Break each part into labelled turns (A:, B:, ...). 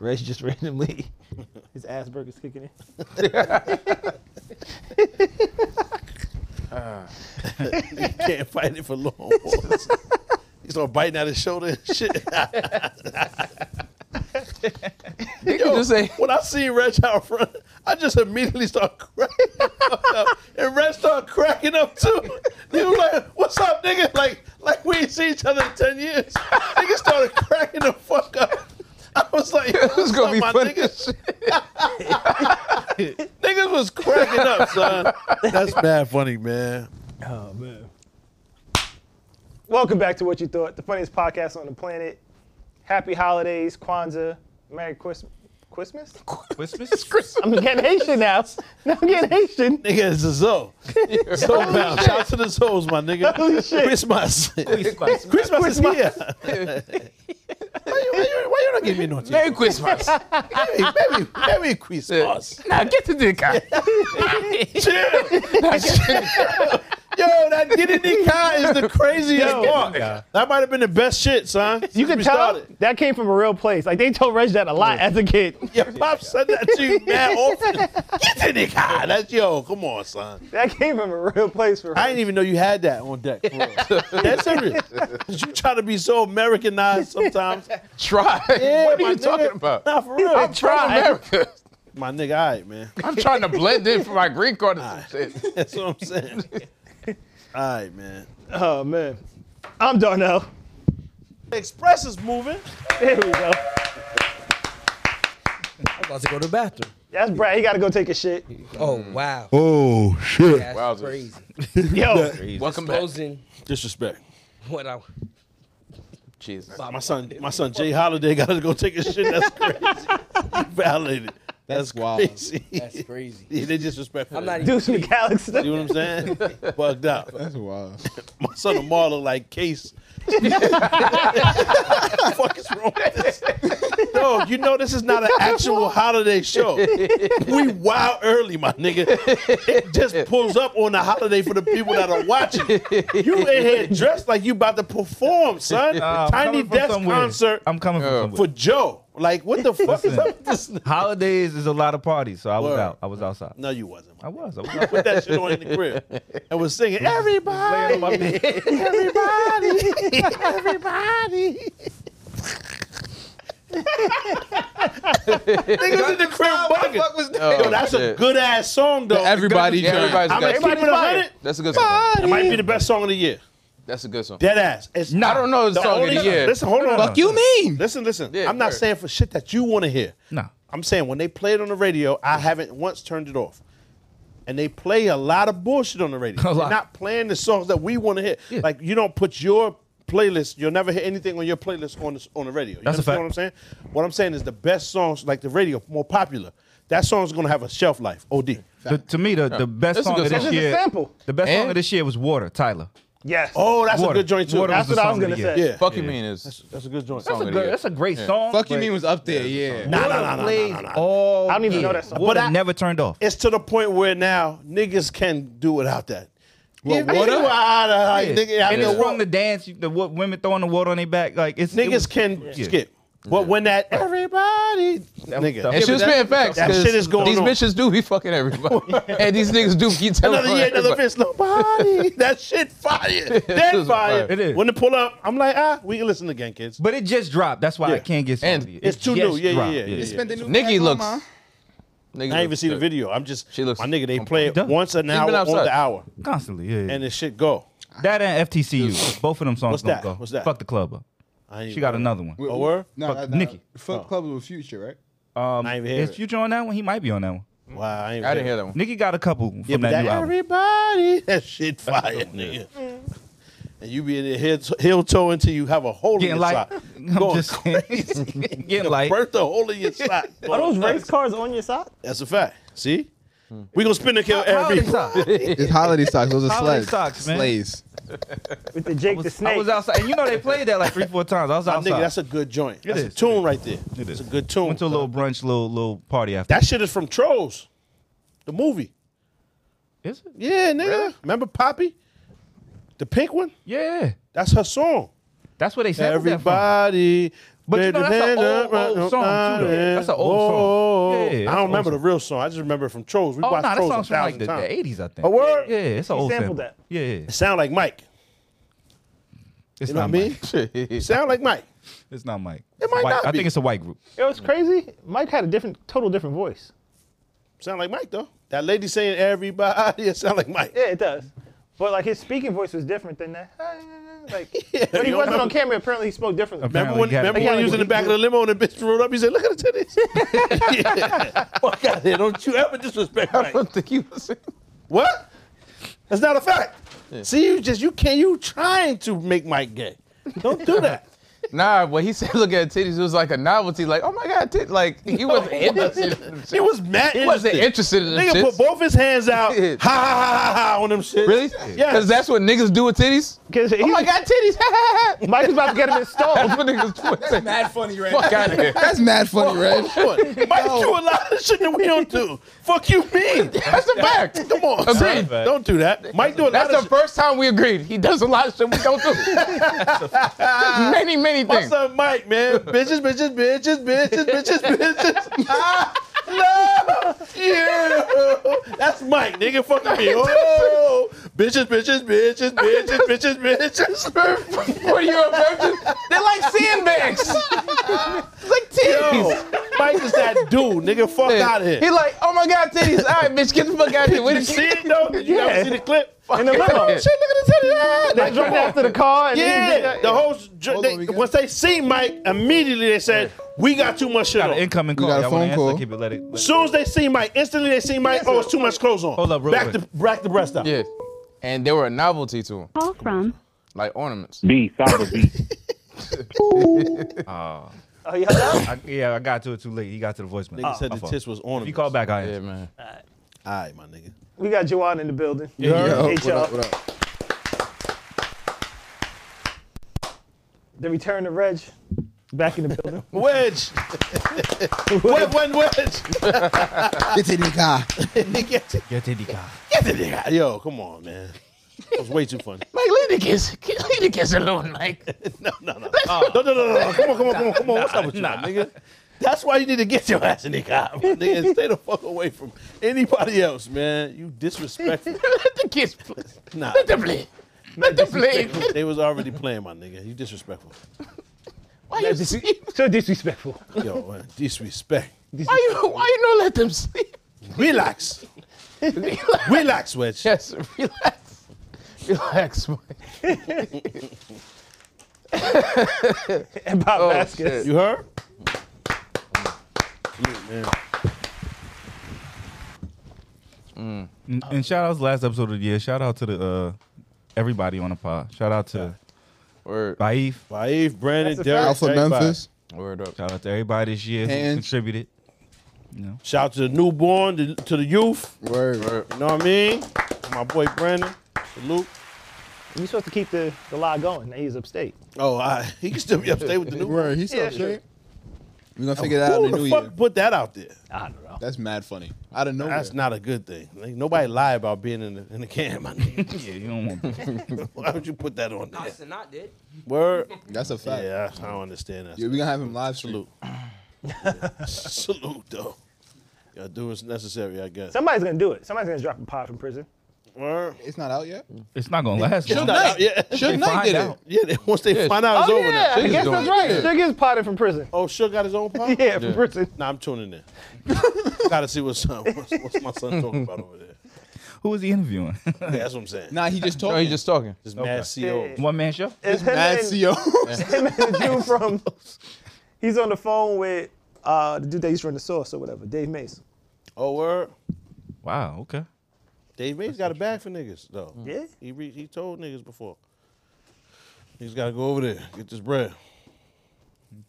A: Reg just randomly, his Asperger's kicking in.
B: Can't fight it for long. boy. he started biting at his shoulder and shit. Yo,
C: just say-
B: when I see Reg out front, I just immediately start cracking up. And Reg start cracking up too. He was like, what's up, nigga? Like, like we ain't seen each other in 10 years. Nigga started cracking the fuck up. I was like,
C: This is
B: what's
C: gonna
B: up,
C: be
B: my
C: funny
B: nigga?
C: as shit.
B: Niggas was cracking up, son. That's bad funny, man.
A: Oh man.
D: Welcome back to What You Thought, the funniest podcast on the planet. Happy holidays, Kwanzaa, Merry Christmas. Christmas?
C: Christmas? Christmas.
D: I'm getting Haitian now. Now I'm getting Haitian.
B: Nigga, it's a Zoe. Zoe bound. Shout out to the Zoes, my nigga.
D: Holy shit.
B: Christmas.
C: Christmas.
B: Christmas, is here. why, you, why, you, why you not giving me no tea?
C: Merry Christmas.
B: Merry, Merry, Merry Christmas.
C: now get to the car.
B: Chill. Yo, that Diddy Dee car is the craziest
D: Yo.
B: one. That might have been the best shit, son.
D: You can tell that came from a real place. Like they told Reg that a lot as a kid.
B: Your pop said that to you mad often. Get in the car. That's yo. Come on, son.
D: That came from a real place for
B: I
D: Reg.
B: didn't even know you had that on deck. for real. That's serious. 'Cause You try to be so Americanized sometimes.
C: Try. what
B: my
C: are you
B: nigga.
C: talking about?
B: Nah, for real.
C: I'm trying America.
B: My nigga, all right, man.
C: I'm trying to blend in for my green card or some shit.
B: That's what I'm saying. all right, man.
D: Oh man. I'm Darnell.
B: Express is moving.
D: There we go.
E: I'm about to go to the bathroom.
D: That's
F: Mm.
D: Brad. He gotta go take a shit.
E: Oh wow. Oh shit. That's
C: Wowzers.
E: crazy.
D: Yo,
C: Welcome back.
E: Exposing
B: Disrespect.
E: what I
C: Jesus.
B: My son, my son Jay Holiday got to go take a shit. That's crazy. Validated. That's,
A: wild.
B: crazy.
E: That's crazy.
B: yeah, they disrespectful.
E: I'm not even
D: Deuce McAllister.
B: You know what I'm saying? Bugged out.
A: That's wild.
B: My son Amar look like Case. the fuck is wrong with this? Dog, you know this is not an actual holiday show. We wild early, my nigga. It just pulls up on the holiday for the people that are watching. You in here dressed like you about to perform, son.
G: Nah, I'm
B: Tiny
G: coming from
B: Desk
G: somewhere.
B: concert
G: I'm coming
C: Yeah.
G: from
B: for
G: somewhere.
B: Joe. Like, what the fuck is
G: Listen.
B: up with this? nigga?
G: Holidays is a lot of parties, so I was
B: Word.
G: out. I was outside.
B: No, you wasn't.
G: I
B: I
G: was. I was out.
B: put that shit on in the crib and was singing, everybody,
G: Laying on my bed.
B: everybody, everybody. Niggas in the crib bugging. Yo, that's a good ass song though.
C: Oh, Everybody
B: Good-
C: joined.
B: I'm gonna keep
C: Everybody's
B: it a hundred.
C: That's a good song.
B: It might be the best song of the year.
C: That's a good song.
B: Dead ass. It's
C: I don't know the,
B: the
C: song of
B: only-
C: the year.
B: Listen, hold on.
G: Fuck
C: you mean?
B: Listen, listen.
C: Yeah,
B: I'm not
C: word.
B: saying for shit that you want to hear.
G: Nah.
B: I'm saying when they play it on the radio, I haven't once turned it off. And they play a lot of bullshit on the radio.
G: A lot.
B: They're not playing the songs that we want to hear. Like you don't put your playlist. You'll never hear anything on your playlist on the, on the radio. You
G: That's a
B: understand
G: fact.
B: What I'm saying. What I'm saying is the best songs, like the radio, more popular. That song's gonna have a shelf life. Od.
G: The- to me, the, the best
C: That's a
G: song
C: good
G: of
C: song.
G: this
D: This is a
G: year.
D: sample.
G: The best
C: And-
G: song of this year was Water, Tyler.
D: Yes.
B: Oh, that's
G: Water.
B: a good joint too.
G: Water
D: That's
G: was
D: what
G: the
D: I was
G: song of
D: gonna
G: the year.
D: say.
B: yeah.
C: Fuck you mean is
B: That's a good joint.
C: song
G: That's a,
C: of the
G: good,
C: year.
G: that's a great song.
H: Fuck you
G: but
H: mean was up there, yeah.
B: Nah, nah,
G: Water
B: nah, nah, nah,
G: plays
B: nah, nah.
G: all
D: I don't even
G: year.
D: know that song.
G: Oh, Water
B: But I-
G: never turned off.
B: it's to the point where now niggas can do without that. If
H: water?
B: you out of, like,
G: Yeah.
B: nigga, I
G: and it's
B: mean,
G: from the dance, the wo- women throwing the water on their back. Like it's it
B: niggas
G: was-
B: can
G: yeah.
B: skip. But when that everybody nigga,
G: that
C: And she was paying facts.
B: that
C: 'cause
B: shit is going
C: These
B: on.
C: bitches do be fucking everybody. and these niggas do keep telling
B: another year, another fist, nobody. that shit fire, dead
C: is
B: fire.
C: fire.
G: It is.
B: When they pull up, I'm like, ah, we can listen again, kids.
G: But it just dropped. That's why I
B: Yeah.
G: can't get
C: And
G: some of it.
B: it's
G: It
B: too
G: just
B: new. Yeah, yeah,
G: dropped.
B: yeah, yeah, yeah.
H: Spend the new
C: Nikki
H: bag,
C: looks.
H: mama.
C: Nigga
B: I ain't even see the
C: good.
B: video. I'm just
C: She looks-
B: my nigga. They
C: I'm
B: play it
G: done.
B: once an
C: She's
B: hour
C: been
B: on
C: outside.
B: the hour,
G: Constantly, yeah. yeah.
B: and the shit go.
G: that and FTCU. Both of them songs
B: What's
G: don't
B: that?
G: go.
B: What's that?
G: Fuck the club up.
B: I ain't
G: She got
B: even-
G: another one.
H: Wait,
B: Oh,
H: who-
B: word?
H: No,
G: Fuck
H: that- that-
G: Nicki.
H: Fuck Club with Future, right?
G: Um,
B: I ain't even hear
G: is
B: it.
G: Future on that one? He might be on that one.
B: Wow, I, ain't
C: I didn't hear that one.
G: Nikki got a couple from
B: Yeah, but
G: that,
B: that
G: new album.
B: everybody, that shit fire, nigga. and you be in there head, heel toe until you have a hole in
G: Getting
B: your
G: light.
B: sock.
G: I'm
B: Going
G: just saying. Getting light.
B: Burst a hole in your sock.
F: Are those race cars on your sock?
B: That's a fact. See?
G: Hmm.
B: We gonna spin the kill every
H: It's holiday socks. Those are
G: Holiday
H: sleds.
G: socks, man.
H: Slays.
F: With the Jake the Snake.
G: I was outside. And you know they played that like three, four times. I was
B: My
G: outside.
B: nigga, that's a good joint. that's
G: is,
B: a
G: it
B: tune right there. It It's
G: is.
B: a good tune.
G: Went to a little brunch, little little party after.
B: That shit is from Trolls, the movie.
G: Is it?
B: Yeah, nigga. Remember Poppy, the pink one?
G: Yeah.
B: That's her song.
G: That's where they sampled that from.
B: Everybody.
G: But you know, that's a old, old song, too, though. That's a old song. Yeah, that's
B: I
G: a
B: don't
G: old
B: remember
G: song.
B: the real song. I just remember it from Trolls. We
G: Oh,
B: watched
G: nah, that
B: Trolls
G: song's
B: a
G: from
B: thousand
G: like the, the
B: times.
G: 80s, I think.
B: A word?
G: Yeah, it's an
F: He
G: old
F: sampled
G: sample.
F: that.
G: Yeah, yeah.
B: It sound like Mike.
G: It's
B: You know what I
G: not
B: mean?
G: Mike.
B: It sound like Mike.
G: It's not Mike.
B: It might
G: White-
B: not
G: I
B: be.
G: think it's a white group.
F: It was crazy. Mike had a different, total different voice.
B: Sound like Mike though. That lady saying everybody. It sound like Mike.
F: Yeah, it does. But like his speaking voice was different than that. Like, but he
B: you
F: wasn't
B: remember-
F: on camera. Apparently, he spoke differently.
B: Remember when, remember
G: Apparently,
F: yeah,
B: when he
F: like
B: was in the
F: we-
B: back of the limo and the bitch rolled up? He said, "Look at the titties." yeah. Fuck out here! Don't you ever disrespect
C: I
B: Mike.
C: don't think he was.
B: What? That's not a fact. See, you just you can't you trying to make Mike gay. Don't do that.
C: Nah, but he said, look at titties. It was like a novelty. Like, oh my God, tit. Like, he wasn't interested in them
B: He
C: shit.
B: was mad.
C: He wasn't interested in them
B: Nigga put
C: shits.
B: both his hands out, ha ha
C: Yeah.
B: ha ha ha on them shit.
C: Really?
B: Yeah.
C: Because that's what niggas do with titties.
F: Because
C: Oh my God, titties.
F: Mike was about to get him installed.
C: that's what niggas do.
H: Mad funny, right?
C: Fuck out of here.
H: That's mad funny, Red.
B: what. Mike do a lot of shit that we don't do. Fuck you mean?
C: That's a fact.
B: Come on, son.
C: Agreed.
B: Don't do that. Mike do a lot of
C: That's the
B: shit.
C: first time we agreed. He does a lot of shit we don't do. many, many
B: My
C: things.
B: son Mike, man. bitches, bitches, bitches, bitches, bitches, bitches. I love you. That's Mike, nigga. Fuck me. Oh, bitches, bitches, bitches, bitches, bitches, bitches.
C: When you're a virgin, they're like sandbags. It's like titties.
B: Yo, Mike is that dude, nigga. Fuck out of here.
C: He like, oh my god, titties. All right, bitch, get the fuck out of here. What
B: Did you
C: is
B: see it though? Did you ever see the clip?
F: In the limo.
C: Shit, look at the titties.
F: They drove after the car. And then he did
B: Yeah,
F: that.
B: the whole
H: Hold
B: they,
H: on, we got-
B: once they seen Mike, immediately they said, "We got too much shit
G: Got
B: on."
G: an incoming call.
H: got a
G: Y'all wanna answer?
H: phone call.
G: Keep it, let it.
B: As soon as they see Mike, instantly they see Mike. Oh, it's too much clothes on.
G: Hold up, real
B: back
G: quick.
B: the back the breast out.
C: Yeah. And they were a novelty to him,
I: call from
C: like ornaments.
J: B, Saba B.
F: Oh, you heard that?
G: I, yeah, I got to it too late. He got to the voicemail.
B: Nigga said
G: My
B: the
G: fault.
B: tits was on
G: Uh-huh. If
B: him.
G: you call back, I
C: Yeah,
G: answer.
C: man.
B: All right, my nigga.
F: We got Juwan in the building.
H: Yo,
F: Hey,
H: what
F: y'all.
H: up, what up?
F: The return of Reg. Back in the building.
B: Wedge. Wed- Wed- wedge.
H: Get to the car.
B: Get it,
G: Get to the car.
B: nigga. Yo, come on, man. That was way too funny.
C: Mike, leave the kids. Leave the kids alone, Mike.
B: No, no, no. No, no, no, no, no. Come on, come on, come on, come on. What's up with you, my nigga? That's why you need to get your ass in the car, my nigga, and stay the fuck away from anybody else, man. You disrespectful.
C: Let the kids play.
B: Nah.
C: Let them play. Let them play.
B: They was already playing, my nigga. You disrespectful.
C: Why you sleep?
F: So disrespectful.
B: Yo, man, disrespect.
C: Why you why you not let them sleep?
B: Relax. Relax, Wedge.
C: Yes, relax. Relax, Mike.
F: And Bob
C: Oh,
F: Vasquez.
C: shit.
B: You heard?
G: And, and shout outs last episode of the year. Shout out to the uh, everybody on the pod. Shout out to
C: Word,
G: Baif.
B: Vaif, Brandon,
F: That's a
B: Derek,
F: fact.
H: Alpha
B: everybody.
H: Memphis.
C: word up.
G: Shout out to everybody this year who
H: And-
G: contributed.
B: Shout out to the newborn, to, to the youth.
H: Word. Word.
B: You know what I mean? My boy Brandon, salute.
F: You're supposed to keep the, the lie going. Now he's upstate.
B: Oh, I, he can still be upstate with the newborn.
H: He's so
F: Yeah,
H: shit.
F: sure.
H: We're gonna figure that out
B: Who
H: in the
B: the
H: new
B: fuck
H: year.
B: put that out there?
F: I don't know.
H: That's mad funny. Out of nowhere.
B: That's not a good thing. Like, nobody lie about being in the, in the camp. my nigga.
G: Yeah, you don't want
B: Why would you put that on
E: Nah,
B: there?
E: it's not, dude.
B: Word?
H: That's a fact.
B: Yeah,
H: Yeah.
B: I, I don't understand that.
H: we're gonna have him live salute.
B: Salute. Salute, though. Y'all do what's necessary, I guess.
F: Somebody's going to do it. Somebody's going to drop a pod from prison.
B: Word?
H: It's not out yet.
G: It's not gonna last
B: Should
G: long.
B: not. Yeah.
H: Suge Knight
G: find
H: did it.
G: out.
B: Yeah, they, once they find out it's over now.
F: Oh, I guess
C: doing
F: that's
C: it.
F: right. Suge is potted from prison.
B: Oh, Suge got his own pop?
F: Yeah, from prison.
B: Nah, I'm tuning in. Gotta see what's, uh, what's, what's my son talking about over there.
G: Who was he interviewing?
B: Yeah, that's what I'm saying.
H: Nah, he just told
C: No,
H: me.
C: he's just talking.
B: Just mad CEOs.
G: One man show.
F: It's him
H: mad E
F: and-
H: CO.
F: him and the dude from he's on the phone with uh, the dude that used to run the source or whatever, Dave Mace.
B: Oh, word?
G: Wow. Okay.
B: Dave Mays got a bag for niggas, though.
F: Yeah.
B: He, re- he told niggas before. He's got to go over there, get this bread.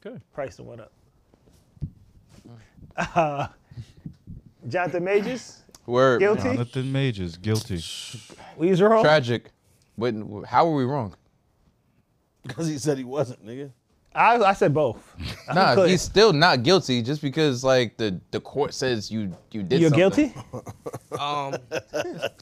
G: Okay.
F: Price done went up. Uh, Jonathan Majors,
C: Word.
F: guilty.
G: Jonathan Majors, guilty.
F: We was wrong.
C: Tragic. Wait, how were we wrong?
B: Because he said he wasn't, nigga.
F: I, I said both. I'm
C: Nah,
F: clear.
C: he's still not guilty just because like the the court says you you did.
F: You're
C: something.
F: guilty?
E: Um,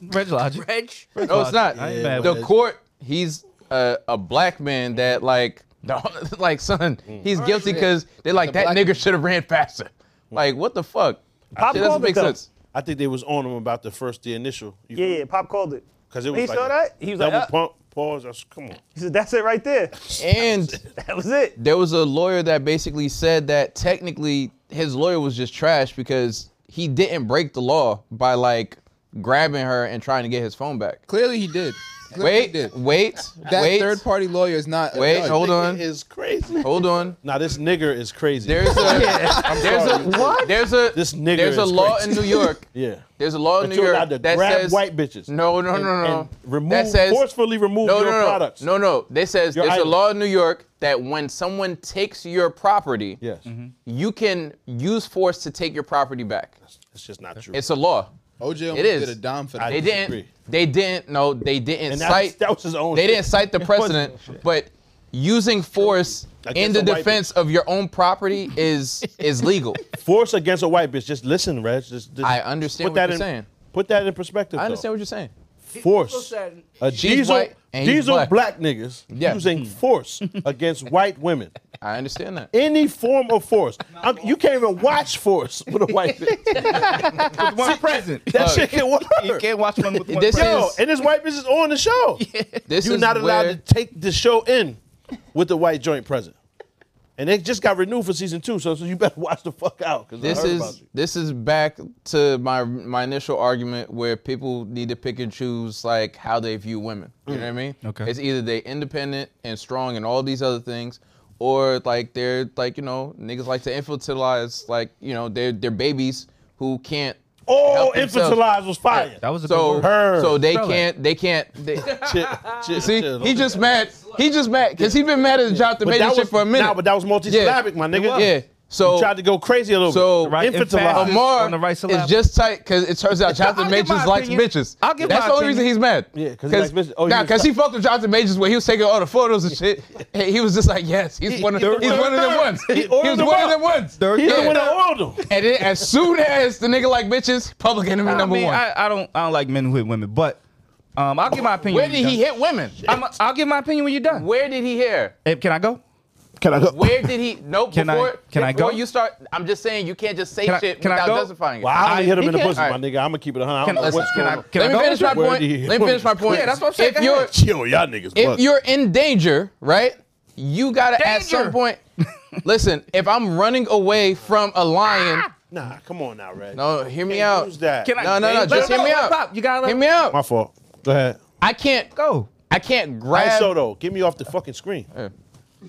G: Red logic.
E: Reg,
C: No, it's not.
G: I ain't mad
C: the
G: with that.
C: court. He's a, a black man that like no, like son. He's guilty because they like that
H: black-
C: nigga should have ran faster. Like what the fuck?
F: Pop
C: Shit doesn't
F: called it
C: make
F: though.
C: sense.
B: I think they was on him about the first, the initial. You
F: Yeah, yeah, Pop called it.
B: Because it was
F: He
B: like
F: saw
B: a
F: that? He was like,
B: double
F: uh.
B: pump, pause. I s- come on.
F: He said, that's it right there.
C: And
F: That was it.
C: there was a lawyer that basically said that technically his lawyer was just trash because he didn't break the law by like grabbing her and trying to get his phone back.
H: Clearly he did. Clearly he
C: Wait,
H: did.
C: wait,
H: That
C: wait,
H: third party lawyer is not. a
C: Wait,
H: judge.
C: hold on.
B: It's crazy.
C: Hold on.
B: Now this nigger is crazy.
C: There's a there's a there's a
B: This nigga
C: there's a
B: is
C: law
B: crazy.
C: in New York.
B: yeah.
C: There's a law
B: But
C: in New
B: you're
C: York
B: allowed to
C: that
B: grab
C: says
B: white bitches.
C: No, no,
B: and-
C: no, no.
B: and remove-
C: that says,
B: forcefully remove
C: no,
B: your
C: no, no,
B: products.
C: No, no. They says
B: Your
C: there's a
B: items.
C: law in New York that when someone takes your property,
B: Yes.
F: Mm-hmm.
C: you can use force to take your property back.
B: It's just not true.
C: It's a law.
H: OJ
C: It
H: almost
C: is.
H: did a dime for
C: They
H: that.
C: didn't.
B: disagree.
C: They didn't. No, they didn't
B: and that,
C: cite.
B: that was his own.
C: they
B: shit.
C: didn't cite the precedent, but using force
B: Against
C: in the
B: a white
C: defense of your own property is is legal.
B: Force against a white bitch. Just listen, Reg. Just, just
C: I understand
B: put
C: what
B: that
C: you're
B: in,
C: saying.
B: Put that in perspective.
C: I understand what you're saying.
B: What force.
E: said-
B: A
C: She's
B: diesel,
C: white and he's
B: diesel
C: black.
B: black. niggas
C: Yeah.
B: using force against white women.
C: I understand that.
B: Any form of force. I'm- you can't even watch force with a white bitch.
G: With one present.
B: That shit can work.
G: You can't watch one with one
C: This
G: present.
B: Yo,
C: is-
B: and this white bitch is on the show.
C: This
B: You're
C: is
B: not allowed
C: where-
B: to take the show in with the white joint present. And they just got renewed for season two, so, so you better watch the fuck out. 'cause I
C: This
B: heard about
C: is
B: you.
C: this is back to my my initial argument where people need to pick and choose like how they view women. You
B: Mm.
C: know what I mean?
G: Okay.
C: It's either they independent and strong and all these other things, or like they're like you know niggas like to infantilize like you know they're they're babies who can't.
B: Oh,
C: help themselves.
B: infantilized was fire.
G: That was a
C: So
G: good word.
C: so they
G: Spell it.
C: can't they can't. They,
B: Chill, chill,
C: see
B: chill.
C: he just mad he just mad because he been mad at Jonathan
B: But that
C: Major shit
B: was-
C: for a minute.
B: Nah, but that was multisyllabic, my nigga.
C: Yeah. So
B: you tried to go crazy a little
C: So-
B: bit.
C: Right,
G: emphasis.
B: infantilized.
C: Omar
G: on the right syllable.
C: is just tight because it turns out Jonathan
G: I'll give my
C: Majors likes
G: opinion.
C: bitches.
G: I'll give
C: That's
G: my
C: the only reason
G: opinion.
C: he's mad.
B: Yeah, 'cause he likes bitches. Oh, he
C: nah,
B: was
C: because he
B: tight.
C: fucked with Jonathan Majors when he was taking all the photos and shit. He he was just like, yes, he's one of,
B: he
C: he's
B: third-
C: one of them
B: third.
C: ones.
B: He
C: He,
B: oiled
C: was
B: him
C: one of
B: up.
C: them ones.
G: Third-
B: He's
C: Yeah.
B: the one that oiled him.
C: And then as soon as the nigga like bitches, public enemy
G: I
C: number
G: mean,
C: one.
G: I, I don't I don't like men who hit women, but um, I'll give my opinion.
C: Where
G: when
C: did
G: you're
C: he
G: done.
C: hit women?
G: I'm, I'll give my opinion when you're done.
C: Where did he hit?
G: Hey, can I go?
K: Can I go?
C: Where did he? Nope.
G: Can I-
C: before,
G: can I go?
C: before you start, I'm just saying you can't just say
G: Can I-
C: shit
G: can I
C: without
G: go?
C: justifying it.
B: Well, I only hit him in the
C: He
B: pussy,
C: can't-
B: my nigga. I'm gonna keep it a hundred. I don't
G: Can-
B: know
G: listen,
B: what's
G: can
B: going
G: I-
B: on.
G: can I
C: Let me
G: go?
C: finish my
B: Where
C: point.
B: did he hit
C: Let me finish my
B: women?
C: point.
G: Yeah, that's what I'm saying.
C: If
G: Go
C: you're
G: ahead.
B: Chill, y'all niggas.
C: if
B: bugging.
C: you're in danger, right? You gotta at some
G: Danger.
C: point. listen, if I'm running away from a lion,
B: nah, come on now, Red.
C: no, hear me
B: Can't
C: out.
B: use that.
G: Ah! Can I-
C: No, no, no,
G: Let
C: just
G: him
C: hear me
G: go.
C: out.
G: Pop, you gotta let
C: hear
G: him-
C: me out.
B: My fault. Go ahead.
C: I can't go.
G: Go.
C: I can't
B: ISO
C: grab.
B: though, get me off the fucking screen.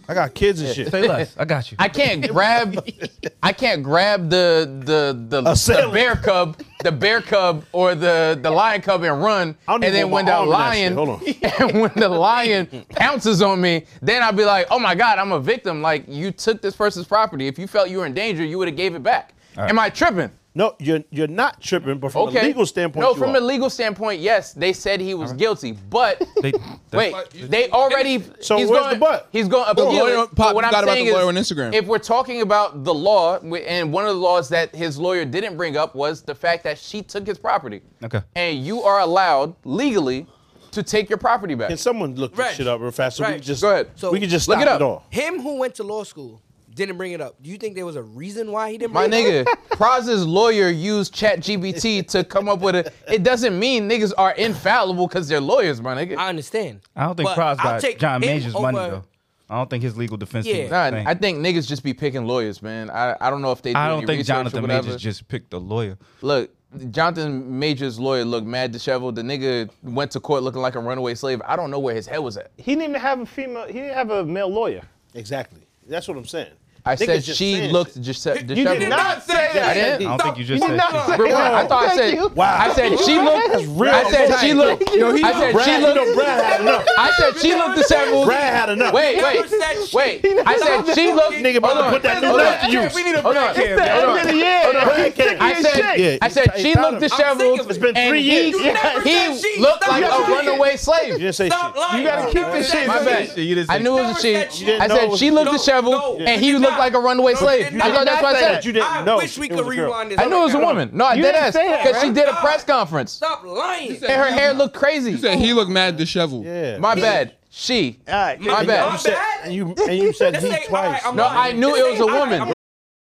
B: I got kids and shit.
G: Say less. I got you.
C: I can't grab. I can't grab the the the, the
B: Assailant.
C: bear cub, the bear cub, or the the lion cub and run.
B: I don't even
C: And then
B: want
C: when
B: my
C: the
B: arm in that shit.
C: lion,
B: Hold on.
C: and when the lion pounces on me, then I'll be like, oh my god, I'm a victim. Like you took this person's property. If you felt you were in danger, you would have gave it back.
G: right.
C: Am I tripping?
B: No, you're you're not tripping, but from
C: Okay.
B: a legal standpoint,
C: No,
B: you
C: from
B: are.
C: a legal standpoint, yes, they said he was guilty, but.
G: They-
C: Wait, they already.
B: So
C: he's
B: where's
C: going,
B: the but?
C: He's going
H: the
C: appeal.
H: lawyer-
C: it,
H: Pop,
C: but what
H: you
C: I'm
H: got about
C: saying
H: the lawyer
C: is,
H: on Instagram.
C: If we're talking about the law, wi- and one of the laws that his lawyer didn't bring up was the fact that she took his property.
G: Okay.
C: And you are allowed legally to take your property back.
B: Can someone look
E: Reg.
B: this shit up real fast so we
E: Reg.
B: can just
C: Go ahead.
B: we can just
C: Look
B: stop
C: it up.
B: all.
E: him who went to law school didn't bring it up. Do you think there was a reason why he didn't
C: My
E: bring
C: nigga,
E: it up?
C: Praz's lawyer used ChatGPT to come up with a. It doesn't mean niggas are infallible because they're lawyers, my nigga.
E: I understand.
G: I don't think
E: But
G: Pros
E: I'll
G: got
E: take
G: John
E: him
G: Major's money
E: over-
G: though. I don't think his legal defense.
E: Yeah.
G: team.
C: Nah,
G: thing.
C: I think niggas just be picking lawyers, man. I, I don't know if they. Do
G: I
C: any
G: don't think
C: research or
G: Jonathan
C: whatever.
G: Majors just picked a lawyer.
C: Look, Jonathan Major's lawyer looked mad disheveled. The nigga went to court looking like a runaway slave. I don't know where his head was at.
F: He didn't even have a female, he didn't have a male lawyer.
B: Exactly. That's what I'm saying.
C: I said
B: Niggas just
C: she
B: saying
C: looked
B: shit.
C: dishe-
E: You did
C: disheveled.
E: not say
C: I
E: that.
C: didn't.
G: I don't think you just
H: You
G: said.
H: not-
G: she-
C: Rewind. I thought I
H: Thank
C: said.
H: you.
B: Wow.
C: I said she
B: That's
C: looked.
B: real.
C: I said she
B: tight.
C: looked.
H: Yo, he-
C: I said she
B: Brad, you know
C: looked.
B: Brad had enough.
C: I said she looked disheveled.
B: Brad had enough.
C: Wait, wait,
E: said she-
C: wait. I said she looked.
B: Nigga, about
C: hold
B: to
C: on,
B: put that new
C: hold on.
B: leg to use.
E: We need a
C: Hold on.
E: black
C: Hold
E: cam.
C: on.
E: Hold on.
B: Hold on. Hold on. Brad can't-
C: I said,
B: Yeah,
C: I
B: he's
C: said
B: tight.
C: she
B: He's tired
C: looked
B: of it.
C: disheveled.
E: It's
B: been
C: and
B: three years.
C: He,
E: said
C: he
E: she-
C: looked like
E: Stop
C: a
E: lying.
C: runaway slave.
B: You didn't say
E: Stop
B: shit.
E: lying.
H: You gotta keep this shit.
C: My bad.
G: You didn't say
C: I knew it
G: shit.
C: was a she.
E: You didn't
C: I
B: know it
C: said
B: was-
C: she looked
E: No,
C: disheveled
E: no, you
C: and he
E: did
C: looked
E: not.
C: like a runaway
E: No, you
C: slave.
E: did
C: I thought
E: not
C: that's what I
B: say that.
C: said.
B: You didn't
E: I
B: know
E: wish we
B: it was
E: could
B: a girl.
E: rewind this.
C: I knew it was a woman. No, I
H: You
C: did
H: didn't
C: ass
H: say that,
C: because she
H: right?
C: did a press conference
E: Stop lying.
C: and her hair looked crazy.
H: You said he looked mad disheveled.
B: Yeah.
C: My bad. She.
B: All right,
C: My
B: and
C: bad.
B: You
C: My
B: said,
E: bad.
B: And you and you said
E: This
B: he
E: ain't- all
B: twice.
E: right, I'm
C: No,
E: lying.
C: I knew
E: This
C: it was
E: ain't-
C: a
E: all right,
C: woman.
E: I'm-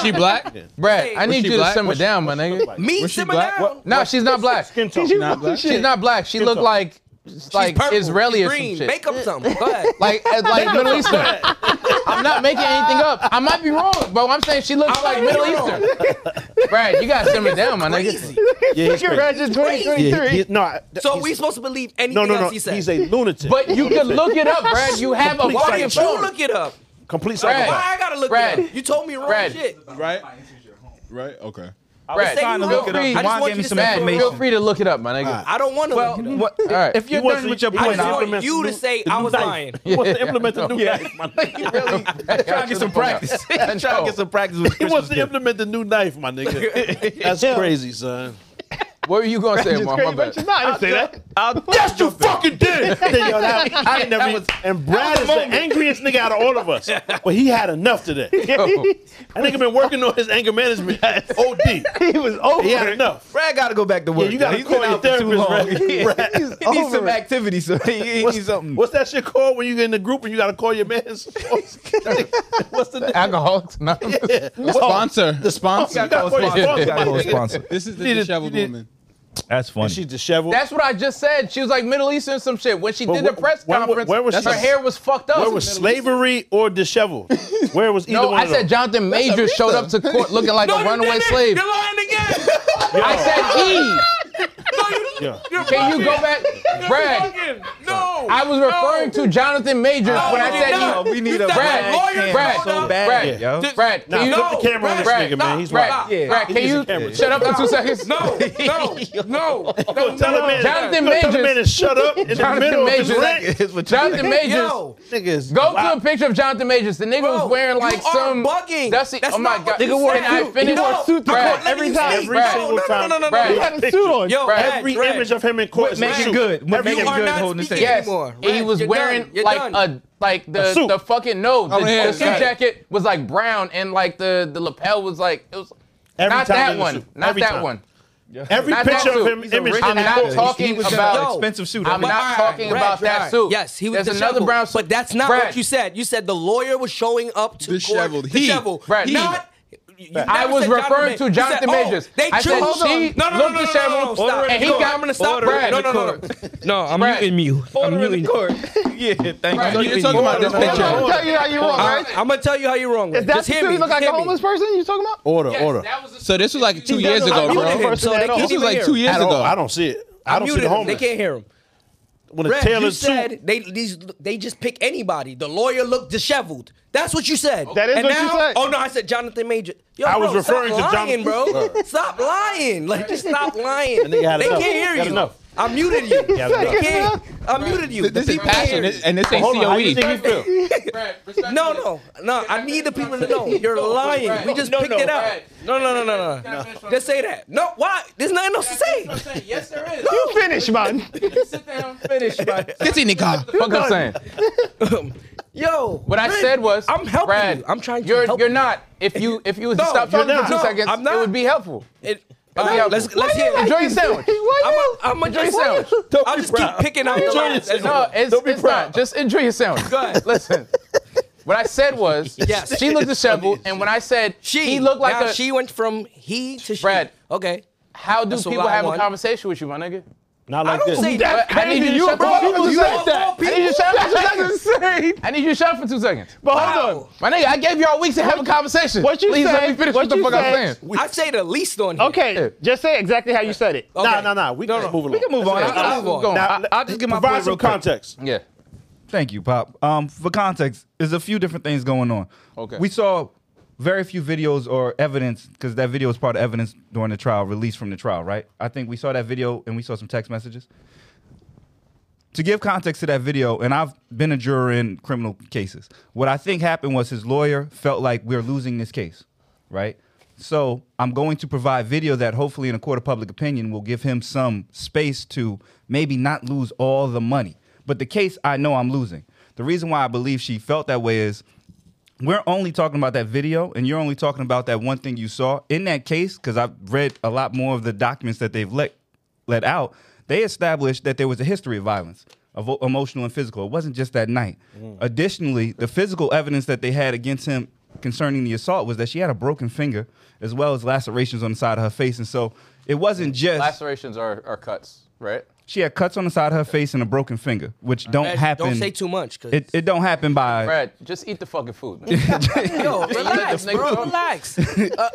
H: She black?
C: Brad, I
E: Was
C: need
H: she
C: you to
H: black?
C: simmer
H: Was she-
C: down, my nigga.
E: Me,
H: Was she
E: simmer
H: black?
E: down.
C: No, she's not black.
B: Skin tone.
H: Not black.
C: She's not black. She looked
B: tone.
C: like like
E: Purple,
C: Israeli or some
E: green.
C: shit.
E: Make up something. Go ahead.
C: like uh, like Middle Eastern. I'm not making anything up. I might be wrong, but I'm saying she looks
E: I
C: like
E: might
C: Middle
E: be wrong.
C: Eastern. Brad, you gotta simmer down, my nigga.
B: Yeah, he's crazy. Yeah, he- he- no, I-
E: So
B: he's-
E: we supposed to believe anything
B: No, no, no.
E: else he said.
B: He's a lunatic.
C: But you
B: That's
C: can
B: what I'm
C: look it up, Brad. You have a
E: Why
C: fucking
E: did
C: phone.
E: you look it up?
B: saying. complete
C: Brad.
E: Why
B: psychopath.
E: I gotta look
C: Brad.
E: it up? You told me wrong
C: Brad.
E: shit.
H: Right? Right? Okay.
C: Brad,
E: saying
G: trying to
E: you
G: look
E: wrong.
G: it
C: I
G: up.
C: just
G: Juan
E: want
G: gave
E: you
G: me
E: to
G: some
E: say you
C: Brad,
E: wrong.
C: feel
G: information.
C: free to look it up, my nigga.
E: I don't want to
G: Well,
E: look it up.
G: what-
C: All right.
G: if you're
B: He wants
G: done
B: to-
G: with your
B: he
G: point,
B: wants
G: I'll
E: want
B: implement
E: you to
B: new-
E: say
B: the
E: I
B: new
E: was
B: knife.
E: lying.
B: He wants to implement the new
G: Yeah.
B: knife, my nigga.
G: trying to get some practice. Trying to get some practice with
B: He wants
G: Christmas
B: to
G: gift.
B: implement the new knife, my nigga. That's crazy, son.
C: What were you gonna say, Juan? My bad.
H: I didn't say that.
B: Yes, you fucking did. Then, yo, that- I ain't never. and Brad is the angriest nigga out of all of us, but he had enough today. That nigga been working on his anger management. OD.
L: He was over.
B: He had
L: it.
B: enough.
E: Brad gotta go back to
B: Yeah,
E: work.
B: you gotta
E: He's
B: call
E: been
B: your
E: out for too long.
B: therapist, Brad. Brad.
E: He needs some activity, so he, he
B: What's,
E: needs something.
B: what's that shit called when you get in the group and you gotta call your man? what's the name?
C: Alcoholics Anonymous.
H: Sponsor. The sponsor.
B: You gotta call your
G: You gotta call a
B: sponsor.
G: sponsor.
H: This is the
B: You did-
H: disheveled
B: you did-
H: woman.
G: That's
B: She's
G: funny.
B: disheveled.
C: That's what I just said. She was like Middle Eastern some shit. When she
B: But
C: did the
B: wh-
C: press
B: where wa-
C: conference,
B: where was
C: her
B: she-
C: hair was fucked up.
B: Where was slavery or disheveled? Where was either
C: no,
B: one
C: I
B: of
C: said
B: those?
C: Jonathan Major showed up to court looking like
E: No,
C: a
E: you
C: runaway
E: didn't.
C: slave.
E: You're lying again.
C: I said he.
E: no, you,
B: Yeah.
E: you're
C: Can you go
E: fucking-
C: back,
E: you're
C: Brad?
E: fucking- No.
C: I was referring to Jonathan Majors when I
E: you
C: said
E: did not.
C: he.
G: we need
E: You
G: a
E: said
C: Brad,
E: lawyers
C: Brad,
E: showed
C: Brad,
E: up.
G: Brad,
B: Yeah.
G: yo.
E: Just-
C: Brad,
B: Nah,
C: can you,
B: put the camera on this
C: Brad,
B: nigga, man. He's
C: Brad,
B: wild.
E: Yeah.
C: Brad,
B: He
C: can
B: needs
C: you
B: a camera.
C: shut up for two seconds?
E: No, no, no. no,
B: Tell
E: no,
B: the man,
C: Jonathan
B: tell the
C: Majors-
B: man to shut up in the
C: Jonathan
B: middle of his
C: Majors-
B: rant.
C: Jonathan Majors.
E: Yo,
B: Niggas,
C: Go
B: wow.
C: to a picture of Jonathan Majors. The nigga
E: Bro,
C: was wearing like
E: you are
C: some
E: bugging.
C: dusty.
E: That's
C: oh my
E: not what
C: god!
E: you said.
C: And I
E: You-
C: finished
E: no.
C: He wore
E: Brad,
C: Brad,
E: let me see.
B: Every
E: Brad.
B: single
E: no,
B: time.
E: No, no, no,
C: Brad.
E: no,
C: He
E: no.
C: had
B: Picture.
E: Yo, Brad,
B: Every
E: Brad.
B: image of him in court is a
G: Make it
B: shoot.
G: good. Make
B: Every
G: it
E: You
B: image.
E: are
G: good
E: not
G: holding the
E: speaking
G: tape.
C: Yes,
E: anymore.
C: he
E: Brad,
C: was
E: you're
C: wearing
E: done. You're
C: like
E: done.
C: a like the
B: A suit.
C: the fucking no. The,
H: Oh, yeah,
C: the suit
H: right.
C: jacket was like brown and like the the lapel was like it was
B: Every
C: not
B: time
C: that
B: in the
C: one,
B: suit.
C: not
B: Every
C: that
B: time.
C: one.
B: Every
C: Not that
B: picture of
C: suit.
B: him
C: He's
G: a
B: image
G: rich
B: in
C: I'm
B: the
C: not
B: court.
C: talking
G: He was in
C: about
G: an
E: Yo,
G: expensive suit.
C: I'm
G: But-
C: not
E: alright,
C: talking
E: Brad,
C: about that
E: Brad.
C: suit.
E: Yes, he was
C: There's
E: disheveled,
C: another brown suit.
E: But that's not
C: Brad,
E: what you said. You said the lawyer was showing up to
H: Disheveled.
E: court.
H: He.
E: Disheveled.
C: Brad,
E: He.
C: he.
E: Not, you never
C: I was
E: said
C: referring
E: Jonathan
C: to Jonathan
E: Majors. You
C: Majors.
E: said, oh, they
C: I said
E: chose-
C: she
E: no,
C: looked
E: no, no, no,
C: disheveled,
E: no, no, stop.
C: and he
E: No,
C: got-
E: I'm gonna stop.
C: Order in
E: no,
C: the
E: no, no, no. No, I'm
C: Brad.
E: muting you. I'm
G: Order in
E: muting
G: the
E: you.
G: court. Yeah, thank
C: Brad,
G: you.
C: you're
H: You're talking about this
B: Hold on,
H: picture.
B: hold on.
F: Tell you how you want,
E: I,
F: right?
E: I'm gonna tell you how you're wrong. Is
F: That's
E: Just hear me.
F: look like
E: Just
F: a
E: hear me.
F: homeless person you talking about?
B: Order, order.
H: So this was like two years
F: doesn't-
H: ago,
F: I
E: muted
H: bro.
E: him, so they can't
H: This was
E: even
H: like
E: hear
H: two
E: him.
H: years
B: At all. I
H: ago.
B: don't see it. I don't see
E: muted
B: the
E: him.
B: homeless.
E: They can't hear him.
B: When a
E: Brad, you
B: tailored
E: said
B: suit.
E: they these they just pick anybody. The lawyer looked disheveled. That's what you said.
F: That is
E: and
F: what you
E: now,
F: said.
E: Oh no, I said Jonathan Major. Yo,
B: I was
E: bro,
B: referring
E: stop
B: to
E: lying,
B: Jonathan-
E: bro. stop lying. Like just stop lying.
B: nigga had
E: they
B: enough. He
E: can't hear
B: had
E: you.
B: enough.
E: I muted you.
B: had enough.
E: They can't. I muted you.
H: This
E: The
H: is
E: people can't
H: passion,
E: hear you.
H: and this ain't E.
B: Hold on, how you
H: COE.
B: think he feel?
E: No, no, no. I need the people to know. You're lying. We just
C: No,
E: picked
C: no,
E: it up.
C: Brad.
E: No, no, no, no, no. Just say that. No, why? There's nothing else to say.
C: Yes, there is.
L: You finish, man.
C: Sit down, finish. Fuck
H: Get in the car.
C: I'm saying.
E: Yo,
C: What I said was,
E: I'm helping
C: Brad,
E: you. I'm trying to
C: You're
E: help
C: you're
E: you.
C: not. If you if you would
E: No,
C: stop
B: you're
C: talking for
B: not.
C: two
B: No,
C: seconds,
E: I'm not.
C: it would be helpful.
E: It,
C: Let me
E: Alright,
C: help
E: let's
C: you.
E: let's hear. it.
C: Enjoy your sandwich.
E: I'm a, I'm a
C: Enjoy your sandwich.
E: I'll just keep picking out the
B: Enjoy
E: lines.
B: yourself.
C: No, it's,
B: Don't be
C: it's
B: proud.
C: not. Just enjoy your sandwich.
E: Go ahead.
C: Listen. What I said was,
E: Yes.
C: she looked disheveled, and when I said
E: She
C: he looked like
E: now
C: a,
E: she went from he to she.
C: Brad.
E: Okay.
C: how do
E: That's a
C: people
E: lie
C: have a
E: one.
C: conversation with you, my nigga?
F: Not like
E: I don't
F: this.
E: say that.
C: But I need you to
F: You
C: shut the
F: brought
C: fuck
F: up
C: up.
F: the
C: You
F: fact
C: said that. I need you to shut up for two seconds.
F: insane.
C: I need you to shut up for two seconds.
F: But hold
E: Wow.
F: on.
C: My nigga, I gave y'all weeks to have a conversation.
F: What you
C: Please
F: said-
C: let me finish
F: what
C: what the
F: you
C: fuck
F: said-
C: I'm saying.
E: I say the least on here.
C: Yeah.
F: Okay, just say exactly how you said it.
E: Okay.
B: Nah, nah, nah. We can move along.
G: We can move on.
C: Yeah,
G: I- I-
E: move on.
C: go
B: Now,
G: I- I'll just give my
B: provide
G: point
B: some
G: real quick.
B: context.
C: Yeah.
G: Thank you, Pop. Um, for context, there's a few different things going on.
C: Okay.
G: We saw very few videos or evidence because that video was part of evidence during the trial, released from the trial, right? I think we saw that video and we saw some text messages. To give context to that video, and I've been a juror in criminal cases. What I think happened was his lawyer felt like we're losing this case, right? So I'm going to provide video that hopefully in a court of public opinion will give him some space to maybe not lose all the money. But the case I know I'm losing. The reason why I believe she felt that way is we're only talking about that video and you're only talking about that one thing you saw in that case because i've read a lot more of the documents that they've let let out they established that there was a history of violence of o- emotional and physical it wasn't just that night
E: Mm.
G: additionally the physical evidence that they had against him concerning the assault was that she had a broken finger as well as lacerations on the side of her face and so it
E: Mm.
G: wasn't just
C: Lacerations are, are cuts, right?
G: she had cuts on the side of her face and a broken finger which don't
E: Brad,
G: happen
E: Don't say too much. 'cause-
G: it, it don't happen by
C: Brad, just eat the fucking food. man.
E: Yo, relax,
C: nigga
E: bro.
C: talk.
E: Relax. Uh,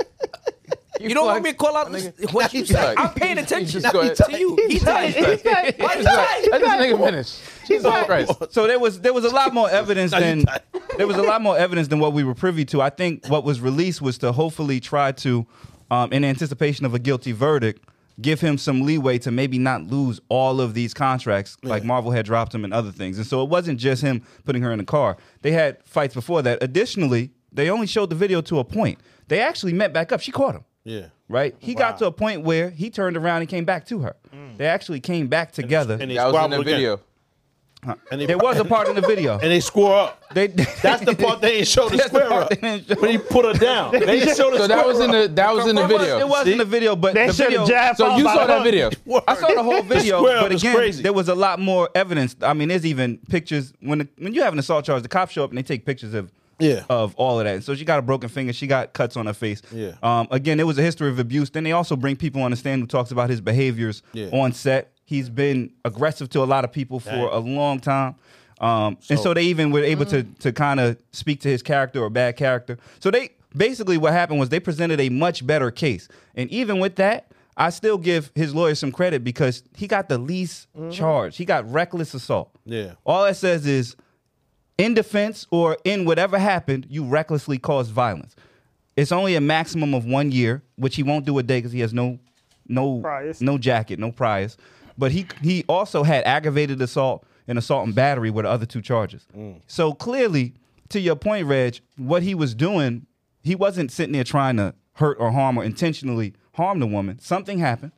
E: you don't want me to call out what you said. I'm paying attention
C: Just go ahead.
E: to you. He tight. Why you tight?
C: Let this nigga finish. Jesus Christ.
G: so there was there was a lot more evidence than there was a lot more evidence than what we were privy to. I think what was released was to hopefully try to, um, in anticipation of a guilty verdict, give him some leeway to maybe not lose all of these contracts like Marvel had dropped him and other things. And so it wasn't just him putting her in the car. They had fights before that. Additionally, they only showed the video to a point. They actually met back up. She caught him.
B: Yeah.
G: Right? He got to a point where he turned around and came back to her. They actually came back together.
B: Hmm. And they
C: That was in
B: squabble
C: the
B: again.
C: video.
B: And they,
G: there was a part in the video.
B: and they score up.
G: They,
B: That's the part they didn't show the
G: That's the
B: square
G: part
B: up.
G: they didn't show.
B: When he put her down, they didn't show the
C: So
B: square
C: that was in the that was in the
G: It was- It
C: video.
G: was in the video, but
M: They
G: the
M: should
G: video.
M: have jabbed
C: So
M: on
C: you
M: by
C: saw
M: the
C: that
M: hook.
C: video.
G: I saw the whole video,
B: Square up
G: but
B: is
G: again,
B: crazy.
G: there was a lot more evidence. I mean, there's even pictures when the, when you have an assault charge, the cops show up and they take pictures of
B: Yeah.
G: of all of that. So she got a broken finger, she got cuts on her face.
B: Yeah.
G: Um, again, it was a history of abuse. Then they also bring people on the stand who talks about his behaviors
B: Yeah.
G: on set. He's been aggressive to a lot of people for a long time. Um, and so they even were able to to kind of speak to his character or bad character. So they basically what happened was they presented a much better case. And even with that, I still give his lawyer some credit because he got the least charge. He got reckless assault.
B: Yeah.
G: All that says is in defense or in whatever happened, you recklessly caused violence. It's only a maximum of one year, which he won't do a day because he has no, no,
M: Priors.
G: no jacket, no priors. But he he also had aggravated assault and assault and battery were the other two charges. So clearly, to your point, Reg, what he was doing, he wasn't sitting there trying to hurt or harm or intentionally harm the woman. Something happened,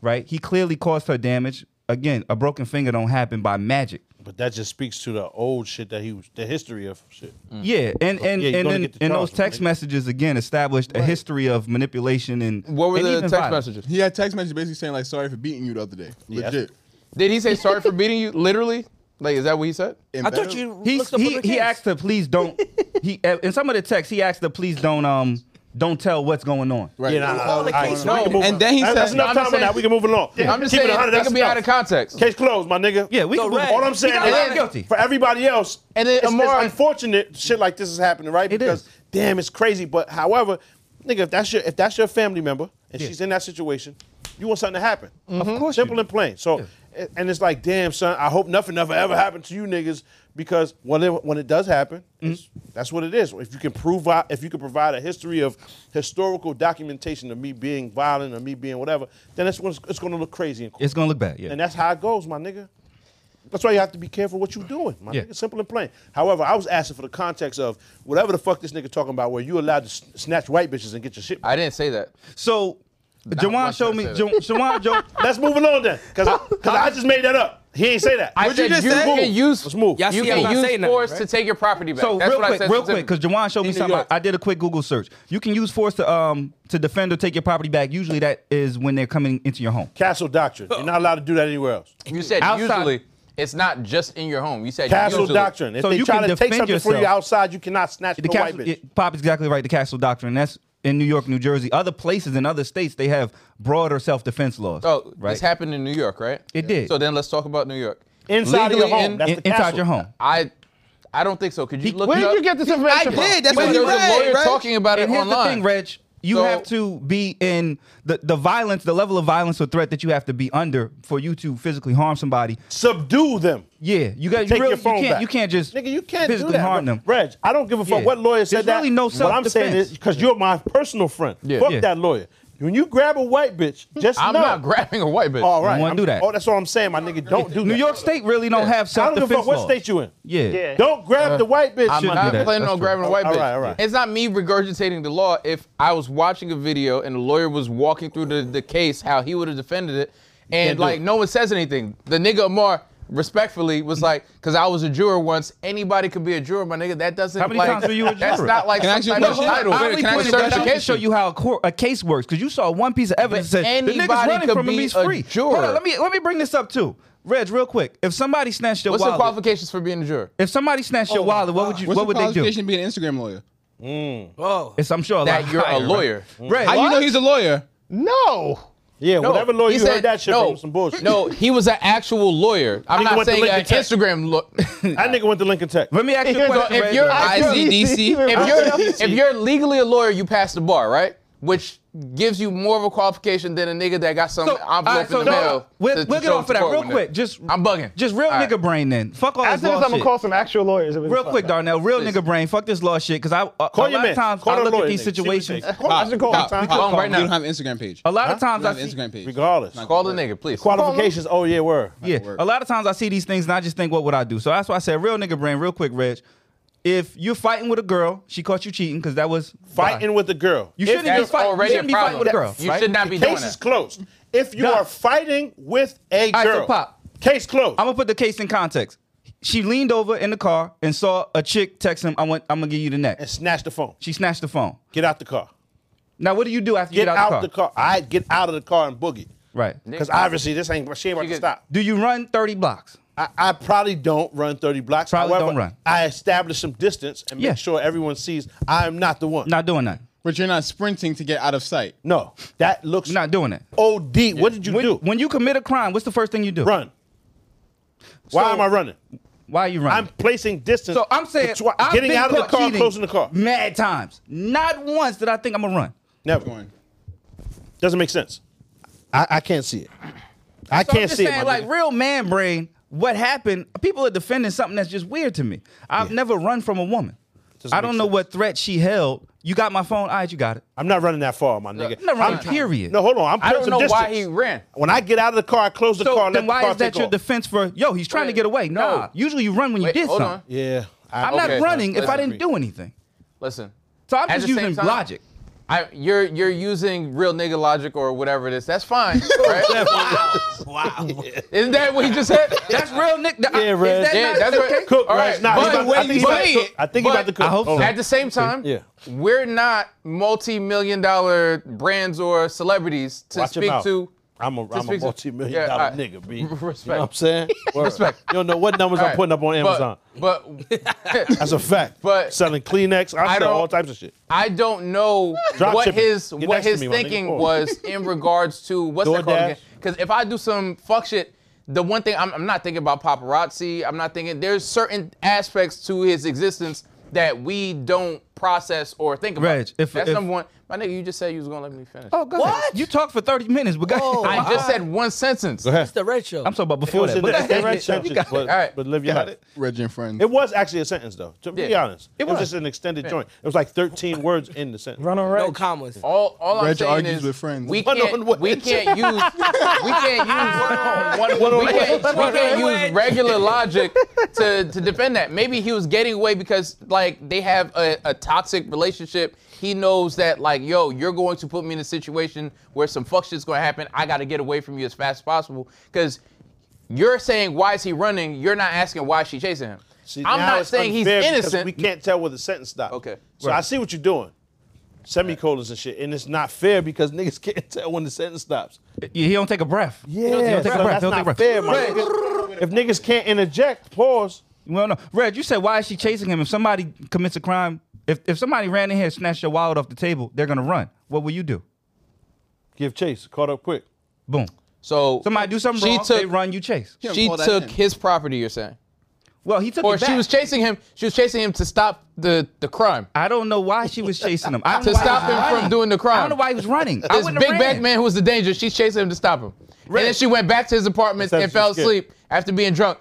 G: right? He clearly caused her damage. Again, a broken finger don't happen by magic.
B: But that just speaks to the old shit that he was, the history of shit.
G: Yeah, and and
B: Yeah, you're
G: and,
B: gonna
G: then-
B: get the
G: and
B: charge,
G: those text
B: right?
G: messages again established a history of manipulation and
C: What were
G: and
C: the
G: even
C: text
G: violence.
C: messages?
H: He had text messages basically saying like, "Sorry for beating you the other day." Legit.
C: Did he say sorry for beating you? Literally? Like, is that what he said?
H: And
E: I
H: better-
E: thought you
G: He
E: looked up on
G: he
E: the
G: he
E: case.
G: asked her please don't he in some of the texts he asked her please don't um don't tell what's going on.
H: Right.
B: Yeah, nah, nah,
E: All the
B: all right,
E: case
B: we can
C: no,
B: move
H: and
B: on.
H: then he
B: That-
H: said-
B: "That's enough
C: I'm
B: time
C: just
B: on that.
C: saying-
B: We can move along."
C: I'm just
B: Keep it
C: saying
B: 100,
C: it
B: that's
C: could be
B: enough.
C: out of context.
B: Case closed, my nigga.
G: Yeah, we
E: So
G: can move
E: Red-
G: on.
B: All I'm saying
E: He got
B: is
E: out of
G: guilty.
B: for everybody else,
C: And then
B: it's, it's
C: Amari-
B: unfortunate shit like this is happening, right?
G: It
B: because
G: is.
B: damn, it's crazy. But however, nigga, if that's your if that's your family member and she's in that situation, you want something to happen. Of course, simple and plain. So, a- and it's like, damn, son, I hope nothing ever ever happened to you niggas because when it, when it does happen, it's, that's what it is. If you can prove out- if you can provide a history of historical documentation of me being violent or me being whatever, then it's it's going to look crazy. In court.
G: It's gonna look bad. Yeah.
B: And that's how it goes, my nigga. That's why you have to be careful what you're doing, my
G: Yeah.
B: nigga. Simple and plain. However, I was asking for the context of whatever the fuck this nigga talking about, where you allowed to s- snatch white bitches and get your shit.
C: I didn't say that.
G: so Jawan
C: much
G: showed
C: I
G: me
C: said.
G: Ja- Jawan jo-
B: Let's move along then, cause I, cause I just made that up. He ain't say that.
C: I
H: What'd you
C: said
H: just say?
C: can use
B: Let's move.
E: Y'all
C: you
E: see I'm
C: can
E: not
C: use
E: saying nothing,
C: force
E: right?
C: to take your property back.
G: So
C: That's
G: real
C: what I
G: quick,
C: said.
G: real quick, because
C: specifically.
G: Jawan showed me
C: In New
G: something.
C: York.
G: I, I did a quick Google search. You can use force to um to defend or take your property back. Usually that is when they're coming into your home.
B: Castle doctrine. You're not allowed to do that anywhere else.
C: you said
G: Outside-
C: usually. It's not just in your home. You said
B: Castle
C: usually-
B: doctrine. If
G: So
B: they
G: you
B: try
G: can
B: to take
G: defend
B: something from you
G: yourself.
B: outside, you cannot snatch the,
G: the
B: white
G: castle,
B: bitch.
G: it- Pop is exactly right. The castle doctrine. That's in New York, New Jersey. Other places in other states, they have broader self defense laws.
C: Oh,
G: right.
C: this happened in New York, right?
G: It did.
C: So then let's talk about New York.
B: Inside of your home.
C: in-
B: That's
G: In-
B: the
G: inside
B: castle.
G: your home.
C: I, I don't think so. Could you look?
N: Where
C: it
N: did
C: up?
N: you get this information from?
E: did. That's
C: Wait,
E: what
C: there
E: you
C: was
E: read.
C: a lawyer
E: right?
C: talking about it
G: and here's
C: online.
G: the thing, Reg. You
C: So-
G: have to be in the, the violence, the level of violence or threat that you have to be under for you to physically harm somebody.
B: Subdue them.
G: Yeah, you got
B: Take
G: you really,
B: your phone
G: you can't,
B: back.
G: You can't just
B: nigga. You can't
G: physically
B: do that.
G: harm them.
B: Reg, I don't give a fuck
G: Yeah.
B: what lawyer said
G: There's
B: that.
G: really no
B: What I'm saying
G: self-defense.
B: is because you're my personal friend.
C: Yeah.
B: Fuck
G: Yeah.
B: that lawyer. When you grab a white bitch, just
C: I'm
B: know.
C: not grabbing a white bitch.
B: All right,
G: wanna
B: I'm-
G: do that.
B: Oh, that's what I'm saying, my nigga. Don't do that.
G: New York State really don't have
B: I
G: self
B: don't give
G: defense
B: a fuck what
G: laws.
B: state you in.
G: Yeah.
F: Yeah.
B: Don't grab the white bitch.
C: Uh, I'm
G: Shouldn't
C: not
G: do that.
C: planning
G: That's
C: on
G: true.
C: grabbing a white
B: All
C: bitch.
B: right, all right.
C: It's not me regurgitating the law. If I was watching a video and the lawyer was walking through the, the case, how he would have defended it,
B: Can't
C: and
B: do
C: like
B: it.
C: no one says anything. The nigga Amar respectfully was like, because I was a juror once. Anybody could be a juror, my nigga. That doesn't
G: How many
C: like
G: times were you a
C: that's
G: juror?
C: not like
H: Can
C: some
H: I ask you a
C: type of
H: question?
C: title.
G: I only
H: Can I
G: pointed
H: just
G: that out to
H: certification?
G: show you how a, court, a case works because you saw one piece of evidence
C: But
G: that said the niggas
C: anybody
G: running
C: could
G: from him.
C: be
G: He's
C: a
G: free.
C: juror.
G: Hold on, let me let me bring this up too, Reg, real quick. If somebody snatched your
C: What's the
G: wallet,
C: qualifications for being a juror?
G: if somebody snatched your wallet, what would you
H: What's
G: what
H: the
G: would they do?
H: qualification to be an Instagram lawyer?
E: Oh,
G: It's I'm sure a
C: That
G: lot
C: you're a
G: higher, right?
C: lawyer.
B: Mm.
G: Reg,
H: How you know he's a lawyer?
N: No.
B: yeah, whatever lawyer
C: he
B: you
C: said-
B: heard that shit
C: no,
B: from was some bullshit.
C: No, he was an actual lawyer. I'm
B: Nigga
C: not
B: went to
C: saying
B: Lincoln
C: an
B: Tech.
C: Instagram lawyer.
B: that nigga went to Lincoln Tech.
G: let me ask you a
N: Here's
G: question.
C: if
G: Reg.
C: you're-
G: I-
C: ICDC, if you're if you're legally a lawyer, you pass the bar, right? Which gives you more of a qualification than a nigga that got some
G: So, all
C: envelope
G: right, so
C: in the
G: no,
C: mail.
G: We'll,
C: to- to
G: we'll get
C: show
G: off
C: to
G: of that
C: court
G: real
C: one day.
G: quick. Just
C: I'm bugging.
G: Just real
C: All right.
G: nigga brain then. Fuck all this
F: After this,
G: law
F: I'm gonna
G: shit.
F: call some actual lawyers.
G: Real quick, Darnell. Real
C: Please.
G: nigga brain. Fuck this law shit. Because I uh,
B: Call
G: a
B: your
G: lot
B: man.
G: of times
B: Call
G: I
B: the
G: look
B: lawyer,
G: at these
B: nigga. See what he
G: situations.
B: says.
H: Pop,
F: That's a call.
C: Pop,
F: Time.
C: pop. Call him right
H: You don't
C: now.
H: have an Instagram page.
G: A lot of
H: You
G: times I
H: don't have an
G: see.
H: Instagram page.
B: Regardless.
H: Not
C: Call the
H: gonna work.
C: nigga, please.
B: Qualifications. Oh yeah, word.
G: Yeah.
H: work.
G: A lot of times I see these things and I just think, what would I do? So that's why I said, real nigga brain, real quick, Reg. If you're fighting with a girl, she caught you cheating because that was
B: Fighting with a girl.
G: You
B: If
G: shouldn't be
C: That's
G: fighting. You
C: already a
G: shouldn't be fighting
C: problem.
G: with a girl.
C: You
G: right?
C: should not be doing
B: Case is
C: that.
B: closed. If you
G: Nah.
B: are fighting with a
G: All right, so
B: girl,
G: Pop.
B: case closed.
G: I'm gonna put the case in context. She leaned over in the car and saw a chick text him. I want. I'm gonna give you the neck.
B: and snatch the phone.
G: She snatched the phone.
B: Get out the car.
G: Now, what do you do after
B: Get,
G: you get out, the, car?
B: I get out of the car and boogie.
G: Right.
B: Because obviously this ain't she ain't about
C: You
B: to
C: get-
B: stop.
G: Do you run 30 blocks?
B: I, I probably don't run 30 blocks.
G: Probably
B: However,
G: don't run.
B: I establish some distance and make
G: Yeah.
B: sure everyone sees I am not the one.
G: Not doing nothing.
H: But you're not sprinting to get out of sight.
B: no, that looks
G: You're not doing it.
B: OD. What did you
G: When,
B: do?
G: when you commit a crime, what's the first thing you do?
B: run. Why
G: So-
B: am I running?
G: Why are you running?
B: I'm placing distance.
G: so I'm saying
B: betwi-
G: I've
B: getting
G: been
B: out of the
G: caught
B: car,
G: cheating
B: closing the car.
G: Mad times. Not once did I think I'm gonna run.
B: Never.
H: Going.
B: Doesn't make sense. I, I can't see it. I
G: So I'm
B: can't
G: just
B: see
G: saying,
B: it. my
G: like
B: nigga.
G: real man brain, what happened? People are defending something that's just weird to me. I've never run from a woman.
B: Doesn't
G: I don't
B: make
G: know
B: sense.
G: what threat she held. You got my phone. All right, you got it.
B: I'm not running that far, my nigga.
G: I'm not running,
B: I'm-
G: period.
B: No, hold on. I'm
C: I don't
B: putting
C: know
B: some
C: why
B: distance.
C: he ran.
B: When I get out of the car, I close the
G: So
B: car. and
G: then
B: let the
G: why
B: car
G: is that
B: take
G: your
B: off.
G: defense for? Yo, he's trying to
C: Wait,
G: get away.
C: no.
G: Nah, usually you run when you
C: Wait,
G: did
C: hold
G: something.
C: on.
B: Yeah, I,
G: I'm
C: Okay,
G: not running if
C: let's
G: I didn't
B: agree.
G: do anything.
C: Listen.
G: So I'm
C: At
G: just
C: the same
G: using
C: time,
G: logic.
C: I, you're you're using real nigga logic or whatever it is. That's fine. Right?
E: wow.
C: Isn't that what he just said?
G: That's real, Nick. Yeah,
B: Yeah, Reg.
G: Is that
C: Yeah,
G: not
C: that's
G: the
C: right.
G: case?
B: Cook,
C: All right,
B: right? Nah,
C: but
B: he's about-
C: the
B: I
C: way
B: think he's
C: you
B: about
C: say
B: to cook.
C: it-
B: I think he's
C: but-
B: about to cook.
G: I hope
B: Hold
G: so.
B: on.
C: At the same time,
B: Yeah.
C: we're not multi-million dollar brands or celebrities to
B: Watch him
C: speak
B: out.
C: to.
B: I'm a,
C: to
B: I'm a
C: speak to-
B: multi-million
C: Yeah,
B: dollar
C: all right.
B: nigga, B.
C: Respect.
B: You know what I'm saying? Respect. You don't know what numbers
C: All
B: I'm
C: right,
B: putting up on
C: but-
B: Amazon.
C: but
B: That's a fact.
C: But-
B: selling Kleenex, I,
C: I
B: sell
C: don't-
B: all types of shit.
C: I don't know
B: Drop
C: what
B: shipping.
C: his
B: Get
C: what
B: next to
C: his
B: me, my nigga.
C: thinking
B: Come on.
C: was in regards to what's that called
B: DoorDash.
C: again? Because if I do some fuck shit, the one thing I'm, I'm not thinking about paparazzi. I'm not thinking there's certain aspects to his existence that we don't process or think about.
G: Reg, if-
C: That's
G: if-
C: number one. My nigga, you just said you was gonna let me finish.
G: Oh, go ahead. You talked for 30 minutes, but go
E: Whoa.
G: ahead.
C: I just said one sentence.
B: ahead.
E: It's the red show.
G: I'm sorry, but
B: It
G: before
B: was
G: that,
B: in
G: but
B: the in
G: that's-
B: the sentence, but,
C: Alright.
B: but live your
C: Got
B: life.
C: it.
H: Reg and friends.
B: It was actually a sentence, though. To be
C: Yeah.
B: honest, it was.
G: was.
B: just an extended joint. It was like 13 words in the sentence.
F: Run on
E: no
F: red.
E: commas.
C: All, all I'm
H: Reg
C: saying
H: argues
C: is
H: with friends.
C: we
B: One
C: can't,
B: on one.
C: we can't use we can't use one, we can't, we
E: One
C: can't
E: on
C: use
E: one.
C: regular logic to, to defend that. Maybe he was getting away because like they have a, a toxic relationship. He knows that like yo, you're going to put me in a situation where some fuck shit's going to happen. I got to get away from you as fast as possible because you're saying why is he running? You're not asking why is she chasing him.
B: See,
C: I'm
B: now
C: not
B: it's
C: saying he's
B: unfair because
C: innocent.
B: We can't tell where the sentence stops.
C: Okay.
B: So I see what you're doing. Semicolons and shit. And it's not fair because niggas can't tell when the sentence stops.
G: yeah, he don't take a breath.
B: Yeah,
G: he don't take a
B: so
G: breath.
B: that's
G: He don't
B: not
G: take a breath.
B: fair, my nigga. If niggas can't interject, pause.
G: Well, no, Red, you said why is she chasing him? If somebody commits a crime, if if somebody ran in here and snatched your wallet off the table, they're gonna run. What will you do?
B: Give chase. Caught up quick.
G: Boom.
C: So
G: Somebody do something
C: She
G: wrong.
C: took-
G: they run. You chase.
H: Yeah,
C: she
H: all that
C: took
H: in.
C: his property. You're saying,
G: Well, he took.
C: or
G: it
C: she
G: back.
C: was chasing him. She was chasing him to stop the the crime.
G: I don't know why she was chasing him. I don't
C: To
G: know why he
C: stop
G: was
C: him from
G: running.
C: doing the crime.
G: I don't know why he was running. I
C: This
G: wouldn't
C: big
G: have
C: back
G: ran.
C: man who was the danger. She's chasing him to stop him, and then she went back to his apartment
B: Except
C: and fell
B: she's scared.
C: asleep after being drunk,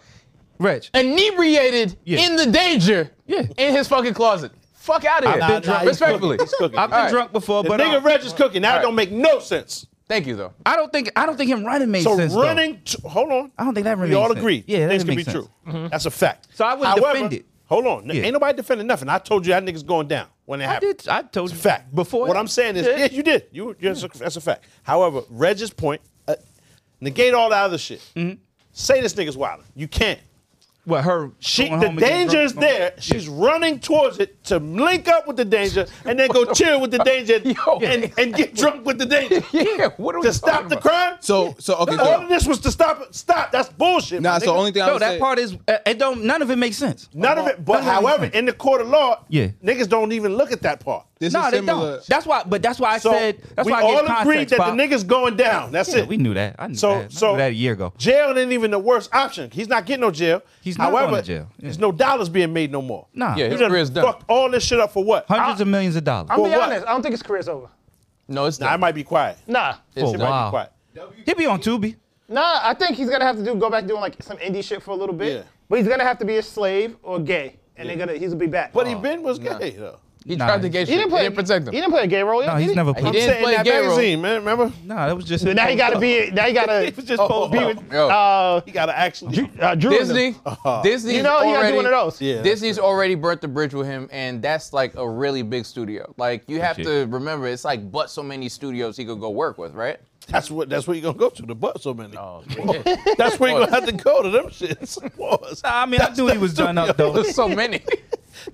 G: Rich.
C: inebriated
G: Yeah.
C: in the danger.
G: Yeah.
C: in his fucking closet. Fuck out of here.
G: been drunk.
B: he's
C: Respectfully.
B: cooking. He's cooking.
G: I've been
C: All right.
G: drunk before,
B: If
G: but
B: nigga
G: uh,
B: Reg is cooking. Now it don't make no sense.
C: Thank you though.
G: I don't think I don't think him running made
B: So
G: sense. though.
B: running, t- hold on.
G: I don't think that
B: We
G: really
B: all
G: makes sense.
B: agree.
G: Yeah, that
B: things
G: doesn't
B: can be
G: make sense.
B: true. That's a fact.
G: So I wouldn't
B: However,
G: defend it.
B: Hold on,
G: Yeah.
B: ain't nobody defending nothing. I told you that nigga's going down when it
G: I
B: happened.
G: did. I told you
B: It's a fact.
G: before.
B: what I'm saying is, yeah, you did. You yes, that's a fact. However, Reg's point, uh, negate all the other shit.
G: Mm-hmm.
B: Say this nigga's wild. You can't.
G: What her?
B: She,
G: going
B: the
G: home and getting
B: danger is
G: drunk-
B: there. She's running towards it to link up with the danger and then go chill with the danger
C: Yo.
B: and, and get drunk with the danger
C: Yeah. What are we
B: to stop
C: talking
B: the
C: about?
B: crime.
H: So, so okay.
B: all of
H: Cool.
B: this was to stop it. Stop. That's bullshit.
H: Nah,
B: my
H: it's the
B: nigga.
H: only thing I
G: No,
H: would
G: that
H: say-
G: part is. uh, It don't. None of it makes sense.
B: None of it. But
G: None of it makes
B: however,
G: sense.
B: in the court of law,
G: Yeah.
B: niggas don't even look at that part.
H: This
G: No,
H: is
G: they
H: similar.
G: don't. That's why. But that's why I
B: So
G: said. That's
B: we
G: why I
B: all
G: gave
B: agreed
G: context,
B: that
G: Pop.
B: the niggas going down. That's
G: Yeah,
B: it.
G: we knew that. I knew
B: So,
G: that. I
B: so
G: knew that a year ago.
B: Jail ain't even the worst option. He's not getting no jail.
G: He's not
B: However,
G: going to jail. Yeah.
B: There's no dollars being made no more.
G: Nah.
C: Yeah,
G: You
C: his
B: done
C: career's done.
B: fucked all this shit up for what?
G: Hundreds of millions of dollars.
F: I'm
B: For
F: be
B: what?
F: honest. I don't think his career's over.
C: No, it's
B: Nah, I
C: not.
B: might be quiet.
F: Nah.
G: oh,
B: Might be
G: wow.
B: quiet.
G: He be on Tubi.
F: Nah, I think he's gonna have to do go back doing like some indie shit for a little bit.
B: Yeah.
F: But he's gonna have to be a slave or gay, and they're gonna he's gonna be back.
G: Oh.
B: But he been was gay though.
C: He
G: Nah,
C: tried to
G: he-
C: get
F: he
C: shit.
F: didn't play.
C: He didn't protect him.
F: He didn't play a gay role.
G: No, he's never.
C: He
G: played.
C: didn't
B: Saying
C: play
B: that
C: gay role.
B: magazine, man. Remember?
G: Nah, that was just.
F: Now he gotta be. Now he gotta.
B: He was
C: Oh.
B: just supposed
F: be
B: to-
F: with
C: Yo.
F: uh,
B: He gotta actually.
F: uh, Drew. and them.
C: Disney, Disney.
F: You know, he gotta
C: already,
F: do one of those.
B: Yeah, that's
C: Disney's already burnt the bridge with him, and that's like a really big studio. Like you have to remember, it's like but so many studios he could go work with, right?
B: That's what. That's where you gonna go to the butt so many.
C: Oh, yeah.
B: That's where you gonna have to go to them shits. Pause.
G: Nah, I mean, I knew he was done up though.
C: There's so many.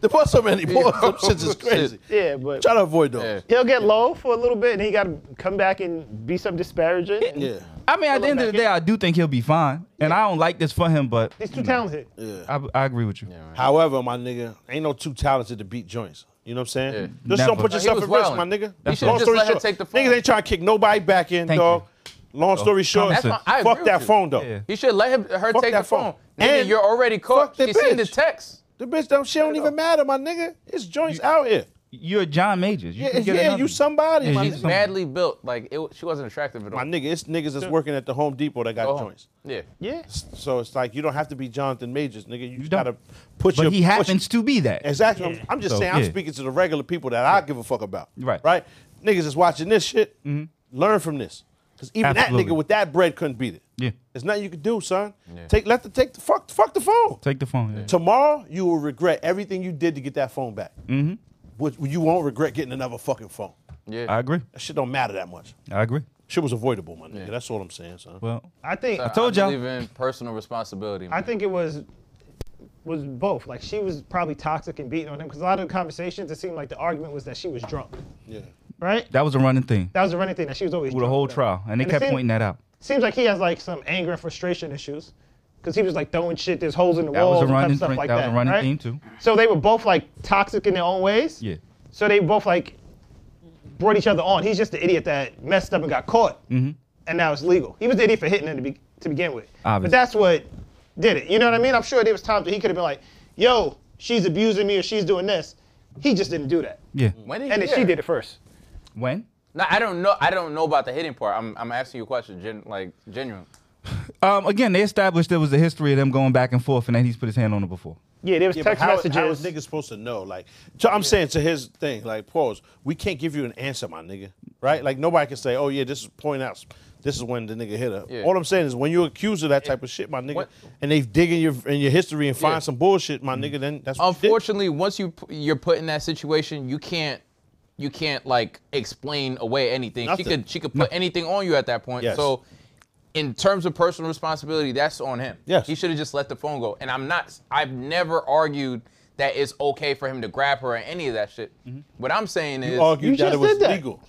B: There was so many boys. Them shits is
C: Shit.
B: crazy.
F: Yeah, but
B: Try to avoid those.
C: Yeah.
F: he'll get low for a little bit, and he gotta come back and be some disparaging. and
B: Yeah.
G: I mean, at the end of the day, I do think he'll be fine, and I don't like this for him, but
F: He's too talented.
G: I, I agree with you.
B: However, my nigga, ain't no too talented to beat joints. You know what I'm saying? Just
G: Never.
B: don't put
G: No,
C: he
B: yourself
C: was
B: at risk, my
C: wildin'.
B: nigga.
C: He should've just let her take the phone.
B: niggas ain't trying to kick nobody back in,
G: Thank
B: dog. Long story
G: common
B: short,
G: sense. That's
C: fine. I
B: fuck
C: agree
B: that
C: with you.
B: phone though.
G: Yeah.
C: You should let him, her
B: Fuck
C: take the
B: that
C: phone.
B: phone.
C: Nigga,
B: And
C: you're already
B: fuck
C: caught.
B: that
C: She's seen the
B: bitch.
C: text.
B: The bitch don't. She don't even matter, my nigga. It's joints out here.
G: You're John Majors. You
B: Yeah,
G: can get
B: yeah,
G: another-
B: you somebody,
G: Yeah,
B: my
G: you
B: nigga.
G: some-
C: Madly built. Like it, she wasn't attractive at all.
B: My nigga, it's niggas that's working at the Home Depot that got
C: Go home.
B: joints.
C: Yeah.
F: Yeah.
B: So it's like you don't have to be Jonathan Majors, nigga. You,
G: You don't.
B: gotta put your
G: But he
B: push-
G: happens to be that.
B: Exactly. I'm, I'm just
G: So,
B: saying, I'm
G: yeah.
B: speaking to the regular people that I give a fuck about.
G: Right. Mm-hmm.
B: Right? Niggas is watching this shit. Learn from this. Because even that
G: Absolutely.
B: nigga with that bread couldn't beat it.
G: Yeah.
B: There's nothing you can do, son. Take let the take the fuck fuck the phone.
G: Take the phone. yeah.
B: Tomorrow you will regret everything you did to get that phone back. Mm-hmm. Which you won't regret getting another fucking phone.
G: I agree.
B: That shit don't matter that much.
G: I agree.
B: Shit was avoidable, my nigga. That's all I'm saying, son.
G: Well,
F: I think.
G: I told y'all.
C: believe in personal responsibility.
F: I think it was was both. Like she was probably toxic and beating on him because a lot of the conversations it seemed like the argument was that she was drunk,
B: yeah.
F: right?
G: That was a running thing
F: That was the running thing that she was always.
G: through the
F: drunk,
G: whole
F: though.
G: trial, and they
F: it
G: kept
F: seemed-
G: pointing that out.
F: Seems like he has like some anger and frustration issues because he was like throwing shit. There's holes in the
G: That was a
F: walls and type of
G: running.
F: stuff
G: thing-
F: like
G: that
F: that.
G: was a running
F: right?
G: theme too.
F: So they were both like toxic in their own ways.
G: Yeah.
F: So they both like brought each other on. He's just the idiot that messed up and got caught, and now it's legal. He was the idiot for hitting her to, be, to begin with.
G: Obvious.
F: But that's what did it. You know what I mean? I'm sure there was times that he could have been like, "Yo, she's abusing me or she's doing this." He just didn't do that,
G: Yeah.
C: when did
F: and
C: he
F: then she
C: hear?
F: did it first.
G: When?
C: No, I don't know. I don't know about the hitting part. I'm, I'm asking you a question, gen, like genuine.
G: Um, again, they established there was a history of them going back and forth, and that he's put his hand on her before.
F: Yeah, there was
B: Yeah, but
F: text
B: how,
F: messages.
B: How is niggas supposed to know? Like, so I'm saying to his thing, like, pause. We can't give you an answer, my nigga. Right? Like, nobody can say, oh yeah, this is point out. This is when the nigga hit her.
C: Yeah.
B: All I'm saying is, when you're accused of that type of shit, my nigga,
C: What-
B: and they dig in your in your history and find
C: Yeah.
B: some bullshit, my nigga, then that's what you did.
C: Unfortunately, once you p- you're put in that situation, you can't you can't like explain away anything.
B: Nothing.
C: She could she could put anything on you at that point.
B: Yes.
C: So in terms of personal responsibility, that's on him.
B: Yes.
C: He should have just let the phone go. And I'm not I've never argued that it's okay for him to grab her or any of that shit. What I'm saying is
B: Mm-hmm. You argued
F: You
B: that
F: just
B: it was
F: did that.
B: legal.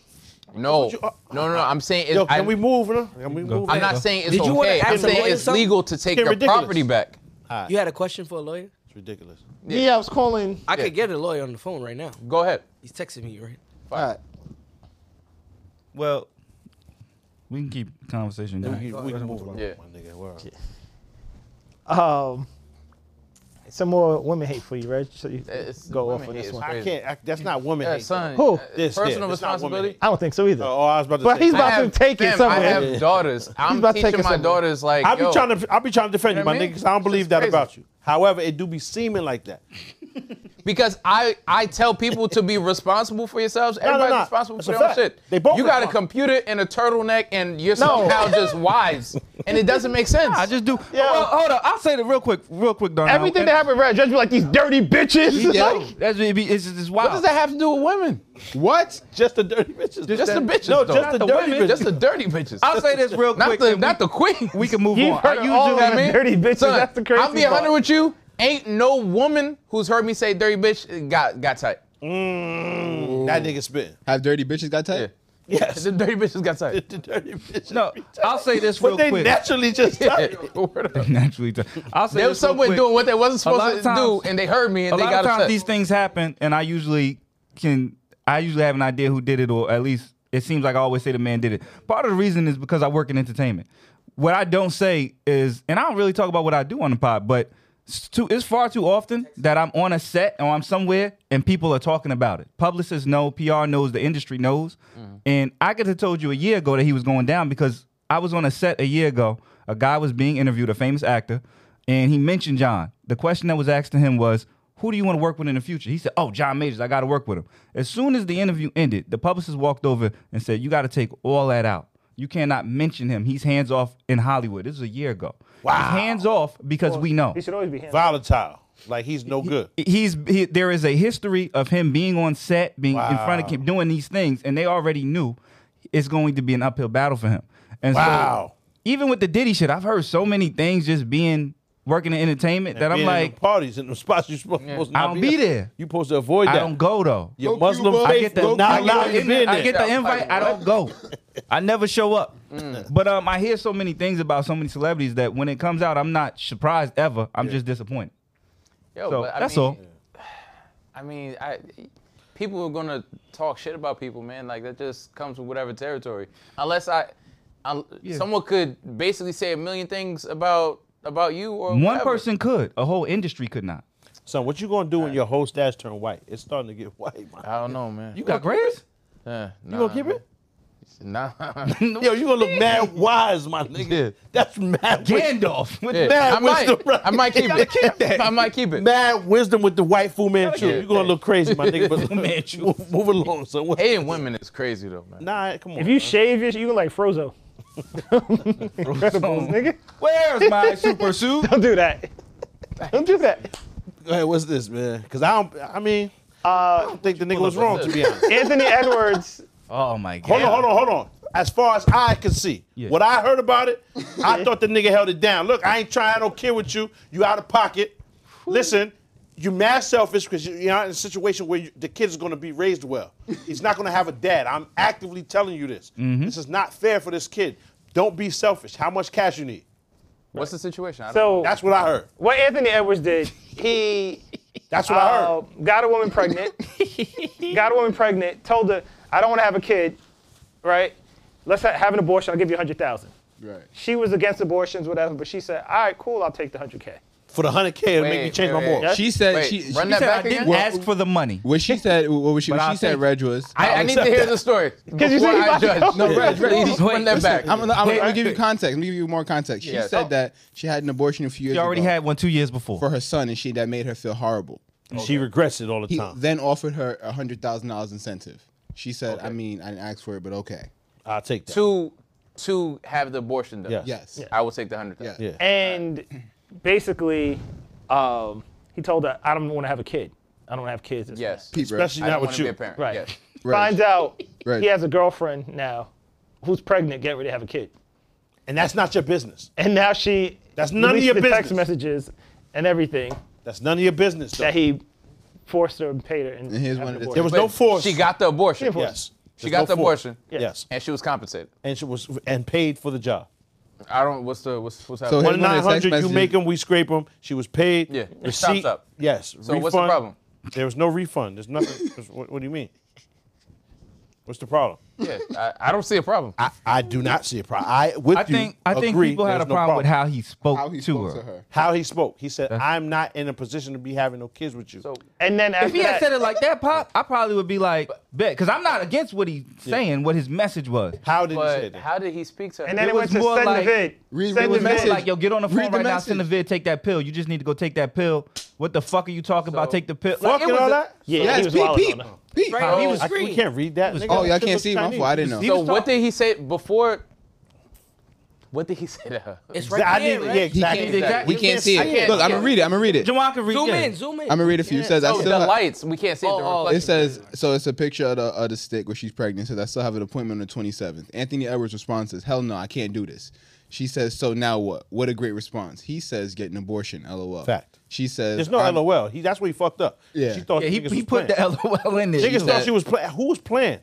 C: No, no, no, no. I'm saying it's,
B: Yo, can
C: I,
B: we move? No? Can we move?
C: I'm not saying it's
E: Did you wanna
C: okay. I'm
E: ask a
C: saying
E: lawyer
C: it's
E: something?
C: legal to take
B: Getting
C: your
B: ridiculous.
C: property back.
E: You had a question for a lawyer?
B: It's ridiculous.
F: Yeah. I was calling.
E: I could get a lawyer on the phone right now.
C: Go ahead.
E: He's texting me right.
D: All right.
G: Well, we can keep the conversation
B: We,
G: going.
B: we can move along,
C: Yeah.
B: my nigga. Word.
D: Um, some more women hate for you, right? So you
C: It's-
D: go off
C: women
D: on
C: hate
D: this
C: is
D: one.
B: I
C: crazy.
B: can't. I, that's not women.
C: Yeah,
B: hate.
C: son.
D: Who?
C: uh,
B: This, yeah,
C: Personal
B: it's not woman
C: responsibility.
D: I don't think so either.
B: Oh, I was about to
D: But
B: say.
D: he's
B: I
D: about to take it
C: fam,
D: somewhere.
C: I have daughters. I'm
D: about to take
C: teaching
D: it
C: my
D: somewhere.
C: daughters like.
B: I be
C: yo,
B: trying to I be trying to defend you,
C: You know
B: my
C: what I mean?
B: nigga, because I don't believe that
C: Crazy.
B: about you. However, it do be seeming like that.
C: Because I, I tell people to be responsible for yourselves. Everybody's
B: no.
C: responsible
B: That's
C: for
B: a
C: their own
B: fact.
C: shit.
B: They both
C: you got a
B: respons-
C: computer and a turtleneck and you're somehow just wives. And it doesn't make sense.
G: I just do. Well, hold up. I'll say the real quick, real quick, Darnell.
F: Everything that happened, Brad Judge be like these dirty bitches.
G: Yeah,
F: Like,
G: that's it be- it's just it's wild.
C: what does that have to do with women?
H: What?
B: Just the dirty bitches.
C: Just the bitches.
B: No,
C: though.
B: just the,
C: Not
B: dirty
C: women,
B: bitches.
C: Just the dirty bitches.
G: I'll say this real
C: not
G: quick.
C: the
G: and
C: not
G: we,
C: the queen.
G: we can move
F: You've
G: on.
F: heard
G: I
F: of
G: usually-
F: all of them dirty bitches.
C: Son,
F: That's the crazy
C: I'll be a hundred
F: part.
C: with you. Ain't no woman who's heard me say dirty bitch got got tight.
B: that nigga spitting.
H: Have dirty bitches got tight?
C: The dirty bitches got tight.
B: The dirty bitches.
G: No, I'll say this
B: But
G: real
B: they
G: quick.
B: naturally just yeah.
C: Word up.
G: naturally, do- I'll say
C: They was
G: this real
C: somewhere
G: quick.
C: doing what they wasn't
G: A lot
C: supposed to
G: of times-
C: do, and they heard me, and
G: a
C: they
G: lot
C: got
G: of times
C: upset.
G: these things happen, and I usually can. I usually have an idea who did it, or at least it seems like I always say the man did it. Part of the reason is because I work in entertainment. What I don't say is, and I don't really talk about what I do on the pod, but it's, too, it's far too often that I'm on a set or I'm somewhere and people are talking about it. Publicists know, PR knows, the industry knows, and I could have told you a year ago that he was going down because I was on a set a year ago. A guy was being interviewed, a famous actor, and he mentioned John. The question that was asked to him was, "Who do you want to work with in the future?" He said, "Oh, John Majors. I got to work with him." As soon as the interview ended, the publicist walked over and said, "You got to take all that out. You cannot mention him. He's hands off in Hollywood. This was a year ago. Wow, hands off because we know
F: He should always be handled.
B: volatile. Like he's no good.
G: he's he, there is a history of him being on set, being in front of
B: Wow.
G: keep doing these things, and they already knew it's going to be an uphill battle for him. And
B: Wow.
G: so, even with the Diddy shit, I've heard so many things just being working in entertainment that I'm
B: Being in
G: like,
B: them parties in the spots you supposed, supposed to
G: I
B: not
G: don't
B: at.
G: be there.
B: You supposed to avoid
G: I
B: that.
G: don't go though.
B: Your
H: Go
B: Muslim
H: Cuba.
B: faith
G: I get the,
B: will not allow you to be in
G: I
B: there.
G: get the invite. I don't go. I never show up. But um, I hear so many things about so many celebrities that when it comes out, I'm not surprised ever. I'm just disappointed.
C: Yo,
G: So
C: but I
G: that's
C: mean-
G: all.
C: I mean, I, people are gonna talk shit about people, man. Like that just comes with whatever territory. Unless I, un- someone could basically say a million things about about you or
G: One
C: whatever.
G: person could, a whole industry could not.
B: Son, what you gonna do when your whole stash turn white? It's starting to get white, man.
C: I don't know, man.
G: You got grades?
C: yeah, nah,
B: You gonna keep it?
C: Nah.
B: Yo, you gonna look mad wise, my nigga. That's mad wisdom.
G: Gandalf. With
C: Yeah,
B: Mad
C: I might.
B: wisdom, right?
C: I might keep
B: You gotta
C: it.
B: keep that.
C: I might keep it.
B: Mad wisdom with the white Fu Manchu.
C: Yeah.
B: You gonna look crazy, my nigga. But move, move along, son. What-
C: Hating women is crazy though, man.
B: Nah, come on.
F: If you shave your, you look like Frozo. Incredibles, nigga.
G: Where's my super suit?
F: Don't do that. Don't do that.
B: Hey, what's this, man? Uh, Because I don't. I mean, I don't think the nigga was wrong to be honest.
F: Anthony Edwards.
G: Oh my god.
B: Hold on, hold on, hold on. As far as I could see,
G: Yeah.
B: what I heard about it, I thought the nigga held it down. Look, I ain't trying. I don't care with you. You out of pocket. Listen, you mad selfish because you're not in a situation where you, the kid is going to be raised well. He's not going to have a dad. I'm actively telling you this. This is not fair for this kid. Don't be selfish. How much cash you need?
C: What's the situation? I don't
F: So
B: That's what I heard.
F: what Anthony Edwards did, he
B: That's what I
F: uh,
C: Oh.
B: heard.
F: got a woman pregnant. got a woman pregnant. Told her, I don't want to have a kid. Right? Let's ha- have an abortion. I'll give you a hundred thousand.
H: Right.
F: She was against abortions, whatever. But she said, all right, cool. I'll take the hundred k.
B: For the hundred k, it'll make me
C: Wait,
B: change
C: wait,
B: my
C: wait.
B: mortgage.
H: She
G: uh,
H: said
C: Wait,
H: she, she
C: run that
H: said-
C: back
G: I didn't
C: again?
G: ask for the money.
H: What she said, what was she, what
G: I'll
H: she said,
G: take-
H: Reg was.
C: I, I need to hear the story before
F: you say you
C: I
F: about to go.
C: judge.
H: No, Reg, Reg,
C: please
G: wait,
C: run that
G: listen,
C: back.
H: I'm, gonna- I'm,
G: Wait,
H: I'm gonna
G: wait.
H: give you context. Let me give you more context. She
C: Yeah.
H: said that she had an abortion a few years
G: She already
H: ago
G: had one two years before.
H: for her son, and she that made her feel horrible.
B: She regrets it all the
H: He
B: time.
H: then offered her a hundred thousand dollars incentive. She said, "I mean, I didn't ask for it, but okay."
B: I'll take that.
C: to to have the abortion done.
B: Yes.
H: Yes.
C: I will take the hundred.
H: Yeah.
B: Yeah.
F: And basically, um, he told her, I don't want to have a kid. I don't wanna have kids. It's
C: Yes.
H: Pete, Reg.
B: Especially
C: I
B: not
C: don't want
B: with
C: to be a
B: you.
C: parent.
F: Right.
C: Yes.
H: Reg.
F: Finds out
H: Right.
F: he has a girlfriend now who's pregnant, getting ready to have a kid.
B: And that's not your business.
F: And now she
B: That's none of
F: released
B: your
F: the text
B: business.
F: messages and everything
B: That's none of your business. Though.
F: that he forced her and paid her. And
H: here's
F: have
H: one
F: an
H: of the-
F: abortion.
B: there was no force.
C: She got the abortion.
B: Yes.
C: She got
B: no
C: the
B: force.
C: abortion.
B: Yes.
C: And she was compensated.
B: And she was and paid for the job.
C: I don't. What's the what's what's
H: So
B: One
C: happening?
H: his- one of the
B: nine
H: text
B: hundred. You
H: messages-
B: make them, we scrape them. She was paid.
C: Yeah, it
B: Receipt.
C: stops up.
B: Yes.
C: So what's the
B: refund.
C: problem?
B: There was no refund. There's nothing. There's- what, what do you mean? What's the problem?
C: yeah, I, I don't see a problem.
B: I, I do not see a problem. I with
G: I think I think people had a problem, with how he spoke,
H: How he
G: to,
H: spoke
G: her.
H: to her.
B: how he spoke. He said, "I'm not in a position to be having no kids with you."
C: so
F: And then after
G: If he had
F: that,
G: said it like that, Pop, I probably would be like, bet, because I'm not against what he's saying, what his message was.
B: how did he say
C: but
B: that?
C: how did he speak to her?
F: and then
G: it
F: it
G: was
F: went to
G: more
F: send
G: like-
F: the vid.
H: Read- read
F: send the
H: the
F: vid.
H: message.
G: Like, yo, get on the phone
H: Read the
G: right now, send the
H: message.
G: vid, take that pill. You just need to go take that pill. What the fuck are you talking about?
C: So-
G: Take the pill.
B: Fuck and
G: was
B: all
G: a-
B: that.
F: Yeah, he was
H: Pete,
F: wild
H: Pete,
F: on her.
H: Pete.
E: Right, he
C: Oh,
E: was
B: I, we
E: screaming.
B: can't read that. nigga.
H: Oh, yeah, I
B: That shit
H: can't
B: looks
H: see. My
B: Chinese.
H: fault. I didn't know.
C: so
G: was
C: what
G: talking-
C: did he say before? What did he say to her?
E: It's
B: I
E: right
B: didn't-
E: there.
B: yeah,
E: Right?
H: can't-
B: exactly.
G: exactly.
H: We
G: You
H: can't see
C: I
H: it.
C: can't-
H: Look, I'm gonna read it. I'm gonna read it. I'm
G: Jawan can read
E: Zoom
G: yeah.
E: in, zoom in.
H: gonna read a few. It says I
C: Oh,
H: still
C: the
H: have-
C: lights. We can't see it. The
E: Oh, oh,
C: reflection.
H: It says so. It's a picture of the, of the stick where she's pregnant. Says I still have an appointment on the 27th. Anthony Edwards' response is, "Hell no, I can't do this." She says, "So now what?" What a great response. He says, "Get an abortion." LOL.
B: Fact.
H: She says,
B: There's no
H: I'm-
B: LOL. He, that's where he fucked up.
H: Yeah.
B: She thought
G: Yeah, he,
B: niggas
G: he
B: was
G: put
B: playing.
G: the LOL in there.
B: Niggas
G: He
B: thought
G: said-
B: she was playing. Who was playing?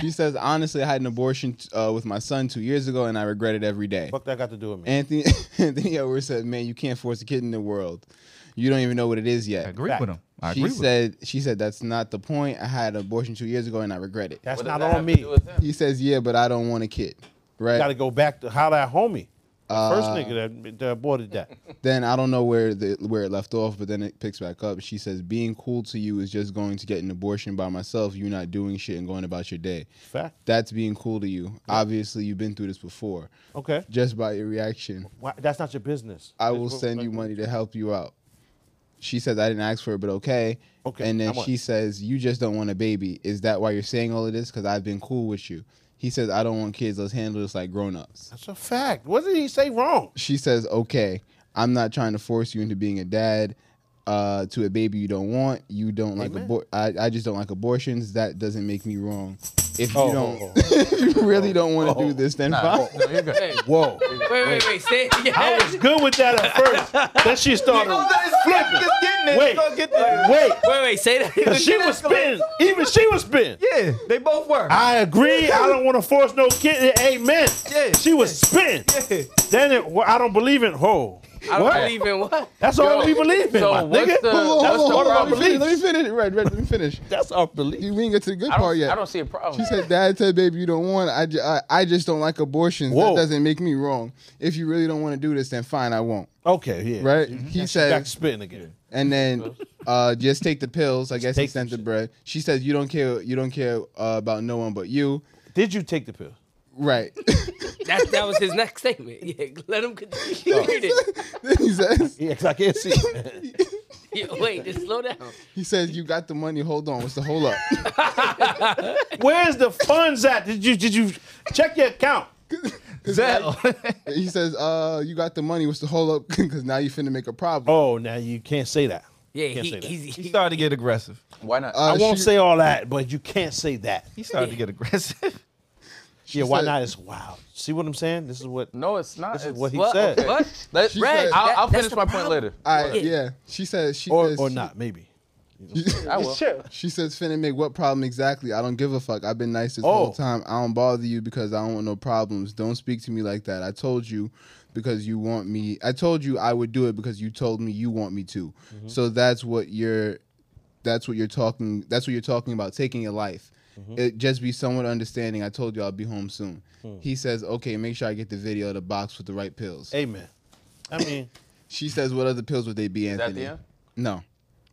H: She says, "Honestly, I had an abortion uh, with my son two years ago, and I regret it every day."
B: Fuck that got to do with me.
H: Anthony Anthony Edwards said, "Man, you can't force a kid in the world. You don't even know what it is yet."
G: I agree with him. I
H: she
G: agree with him.
H: said, "She said that's not the point. I had an abortion two years ago, and I regret it."
B: That's
C: What does
B: not
C: that have
B: on
C: to
B: me.
C: do with him?
H: he says, "Yeah, but I don't want a kid." Right.
B: Got to go back to how that homie, the first
C: Uh,
B: nigga that, that aborted that.
H: then I don't know where the where it left off, but then it picks back up. She says, "Being cool to you is just going to get an abortion by myself. You not doing shit and going about your day.
B: Fact.
H: That's being cool to you. Obviously, you've been through this before.
B: Okay.
H: Just by your reaction,
B: Why, that's not your business.
H: I
B: That's
H: will
B: what-
H: send you
B: like-
H: money to help you out." She says, "I didn't ask for it, but okay."
B: Okay,
H: And
B: how
H: then
B: much?
H: she says, "You just don't want a baby. Is that why you're saying all of this? Because I've been cool with you." He says, "I don't want kids. Let's handle this like grown-ups."
B: That's a fact. What did he say wrong?
H: she says, "Okay, I'm not trying to force you into being a dad uh, to a baby you don't want. You don't like abor- I, I just don't like abortions. That doesn't make me wrong. If you don't,
B: oh,
H: if you really don't want to do this, then fine.
C: No, you're good. Hey,
B: Whoa.
E: Wait, wait, wait. Say it again.
B: I was good with that at first. then she started flipping. Wait, wait.
E: Wait, wait. Say that.
B: She was spinning. Even she was spinning.
G: Yeah, they both were.
B: I agree. I don't want to force no kid. Amen.
G: Yeah.
B: She was spinning.
G: Yeah.
B: Then it, well, I don't believe in ho.
E: I don't
B: What?
E: believe in what.
H: Oh,
B: That's all we believe in,
C: so
B: my
C: what's
B: nigga.
C: the-
H: Hold on,
B: That's
H: hold on, hold
B: the
H: on.
B: part
H: Let me finish.
B: belief.
H: Let me finish. Right, right, let me finish.
B: That's our belief.
H: You didn't get to the good
C: I
H: part
C: don't,
H: yet.
C: I don't see a problem.
H: She said, "Dad said, baby, you don't want. I, ju- I, I just don't like abortions.
B: Whoa.
H: That doesn't make me wrong. If you really don't want to do this, then fine, I won't.
B: Okay, yeah.
H: Right? He
B: She back
H: says,
B: to spitting again.
H: and then uh, just take the pills. I guess he
B: take
H: sent the
B: some
H: bread. She says you don't care. You don't care uh, about no one but you.
B: Did you take the pill?
H: Right.
E: That, that was his next statement. Yeah, let him continue.
H: Oh.
E: Read it.
H: then he says
B: Yeah, because I can't see.
E: Yeah, wait, just slow down.
H: he says you got the money. Hold on. What's the hold up?
B: Where's the funds at? Did you did you check your account?
H: he says uh, you got the money. What's the hold up? Because now you finna make a problem.
B: Oh, now you can't say that.
E: Yeah,
B: Can't
E: he,
B: say that.
E: he's,
G: he
E: he,
G: started to get aggressive.
C: Why not?
H: Uh,
B: I won't
H: she-
B: say all that, but you can't say that.
G: He started to get aggressive.
B: yeah, why
H: said-
B: not? It's wow. See what I'm saying? This is what
C: no, it's not.
B: this is
C: It's-
B: what he
E: what?
B: said.
E: What?
C: Let,
H: She
C: Reg,
H: said-
E: That-
C: I'll, I'll
E: that's
C: finish
E: the
C: my point
E: problem.
C: later.
H: I, yeah. She says she
B: Or
H: says,
B: or
H: she-
B: not, maybe.
C: I will.
F: Chill.
H: She says, "Finna make what problem exactly? I don't give a fuck. I've been nice this
B: Oh.
H: whole time. I don't bother you because I don't want no problems. Don't speak to me like that. I told you because you want me. I told you I would do it because you told me you want me to.
C: Mm-hmm.
H: So that's what you're. That's what you're talking. That's what you're talking about. Taking your life.
C: Mm-hmm.
H: It just be somewhat understanding. I told you I'll be home soon.
C: Hmm.
H: He says, "Okay, make sure I get the video of the box with the right pills."
B: Amen. I mean,
H: She says, "What other pills would they be,
C: that
H: Anthony?"
C: the end?
H: No.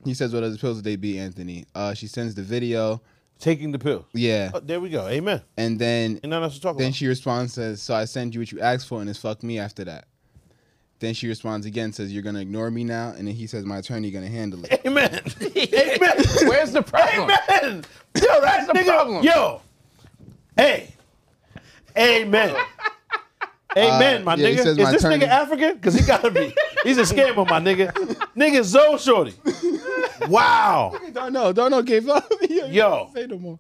H: He says, "What other pills would they be, Anthony?" Uh, she sends the video.
B: taking the pill.
H: Yeah.
B: Oh, there we go. Amen.
H: And then
B: And nothing else to talk
H: then
B: about.
H: she responds says, "So I send you what you asked for, and it's fuck me after that." Then she responds again, says, "You're gonna ignore me now," and then he says, "My attorney gonna handle it."
B: Amen. Amen.
C: Where's the problem?
B: Amen. Yo, that's
C: the
B: nigga.
C: problem.
B: Yo. Hey. Amen. Amen, my
H: Uh, yeah, he
B: nigga.
H: says
B: Is
H: my
B: this
H: attorney-
B: nigga African? Because he gotta be. He's a scammer, my nigga. nigga Zoe Shorty. Wow.
H: don't know, don't know, gave up. Yo,
B: Yo.
H: say no more.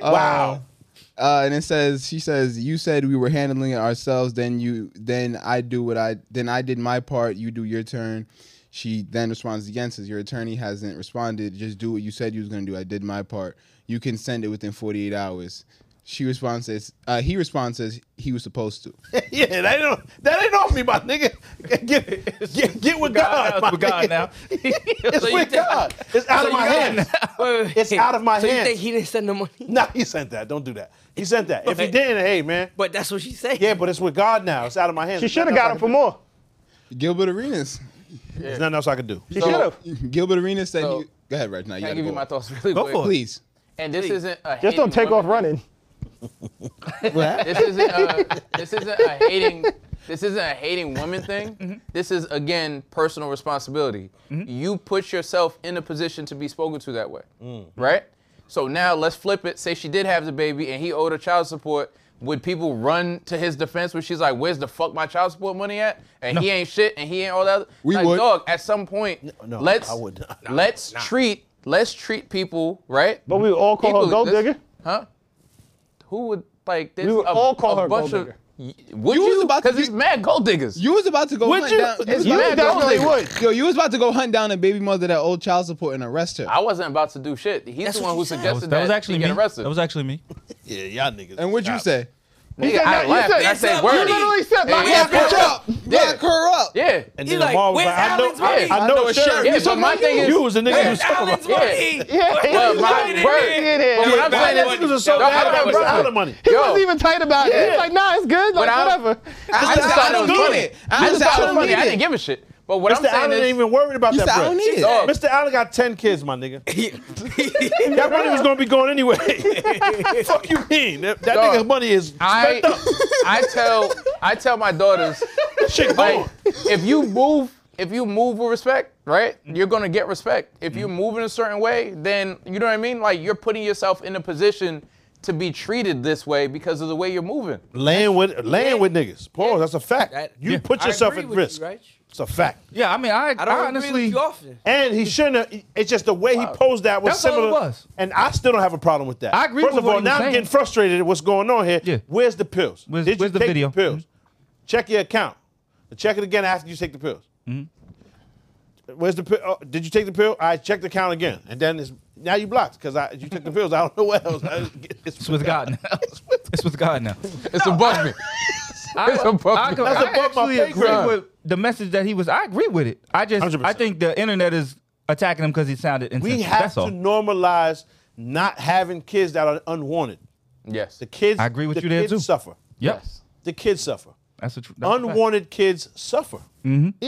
B: Wow.
H: Uh, and it says, she says, "You said we were handling it ourselves. Then you, then I do what I, then I did my part. You do your turn." She then responds again, says, "Your attorney hasn't responded. Just do what you said you was gonna do. I did my part. you can send it within 48 hours. She responds says, uh, he responds says he was supposed to.
B: yeah, that ain't, that ain't on me, my nigga. Get, get, get with God,
C: now,
B: my
C: with God
B: nigga.
C: now.
B: It's
C: So you
B: with
C: think-
B: God. It's out
E: So
B: of my
E: you got-
B: hands.
E: Wait, wait,
B: It's
E: wait.
B: out of my
E: so
B: hands.
E: you think he didn't send the money?
B: No, he sent that. Don't do that. He sent that. If he didn't, hey man.
E: But that's what she said.
B: Yeah, but it's with God now. It's out of my hands.
F: She
B: There's
F: should have
B: nothing else
F: got
B: I
F: him
B: can
F: for more.
H: Gilbert Arenas.
B: do. There's nothing else I can do.
F: She
C: So-
F: should have.
H: Gilbert Arenas said
C: So-
H: he. Go ahead, right now. You
C: Can I
H: gotta
C: give
H: go.
C: you my thoughts really quick?
G: for it.
H: Please.
C: And this isn't a
F: Just don't
C: hating
F: take off
C: women-
F: running.
C: This isn't a, uh, this isn't a hating this isn't a hating woman thing.
F: Mm-hmm.
C: This is again personal responsibility. You put yourself in a position to be spoken to that way,
B: Mm.
C: right? So now let's flip it. Say she did have the baby and he owed her child support. Would people run to his defense when she's like, "Where's the fuck my child support money at?" And he ain't shit, and he ain't all that. other-
H: We
C: like,
H: would.
C: dog. At some point,
B: no,
C: let's
B: I would not.
C: let's treat let's treat people right.
F: But we would all call her
C: Equally,
F: a gold
C: let's-
F: digger.
C: Huh? Who would like? There's
F: We would
C: a,
F: all call
C: a
F: her a
C: bunch
F: gold
C: of.
F: digger.
C: Y- Would
H: You was
C: you?
H: about to-
C: Because it's mad gold diggers.
H: You was about to go.
B: Would
H: hunt
B: you?
H: Down, you was
C: You
H: about-
C: definitely
B: would.
H: Yo, you was about to go hunt down a baby mother that old child support and arrest her.
C: I wasn't about to do shit. He's
E: That's
C: the
E: what
C: one
E: you
C: who
E: said.
C: suggested
E: That
C: that,
E: was-
G: That was
C: he
G: actually me.
C: get arrested.
G: That was actually me.
B: Yeah, y'all niggas.
H: and what'd you
B: Stop.
H: say?
C: Nigga, I laughed. and I
E: That's
C: said
E: up,
C: word.
E: buddy. You literally
F: said, "Lock
C: yeah,
H: Lock her up. Lock her up.
C: Yeah.
B: And
E: He
B: then
E: like,
B: Lamar was
E: "Where's
B: like, I know,
E: Allen's
B: I,
E: money?"
B: I know, it's sheriff.
C: Yeah, but my thing is,
B: you was the nigga who
E: Where's
B: stole my
E: Allen's money?
C: yeah, but my
E: Where's
C: word. But
E: Allen's money?
C: what I'm
B: Why
C: saying
B: niggas
C: is,
B: are so
C: Don't-
B: bad
C: don't-
B: about
C: don't-
B: bringing out the money.
F: He
C: Yo.
F: wasn't even tight about it. He
C: Yeah.
F: was like, nah, it's good. Like,
C: But I-
F: whatever.
H: I,
C: I
H: I,
C: just
H: I, don't
C: don't
H: need
C: need
H: it. I
C: It's
H: just
C: not
H: don't
C: funny.
H: need
C: I didn't
H: it.
C: give a shit. But what
B: Mr.
C: I'm
B: Allen ain't
C: saying is,
B: even worried about
H: You
B: that
H: said, "I
B: bread.
H: don't need it."
C: Dog.
B: Mr. Allen got 10 kids, my nigga. that money was going to be going anyway. Fuck you mean? That, that
C: Dog.
B: nigga's money is
C: I,
B: spent up.
C: I tell, I tell my daughters,
B: Shit
C: like,
B: going.
C: if you move, if you move with respect, right, you're gonna get respect. If you move in a certain way, then you know what I mean. Like you're putting yourself in a position to be treated this way because of the way you're moving.
B: Laying with laying with niggas. Pause. That's a fact.
E: That-
B: you
E: Yeah.
B: put
E: I
B: yourself
E: agree
B: at
E: with you,
B: risk.
E: Rach.
B: It's a fact.
G: Yeah, I mean, I,
E: I don't agree
G: honestly.
E: with you often.
B: And he shouldn't have. It's just the way he posed that was
G: That's all it
B: similar.
G: was.
B: And I still don't have a problem with that.
G: I agree
B: First
G: with
B: of
G: what
B: all,
G: he was
B: now I'm
G: saying.
B: getting frustrated at what's going on here.
G: Yeah.
B: Where's the pills?
G: Where's-
B: Did you
G: where's the
B: take
G: video?
B: pills? Check your account. Check it again after you take the pills.
G: Mm-hmm.
B: Where's the pill? Oh, did you take the pill? I checked the account again, and then it's now you blocked because I you took the pills. I don't know what else. I-
G: It's with God now. it's with God now.
C: It's above me. It's
G: I,
C: above
G: co-
C: me.
G: I
B: above my
G: actually
B: pay
G: agree
B: grade.
G: with the message that he was. I agree with it. I just, I
B: 100%.
G: think the internet is attacking him because he sounded
B: We
G: insensitive.
B: have
G: That's
B: to
G: all.
B: normalize not having kids that are unwanted.
C: Yes.
B: The kids.
G: I agree with
B: the
G: you there,
B: kids
G: too.
B: Suffer.
G: Yep.
B: The kids suffer.
G: That's a tr- that's a fact. Mm-hmm.
B: Unwanted kids suffer.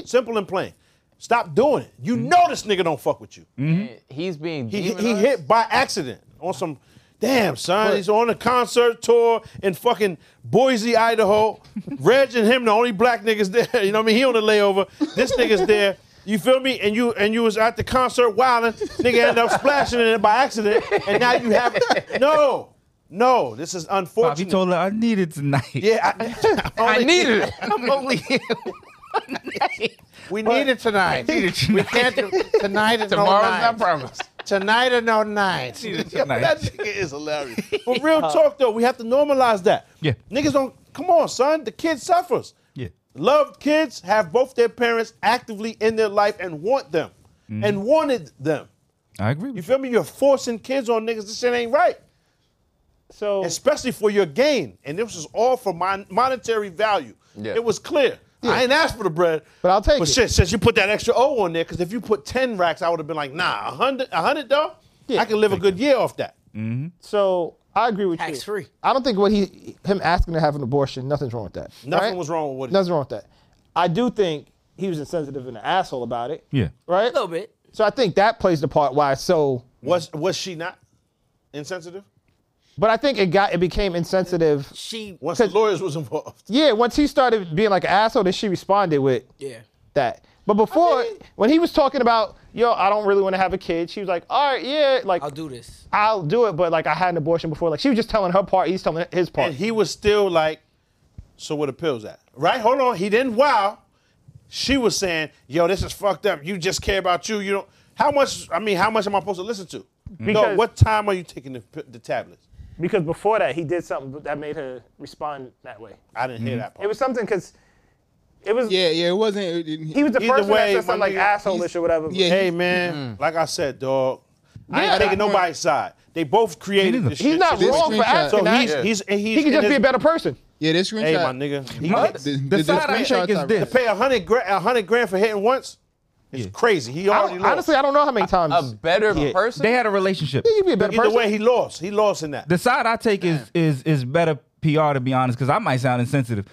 B: Simple and plain. Stop doing it. You know this nigga don't fuck with you.
G: Mm-hmm.
C: He's being
B: He, he
C: demonized.
B: hit by accident on some. Damn son, he's on a concert tour in fucking Boise, Idaho. Reg and him, the only black niggas there. You know what I mean? He on the layover. This nigga's there. You feel me? And you and you was at the concert wilding. Nigga ended up splashing in it by accident, and now you have no, no. This is unfortunate.
G: Bobby told her I need it tonight.
B: yeah, I,
C: I needed it.
G: I'm only here.
B: We need it tonight.
G: Need it tonight.
B: We can't do tonight and
C: Tomorrow's
B: no
C: not
B: night.
C: promised.
B: tonight and no night.
G: tonight.
B: that nigga is hilarious. But real talk though, we have to normalize that.
G: Yeah.
B: Niggas don't come on, son. The kid suffers.
G: Yeah.
B: Loved kids have both their parents actively in their life and want them. And wanted them.
G: I agree.
B: You
G: With you.
B: feel me? You're forcing kids on niggas. This shit ain't right.
F: So,
B: Especially for your gain. And this is all for mon- monetary value.
C: Yeah.
B: It was clear. I ain't asked for the bread.
O: But I'll take
B: But
O: it.
B: shit, since you put that extra O on there, because if you put 10 racks, I would have been like, nah, 100, 100 though, I can live a good year off that.
O: So I agree with
E: Tax
O: you.
E: free.
O: I don't think what he him asking to have an abortion, nothing's wrong with that.
B: Nothing
O: right?
B: was wrong with what he-
O: Nothing's wrong with that. I do think he was insensitive and an asshole about it.
G: Yeah.
O: Right?
E: A little bit.
O: So I think that plays the part why it's so
B: Was was she not insensitive?
O: but I think it got it became insensitive.
E: She.
B: Once the lawyers was involved.
O: Yeah, once he started being like an asshole, then she responded with
E: Yeah.
O: that. But before when he was talking about, yo, I don't really want to have a kid, she was like, All right, yeah, like
E: I'll do this.
O: I'll do it, but like I had an abortion before. Like she was just telling her part, he's telling his part.
B: And he was still like, so where the pills at? Right? Hold on. He didn't wow. She was saying, yo, this is fucked up. You just care about you. You don't how much I mean, how much am I supposed to listen to?
O: Mm-hmm.
B: no,
F: Because-
B: what time are you taking the, p- the tablets?
F: because before that, he did something that made her respond that way.
B: I didn't
O: Mm-hmm.
B: hear that part.
F: It was something because it was.
H: Yeah, yeah, it wasn't. It, it,
F: He was the
B: Either
F: first one
B: way,
F: that
B: my
F: said something like
B: nigga,
F: asshole
H: he's-
F: or whatever.
H: yeah,
B: hey man, like I said, dog, I
O: Mm-hmm. Yeah.
B: ain't taking nobody's side. They both created
G: neither.
B: this shit.
O: He's not
H: This
O: wrong for
H: screenshot-
O: asking
B: So
O: that.
B: he's, he's, and he's
O: he could
B: in
O: just be
B: this-
O: a better person.
H: Yeah, this screenshot.
B: Hey, my nigga. He
G: What?
H: The,
G: The
H: the,
G: side I
H: screenshots
G: take is
H: are-
G: this.
B: pay a hundred grand, a hundred grand for hitting once. It's crazy. He
O: I
B: already
O: don't,
B: lost.
O: honestly, I don't know how many times.
C: A better
B: Yeah.
C: person?
G: They had a relationship.
O: he could be a better
B: Either
O: person.
B: way, he lost. He lost in that.
G: The side I take is is is better PR to be honest, because I might sound insensitive.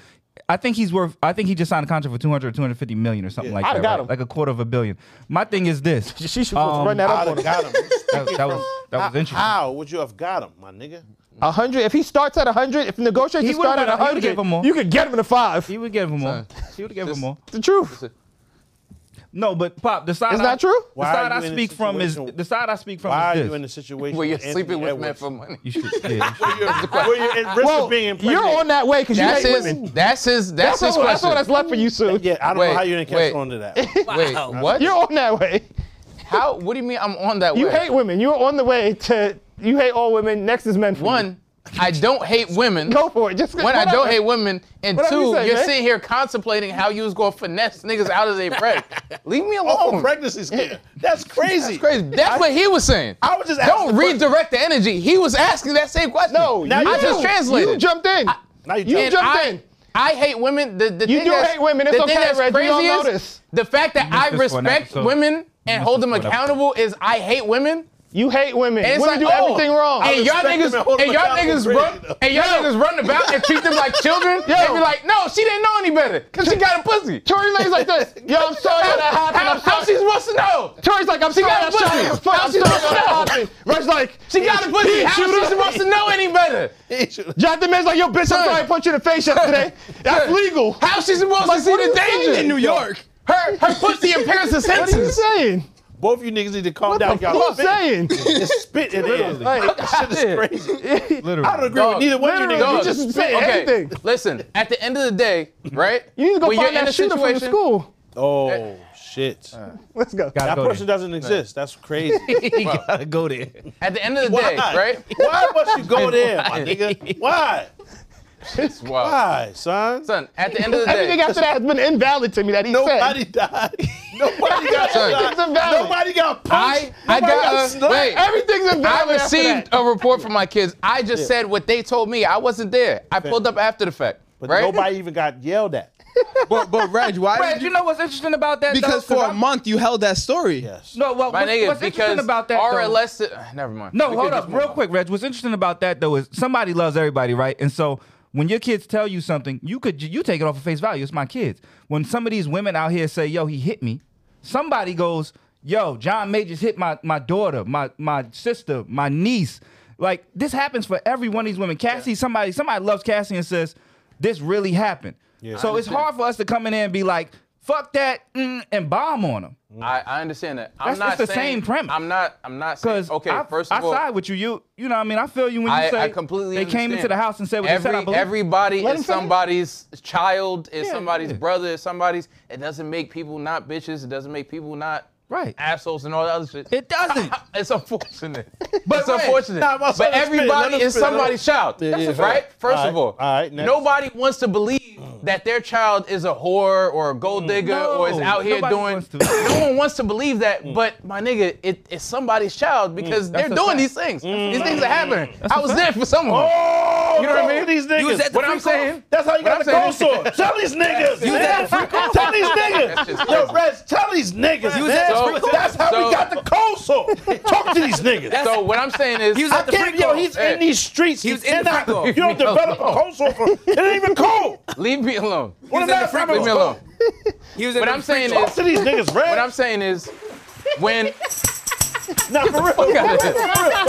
G: I think he's worth. I think he just signed a contract for 200 or 250 million or something like
O: I'da
G: that,
O: got
G: right?
O: him.
G: like a quarter of a billion. My thing is this.
D: She should
G: Um,
D: run that
B: I'd
D: up on
B: have
D: him.
B: got him.
G: That, that was
O: Ah,
G: that was interesting.
B: How would you have got him, my nigga?
O: A hundred. If he starts at a hundred, if the negotiations
G: would've
O: start at
G: been-
O: a
G: he would've
O: hundred,
G: gave him more.
O: you could get him in a five.
G: He would give him more. He would give him
C: Just-
G: more.
O: the truth.
G: No, but pop the side.
O: It's
G: I-
O: not true?
G: The
B: Why are
G: side
B: you
G: I
B: in a
G: speak from is
B: situation-
G: the side I speak from
B: Why are
G: is
B: you in the
G: this.
B: situation
C: Where you're
B: Anthony
C: sleeping with men
B: Edwards?
C: for money.
G: You should. Yeah, you should.
B: Where you're at risk
O: Well,
B: of being
O: you're on that way because you
C: That's
O: hate
C: his.
O: women.
C: That's his.
O: That's,
C: That's, his
O: all,
C: question.
O: that's all that's left for you, Sue.
B: Yeah, I don't
C: Wait,
B: know how you didn't catch
C: wait.
B: on to that.
C: Wait,
E: Wow.
C: what?
O: You're on that way.
C: How? What do you mean? I'm on that
O: You
C: way.
O: hate women. You're on the way to. You hate all women. Next is men. For you.
C: One, I don't hate women.
O: Go for it. Just
C: When I don't hate women, and
O: Whatever
C: two,
O: you
C: you
O: say,
C: are
O: man.
C: sitting here contemplating how you was gonna finesse niggas out of their bread. Leave me alone.
B: Oh, pregnancy scare. That's crazy.
C: That's crazy. That's what he was saying.
B: I was just
C: don't
B: asking the
C: redirect the energy. He was asking that same question.
O: No,
B: Now
O: you,
B: you-
C: I just translated.
O: You jumped in.
B: Now you
O: you
B: jumped.
O: jumped
C: I,
O: in.
C: I hate women. The, the
O: You
C: thing
O: do
C: that's-
O: hate women. It's
C: the thing
O: okay,
C: that's
O: Reg. You
C: crazy
O: don't know
C: is
O: this.
C: the fact that
G: You missed
C: I
G: this for an
C: respect
G: episode.
C: women
G: You
C: and
G: missed
C: hold
G: this
C: them
G: for an episode.
C: accountable is I hate women.
O: You hate women.
C: And it's
O: Women
C: like,
O: do
C: oh,
O: everything wrong.
C: And y'all
B: respect
C: niggas
B: them and hold
C: and
B: them
C: y'all niggas
B: accountable
C: run
B: crazy, though.
C: and y'all niggas run about and treat them like children. And be like, no, she didn't know any better because she got a pussy.
O: Tory Lane's like this. Yo, I'm sorry that happened.
C: How,
O: I'm
C: how
O: sorry.
C: she's supposed to know?
O: Tori's like, I'm sorry
C: got
O: I
C: a
O: shot
C: pussy.
O: him. Fuck,
C: How
O: I'm
C: she
O: sorry
C: supposed to
O: that
C: know?
O: happened. Reg's like,
C: She got a pussy.
O: He
C: How
O: shoot
C: she's
O: him.
C: supposed to know any better?
O: Jonathan Man's like, yo, bitch, I'm
C: Sir.
O: sorry I punched you in the face yesterday. That's legal.
C: How she's supposed to see
O: what are
C: the
O: you saying?
C: danger?
O: In New
C: York. Her her pussy impairs the
O: What are you
C: senses.
O: saying?
B: Both of you niggas need to calm
O: What
B: down.
O: the
B: Y'all
O: fuck
B: spit.
O: saying?
B: Just spit in it.
O: Like,
B: That shit is crazy.
G: Literally.
B: I don't agree with
C: Dog.
B: neither one of you
O: Literally, you
B: niggas. You
C: Dog.
B: just
O: just spit
C: okay.
O: anything.
C: Listen, at the end of the day, right?
O: You need to go
C: when
O: find
C: you're in a
O: that shooter from the
C: situation-
O: school.
B: Oh shit.
G: Uh,
O: Let's go.
G: Gotta
B: That
G: go
B: person
G: there.
B: doesn't exist. That's crazy.
G: You gotta go there.
C: At the end of the
B: Why?
C: day, right?
B: Why must you go there, my nigga? Why?
C: It's wild.
B: Why, son?
C: Son, at the end of the
O: Everything
C: day,
O: after that has been invalid to me that he said.
B: Nobody died. Nobody got
C: Son.
B: shot.
O: Everything's invalid.
B: Nobody got punched.
C: I I
B: Nobody
C: got uh,
B: slapped.
C: wait.
O: Everything's invalid.
C: I
O: after
C: received
O: that.
C: a report from my kids. I just said what they told me. I wasn't there. I pulled up after the fact.
B: But
C: right?
B: nobody even got yelled at.
H: but but Reg, why?
G: Brad,
H: did
G: you know what's interesting about that? though?
H: because for a
G: I'm-
H: month you held that story.
B: Yes.
G: No, well,
C: My
G: what's,
C: nigga,
G: what's
C: because
G: interesting about that? though-
C: RLS. uh, Never mind.
G: No,
C: We
G: hold
C: could
G: up,
C: just
G: real
C: move
G: quick, Reg. What's interesting about that though is somebody loves everybody, right? And so when your kids tell you something, you could you take it off of face value. It's my kids. When some of these women out here say, "Yo, he hit me," somebody goes, "Yo, John Majors hit my my daughter, my my sister, my niece." Like this happens for every one of these women. Cassie, somebody somebody loves Cassie and says, "This really happened." So it's hard for us to come in there and be like, "Fuck that," mm, and bomb on them.
C: on. I, I understand that. I'm
G: That's-
C: not
G: it's the
C: saying,
G: same premise.
C: I'm not. I'm not saying.
G: Because
C: Okay,
G: I,
C: first of
G: I
C: all,
G: side with you. You you know what I mean I feel you when you
C: I,
G: say
C: I completely.
G: they came into
C: understand.
G: the house and said what
C: Every,
G: they said. I believe.
C: everybody
G: Let
C: is
G: him finish.
C: somebody's child, is somebody's
G: yeah.
C: brother, is somebody's. It doesn't make people not bitches. It doesn't make people not
G: Right.
C: assholes and all that other shit.
G: It doesn't.
C: It's unfortunate. But it's
G: wait.
C: unfortunate.
B: Nah, my son
C: but
B: is
C: everybody
B: spitting. Let him
C: is
B: spit. Let him-
C: somebody's child, right? First
B: All
C: of
B: right.
C: all,
B: All right, next.
C: nobody wants to believe that their child is a whore or a gold digger or is
G: No,
C: out here
G: nobody
C: doing.
G: wants to.
C: no one wants to believe that. But my nigga, it, it's somebody's child because they're
G: a
C: doing
G: fact.
C: these things. These things are happening. I was there for someone.
B: Oh,
C: You know what I
B: go
C: mean?
B: These niggas.
C: You was at the
B: what
C: free
B: I'm saying.
C: call.
B: That's how you
C: What
B: got the
C: I'm
B: cold
C: saying-
B: sore. Tell these niggas.
C: You was
B: man.
C: at the free call.
B: Tell these niggas.
C: That's just
B: Yo,
C: crazy.
B: Rez, tell these niggas.
E: You was at
B: man.
E: the free call.
B: That's how
C: So-
B: we got the cold sore. Talk to these niggas.
C: So what I'm saying is,
E: He was
B: I
E: at the
B: can't,
E: free
B: yo,
E: call.
B: he's
C: Hey.
B: in these streets. He
E: was in the free call.
B: You don't develop a cold sore for It ain't even cold.
C: leave me alone.
B: When
E: in
B: the
E: the
B: last
E: free
B: time it
C: Leave
B: was
C: me alone.
B: cold?
E: He was in
C: What
E: the
C: I'm
E: free
C: saying
E: throw.
B: Talk to these niggas, Rez.
C: What I'm saying is, when
B: Nah, for real.
C: fuck outta here.
B: For real.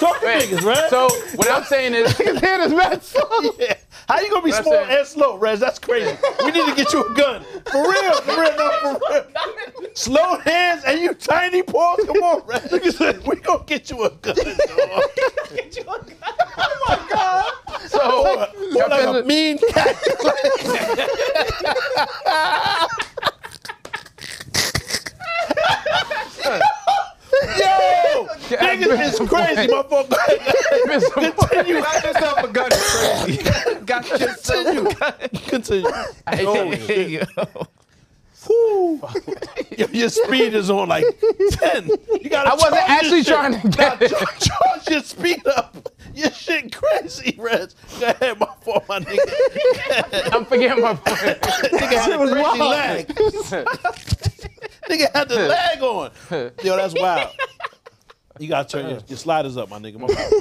B: Talk to
C: Wait,
B: niggas, Rez.
C: So what I'm saying is,
O: His hand is mad slow.
B: Yeah. How you gonna be
C: What I'm
B: small
C: saying-
B: and slow, Rez? That's crazy. We need to get you a gun. For real, for real, no, for real. Slow hands and you tiny paws. Come on, Rez. We gonna get you a gun. dog. Oh,
C: so
B: More like a mean cat. Yo, niggas is crazy, motherfucker. Continue,
G: yourself a gun. Got yourself
B: continue, continue.
G: a gun.
B: Whew. your, your speed is on like 10. You gotta
C: I
B: charge
C: wasn't
B: your
C: actually
B: shit.
C: trying to
B: Nah,
C: get
B: cha- charge, your speed up. Your shit crazy, Rez. Go ahead, my fault, my nigga.
C: I'm forgetting my point.
B: nigga had a
D: was
B: crazy
D: wild.
B: lag. nigga had the lag on. Yo, that's wild. You gotta turn your, your sliders up, my nigga. My fault.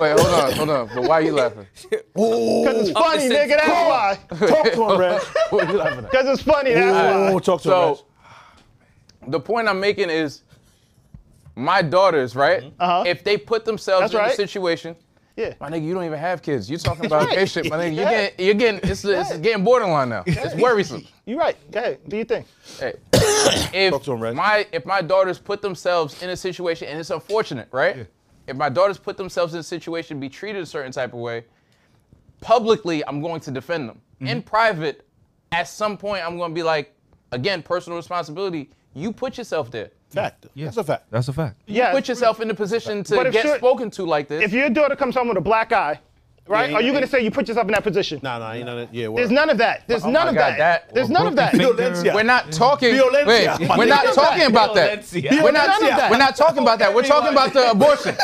C: Wait, hold on, hold on. But why are you laughing?
F: it's funny,
E: it's-
F: nigga. That's why.
B: Talk to him, Rez.
C: What are you laughing at?
F: Because it's funny. That's why.
B: Oh, talk to him, Rez.
C: So, the point I'm making is my daughters, right?
F: Uh-huh.
C: If they put themselves
F: That's
C: in a
F: right.
C: situation,
F: Yeah.
C: my nigga, you don't even have kids. You're talking about that shit, my nigga. You're getting, you're getting, it's, it's getting borderline now. It's worrisome.
F: You're right. Go ahead. Do your thing.
C: Hey,
B: Talk
C: if
B: to him, Reg.
C: my if my daughters put themselves in a situation and it's unfortunate, right? If my daughters put themselves in a situation, be treated a certain type of way, publicly I'm going to defend them.
B: Mm-hmm.
C: In private, at some point I'm going to be like, again, personal responsibility. You put yourself there.
B: Fact. That's a fact.
G: That's a fact.
F: Yeah.
C: Put yourself in the position
F: But
C: to
F: if
C: get
F: you're-
C: spoken to like this.
F: if your daughter comes home with a black eye, right?
C: Yeah,
F: are you
C: yeah.
F: gonna say you put yourself in that position?
B: Nah, nah, ain't none of that. Yeah,
F: There's none of that. There's
C: Oh
F: none
C: my
F: of
C: God,
F: that.
C: that-
F: There's none of that.
B: Violencia.
C: We're not talking.
B: Mm. Violencia,
C: Wait,
B: my
C: we're not
B: nigga.
C: talking about that.
G: Violencia.
C: We're not,
F: None of that.
C: we're not talking about that. We're talking about the abortion.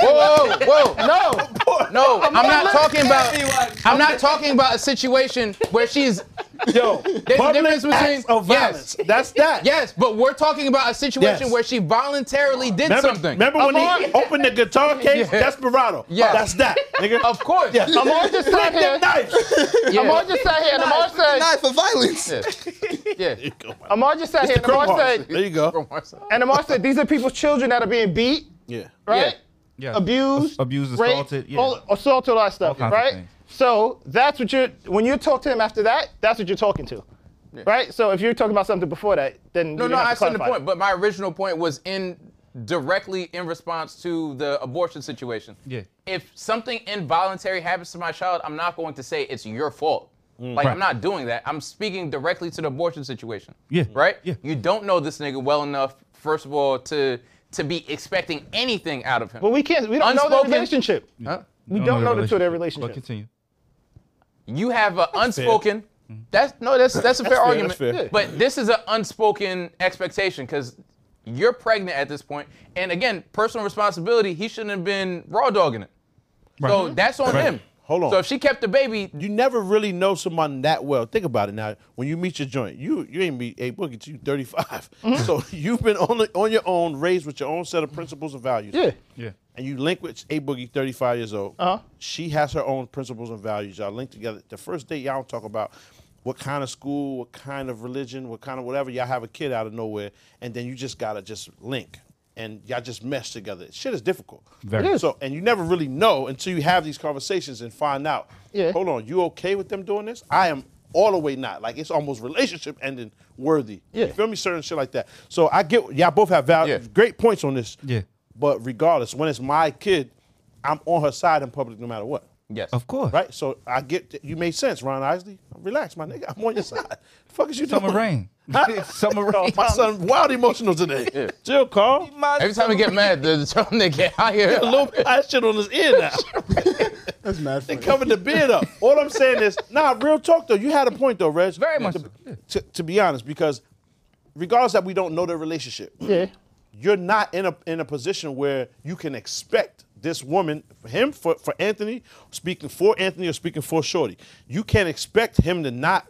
C: Whoa, whoa, whoa.
F: No.
C: No, I'm not talking about.
E: Everyone.
C: I'm not talking about a situation where she's.
B: Yo,
C: There's a
B: public
C: difference between.
B: acts of
C: yes,
B: violence. That's that.
C: yes, but we're talking about a situation
B: Yes.
C: where she voluntarily did
B: Remember,
C: something.
B: remember when
F: Amar-
B: he opened the guitar case?
C: Yeah.
B: Desperado.
C: Yeah.
B: That's that, nigga.
C: Of course.
B: Yeah.
F: Amar just sat
B: Flick
F: here.
B: them knives.
C: Yeah.
F: Amar just sat here and Amar said.
H: Not for violence.
C: yeah.
F: Amar just sat here and Amar
B: There
F: said.
B: you go.
F: And Amar said these are people's children that are being beat,
B: Yeah.
F: right?
G: Yeah.
F: Abused,
G: Ab- abused,
F: raped,
G: assaulted, yeah.
F: all, assaulted, all that stuff,
G: kinds of
F: right?
G: things.
F: So that's what you're. When you talk to him after that, that's what you're talking to, right? So if you're talking about something before that, then
C: No,
F: you
C: no,
F: have to
C: I understand the
F: clarify
C: point, but my original point was in directly in response to the abortion situation.
G: Yeah.
C: If something involuntary happens to my child, I'm not going to say it's your fault.
G: Mm.
C: Like I'm not doing that. I'm speaking directly to the abortion situation.
G: Yeah.
C: Right?
G: Yeah.
C: You don't know this nigga well enough, first of all, to to be expecting anything out of him.
F: But we can't. We don't know
C: Unspoken-
F: the relationship.
C: Huh?
F: We don't know the two of their
G: But
F: relationship.
G: continue.
C: You have an unspoken. That's no, that's that's a fair,
B: fair,
C: argument.
B: Mm-hmm. that's fair.
C: But this is an unspoken expectation because you're pregnant at this point, and again, personal responsibility. He shouldn't have been raw dogging it. So that's on
B: Right.
C: him.
B: Hold on.
C: So if she kept the baby,
B: You never really know someone that well. Think about it now. When you meet your joint, you you ain't meet a boogie till you 35.
F: Mm-hmm.
B: So you've been on the, on your own, raised with your own set of principles and values.
F: Yeah.
G: Yeah.
B: And you link with a boogie, 35 years old.
F: Uh-huh.
B: She has her own principles and values. Y'all link together. The first date, y'all talk about what kind of school, what kind of religion, what kind of whatever. Y'all have a kid out of nowhere, and then you just gotta just link, and y'all just mesh together. Shit is difficult.
G: Very. It is.
B: So, and you never really know until you have these conversations and find out.
F: Yeah.
B: Hold on, you okay with them doing this? I am all the way not. Like it's almost relationship ending worthy.
F: Yeah.
B: You feel me? Certain shit like that. So I get y'all both have value.
C: Yeah.
B: Great points on this.
G: Yeah.
B: But regardless, when it's my kid, I'm on her side in public no matter what.
C: yes,
G: Of course.
B: Right? So I get that you made sense, Ron Isley. Relax, my nigga. I'm on your side. The fuck is you
G: Summer
B: doing?
G: rain.
B: Huh?
G: Summer
B: Oh,
G: rain.
B: my son, wild emotional today. Chill, Carl.
C: Every time we get mad, the, the children they get out here.
B: A little bit of shit on his ear now.
H: That's mad funny.
B: Covered the beard up. All I'm saying is, nah, real talk though. You had a point though, Reg.
G: Very much
B: To,
G: so, yeah.
B: to, to be honest, because regardless that we don't know the relationship,
F: Yeah.
B: you're not in a in a position where you can expect this woman, him for, for Anthony, speaking for Anthony or speaking for Shorty. You can't expect him to not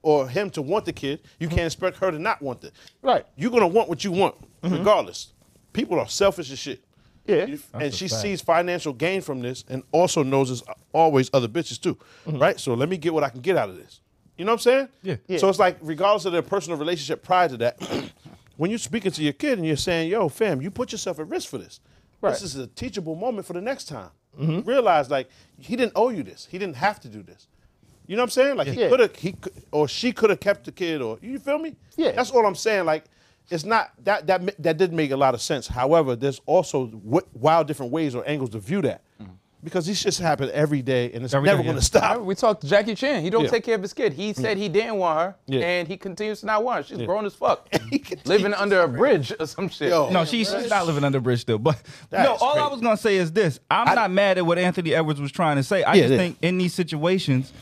B: or him to want the kid. You can't expect her to not want it.
F: Mm-hmm. Right. Mm-hmm.
B: You're gonna want what you want, regardless. People are selfish as shit.
F: Yeah.
B: You- and she
G: fact.
B: sees financial gain from this and also knows there's always other bitches too. Right? So let me get what I can get out of this. You know what I'm saying?
G: Yeah.
F: Mm-hmm. Yeah.
B: So it's like, regardless of their personal relationship prior to that, when you're speaking to your kid and you're saying, yo, fam, you put yourself at risk for this.
F: Right. Mm-hmm.
B: This is a teachable moment for the next time. Realize, like, he didn't owe you this. He didn't have to do this. You know what I'm saying? Like, he
F: Yeah.
B: could have, he could, or she could have kept the kid, or, you feel me?
F: Yeah.
B: That's all I'm saying. Like, it's not that that ma- that did make a lot of sense. However, there's also w- wild different ways or angles to view that, because these shits happen every day and it's
G: Mm-hmm. Every
B: never
G: day,
B: going to
G: yeah.
B: stop.
C: We talked to Jackie Chan. He don't
B: Yeah.
C: take care of his kid. He said he didn't want her,
B: Yeah.
C: and he continues to not want her. She's grown as fuck, living under a bridge or some shit.
B: Yo.
G: No, she's, she's not living under a bridge still. But
B: That
G: no,
B: is
G: all I
B: crazy.
G: was gonna say is this: I'm not mad at what Anthony Edwards was trying to say. I
B: Yeah,
G: just
B: yeah.
G: think in these situations,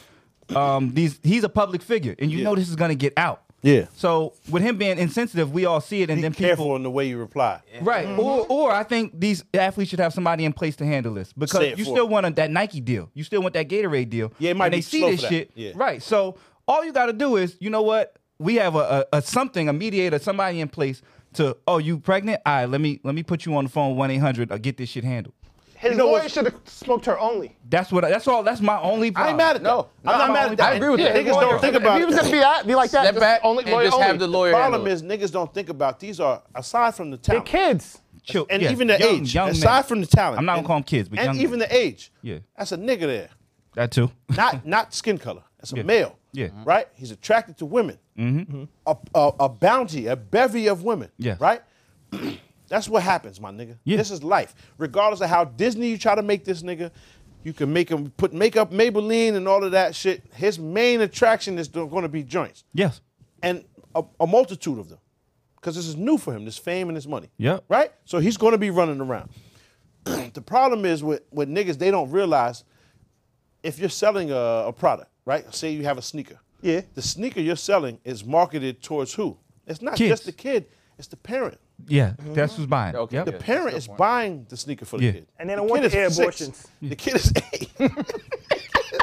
G: um, these he's a public figure, and you know this is gonna get out.
B: Yeah.
G: So with him being insensitive, we all see it, and
B: Be
G: then
B: careful
G: people
B: in the way you reply.
G: right.
B: Mm-hmm.
G: Or or I think these athletes should have somebody in place to handle this because
B: Say it
G: you
B: for
G: still
B: them.
G: want a, that Nike deal, you still want that Gatorade deal.
B: Yeah, it might
G: and they
B: be
G: see
B: slow
G: this
B: for that.
G: shit
B: Yeah.
G: right. So all you got to do is you know what we have a, a, a something a mediator somebody in place to oh you pregnant all right let me let me put you on the phone one eight hundred get this shit handled.
F: His
B: know
F: lawyer
B: what's-
F: should have smoked her only.
G: That's what I, that's all. That's my only.
B: I
G: Problem.
B: ain't mad at
C: No,
B: that. I'm
C: no,
B: not mad at that.
C: I agree with that.
B: Niggas don't think about
F: If he was gonna be that, be like that.
C: Step
F: just
C: back
F: only,
C: and
F: lawyer
C: just
F: only.
C: have the lawyer.
B: problem
C: handle it.
B: is niggas don't think about these are aside from the
F: They're
B: talent
F: kids.
G: Chill-
B: and
G: yeah,
B: even the
G: young-
B: age.
G: young men.
B: aside from the talent,
G: I'm not gonna
B: and-
G: call them kids, but
B: and
G: young
B: even
G: men.
B: the age.
G: Yeah.
B: that's a nigga there.
G: that too.
B: Not not skin color. That's a male.
G: Yeah.
B: right. He's attracted to women. Mm-hmm. A, a, a bounty, a bevy of women.
G: Yes.
B: right. That's what happens, my nigga.
G: Yeah.
B: This is life. Regardless of how Disney you try to make this nigga, you can make him put makeup, Maybelline, and all of that shit. His main attraction is going to be joints
G: yes.
B: and a, a multitude of them. Because this is new for him, this fame and this money.
G: Yep.
B: Right? So he's going to be running around. the problem is with, with niggas, they don't realize if you're selling a, a product, right? Say you have a sneaker.
D: Yeah.
B: The sneaker you're selling is marketed towards who? It's not
G: Kids.
B: just the kid, it's the parent.
G: Yeah. That's who's buying. it.
C: Okay,
G: Yep.
B: The
C: Yeah,
B: parent is buying the sneaker for the
G: Yeah.
B: kid.
D: And they
B: The
D: don't want
B: kid
D: the
B: is
D: air
B: six.
D: abortions.
B: The kid is eight.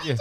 G: Yeah.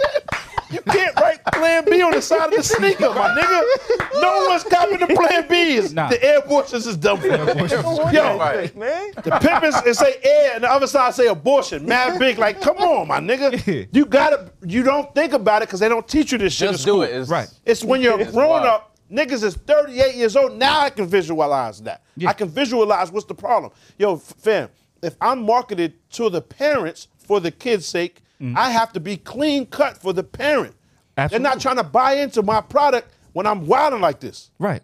B: You can't write Plan B on the side of the sneaker, my nigga. No one's copying the Plan B's.
G: Nah.
B: The air abortions is dumb for
G: abortions
B: them.
G: is
B: Yo,
C: Right.
D: man.
B: the pimpers and say air, and the other side say abortion. Mad big, like, come on, my nigga. You gotta, you don't think about it because they don't teach you this shit. in
C: Just
B: school.
C: do it. It's-
G: Right.
B: It's when you're
C: wild.
B: grown up. Niggas is 38 years old. Now I can visualize that.
G: Yeah.
B: I can visualize what's the problem. Yo, f- fam, if I'm marketed to the parents for the kids' sake,
G: Mm.
B: I have to be clean cut for the parent. They're
G: Absolutely.
B: not trying to buy into my product when I'm wilding like this.
G: Right.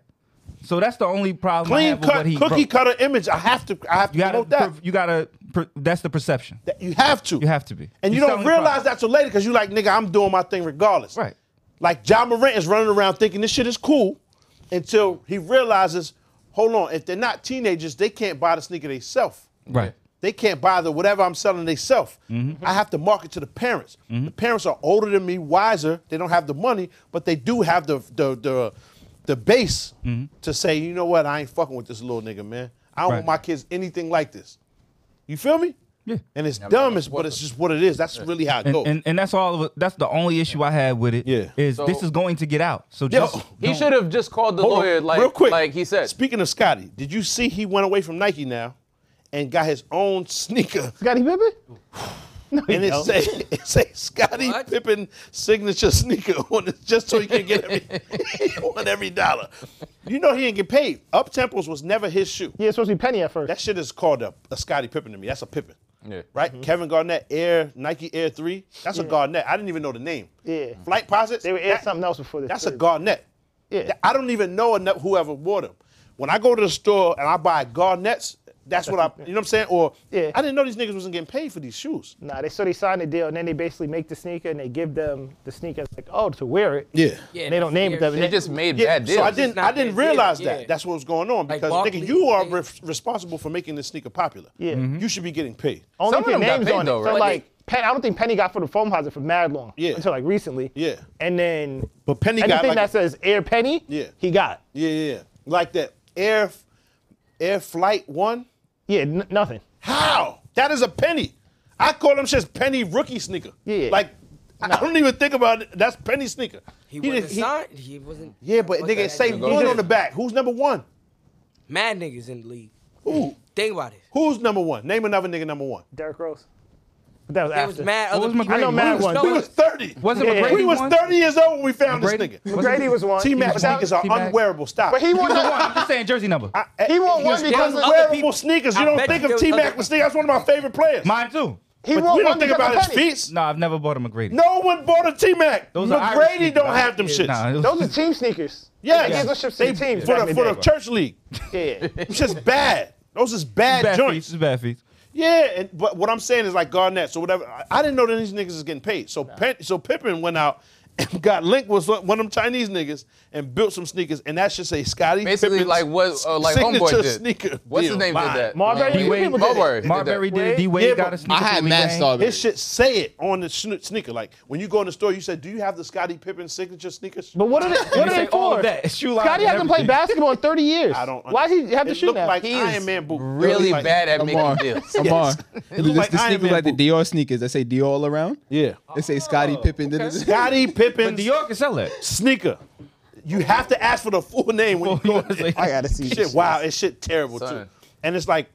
G: So that's the only problem. I
B: Clean
G: have with
B: cut,
G: what he
B: cookie
G: broke.
B: cutter image. I have to. I have to
G: You gotta.
B: promote that.
G: per- you gotta. per- that's the perception.
B: That you have to.
G: You have to be.
B: And you
G: You're
B: don't
G: selling the
B: realize
G: product.
B: that till later because you like, nigga, I'm doing my thing regardless.
G: Right.
B: Like John Morant is running around thinking this shit is cool until he realizes, hold on, if they're not teenagers, they can't buy the sneaker themselves.
G: Right.
B: They can't buy the whatever I'm selling themselves.
G: Mm-hmm.
B: I have to market to the parents. The parents are older than me, wiser. They don't have the money, but they do have the the the, the base to say, you know what, I ain't fucking with this little nigga, man. I don't
G: Mm-hmm. Right.
B: want my kids anything like this. You feel me?
G: Yeah.
B: And it's dumb, it's, but it's just what it is. That's really how it
G: And,
C: Oh.
B: goes.
G: and and that's all. Of it. That's the only issue I had with it.
B: Yeah.
G: Is
C: So-
G: this is going to get out? So
B: Yo,
G: just
C: He should have just called the
B: Hold on,
C: lawyer, like,
B: real quick.
C: like he said.
B: Speaking of Scotty, did you see he went away from Nike now and got his own sneaker?
F: Scotty Pippen?
B: and it say it say Scotty
E: What?
B: Pippen signature sneaker on it just so he can get every on every dollar. You know he didn't get paid. Up temples was never his shoe.
F: Yeah, it's supposed to be Penny at first.
B: That shit is called a, a Scotty Pippen to me. That's a Pippen.
C: Yeah.
B: Right?
F: Mm-hmm.
B: Kevin Garnett Air Nike Air 3. That's a Garnett. I didn't even know the name.
F: Yeah.
B: Flight posits.
F: They were air
B: that-
F: something else before this.
B: That's a
F: too.
B: Garnett.
F: Yeah.
B: Th- I don't even know enough whoever wore them. When I go to the store and I buy Garnets, that's what I, you know what I'm saying? Or
F: Yeah.
B: I didn't know these niggas wasn't getting paid for these shoes.
F: Nah, they so they sign the deal and then they basically make the sneaker and they give them the sneaker like, oh, to wear it.
E: Yeah,
F: And they don't name it that.
E: that's
F: but
C: They just made
B: Yeah,
C: bad deals.
B: so I didn't,
E: not
B: I didn't
E: their deal,
B: realize
E: yeah.
B: that. That's what was going on
E: Like
B: because
E: Barkley,
B: nigga, you are
E: they-
B: re- responsible for making this sneaker popular. Mm-hmm.
F: Yeah. Mhm.
B: you should be getting paid. Oh,
F: Only
C: Some
F: if
C: of
F: your
C: them got
F: name's
C: paid,
F: on
C: though,
F: it.
C: right?
F: So like, Penny, I don't think Penny got for the foam housing for mad long.
B: Yeah.
F: Until like recently.
B: Yeah.
F: And then.
B: But Penny got,
F: anything
B: like-
F: that says Air Penny.
B: Yeah.
F: He got.
B: Yeah, yeah, yeah. like that Air, Air Flight One.
F: Yeah. N- nothing.
B: How? That is a penny. I call them shits penny rookie sneaker.
F: Yeah.
B: Like, I- I don't even think about it. That's penny sneaker.
E: He,
B: didn't-
E: wasn't signed. He wasn't.
B: Yeah, but
E: what's
B: nigga,
E: that?
B: say
E: He
B: one
E: just-
B: on the back. Who's number one?
E: Mad niggas in the league.
B: Who?
E: Think about it.
B: Who's number one? Name another nigga number one.
F: Derrick Rose. But that was
E: There
F: after.
E: was mad
G: What
E: other
G: was
E: people.
G: McGrady? I know mad
E: We
F: one.
B: We was 30.
G: Was it
F: Yeah.
G: McGrady
B: we was
G: one?
B: 30 years old when we found
G: McGrady?
B: this nigga.
G: Was it-
F: McGrady was one.
B: T-Mac
G: He was
B: sneakers are
G: one. T-Mac.
B: unwearable. Stop.
F: But he
G: He was
F: won
G: the
F: that.
G: one. I'm just saying jersey number.
F: He won
E: was
F: one because of,
E: other
B: Unwearable
E: people-
B: sneakers. You
E: I
B: don't
E: bet
B: think
E: there
B: of
E: was
B: T-Mac
E: other-
B: with sneakers. That's one of my favorite players.
G: Mine too.
F: he
B: but
F: won
B: we
F: one
B: don't think
F: because of
B: about his
F: Penny.
B: feet.
G: No, I've never bought a McGrady.
B: No one bought a T-Mac.
G: Those are Irish
B: McGrady
G: sneakers,
B: don't
G: right?
B: have them
G: Yeah,
B: shits.
G: nah, it was-
F: Those are team sneakers.
B: Yes.
F: They gave those shits to
B: They-
F: the teams.
B: for
F: back
B: the,
F: in
B: for the
F: day.
B: church league.
F: Yeah.
B: It's just bad. Those is bad,
G: bad feet.
B: joints.
G: This is bad feet.
B: Yeah, and but what I'm saying is like Garnett, so whatever. I, I didn't know that these niggas is getting paid. So Pen, so Pippen went out got linked with one of them Chinese niggas and built some sneakers, and that should say Scotty.
C: Basically,
B: Pippen's
C: like what uh, like homeboy
B: signature
C: did.
B: Sneaker
C: What's his
B: deal.
C: name
B: Mine.
C: did that?
F: Marbury?
C: D Wade.
F: People did it.
C: Marbury. did that.
G: Marbury did. it. D Wade
B: Yeah,
G: got
B: but
G: a sneaker.
B: I
G: from
H: had
G: Lee
H: mad
G: Gang.
H: starvation.
B: It should say it on the sn- sneaker. Like when you go in the store, you say, "Do you have the Scotty Pippen signature sneakers?"
F: But what are they, what
G: You
F: are they
G: say all
F: for?
G: of that. Shoe line
F: Scotty
G: and
F: hasn't played
G: everything.
F: basketball in 30 years.
B: I don't.
F: Why does he have
B: it
F: to shoot
B: looked
F: now?
B: like
C: He
B: Iron
C: is
B: Man boot.
C: Really
B: Like-
C: bad at
H: Amar,
C: making deals.
H: Amar.
B: It look
H: the
B: like
H: the
B: Iron
H: sneakers
B: Man
H: like the
B: boot.
H: Dior sneakers. They say Dior all around.
B: Yeah.
H: They say Scotty Pippen.
B: Scotty Pippen
G: Dior can sell it.
B: sneaker. You have to ask for the full name when you go. in.
F: I gotta see
B: Shit,
F: this.
B: wow, it's shit terrible
C: Son.
B: too. And it's like,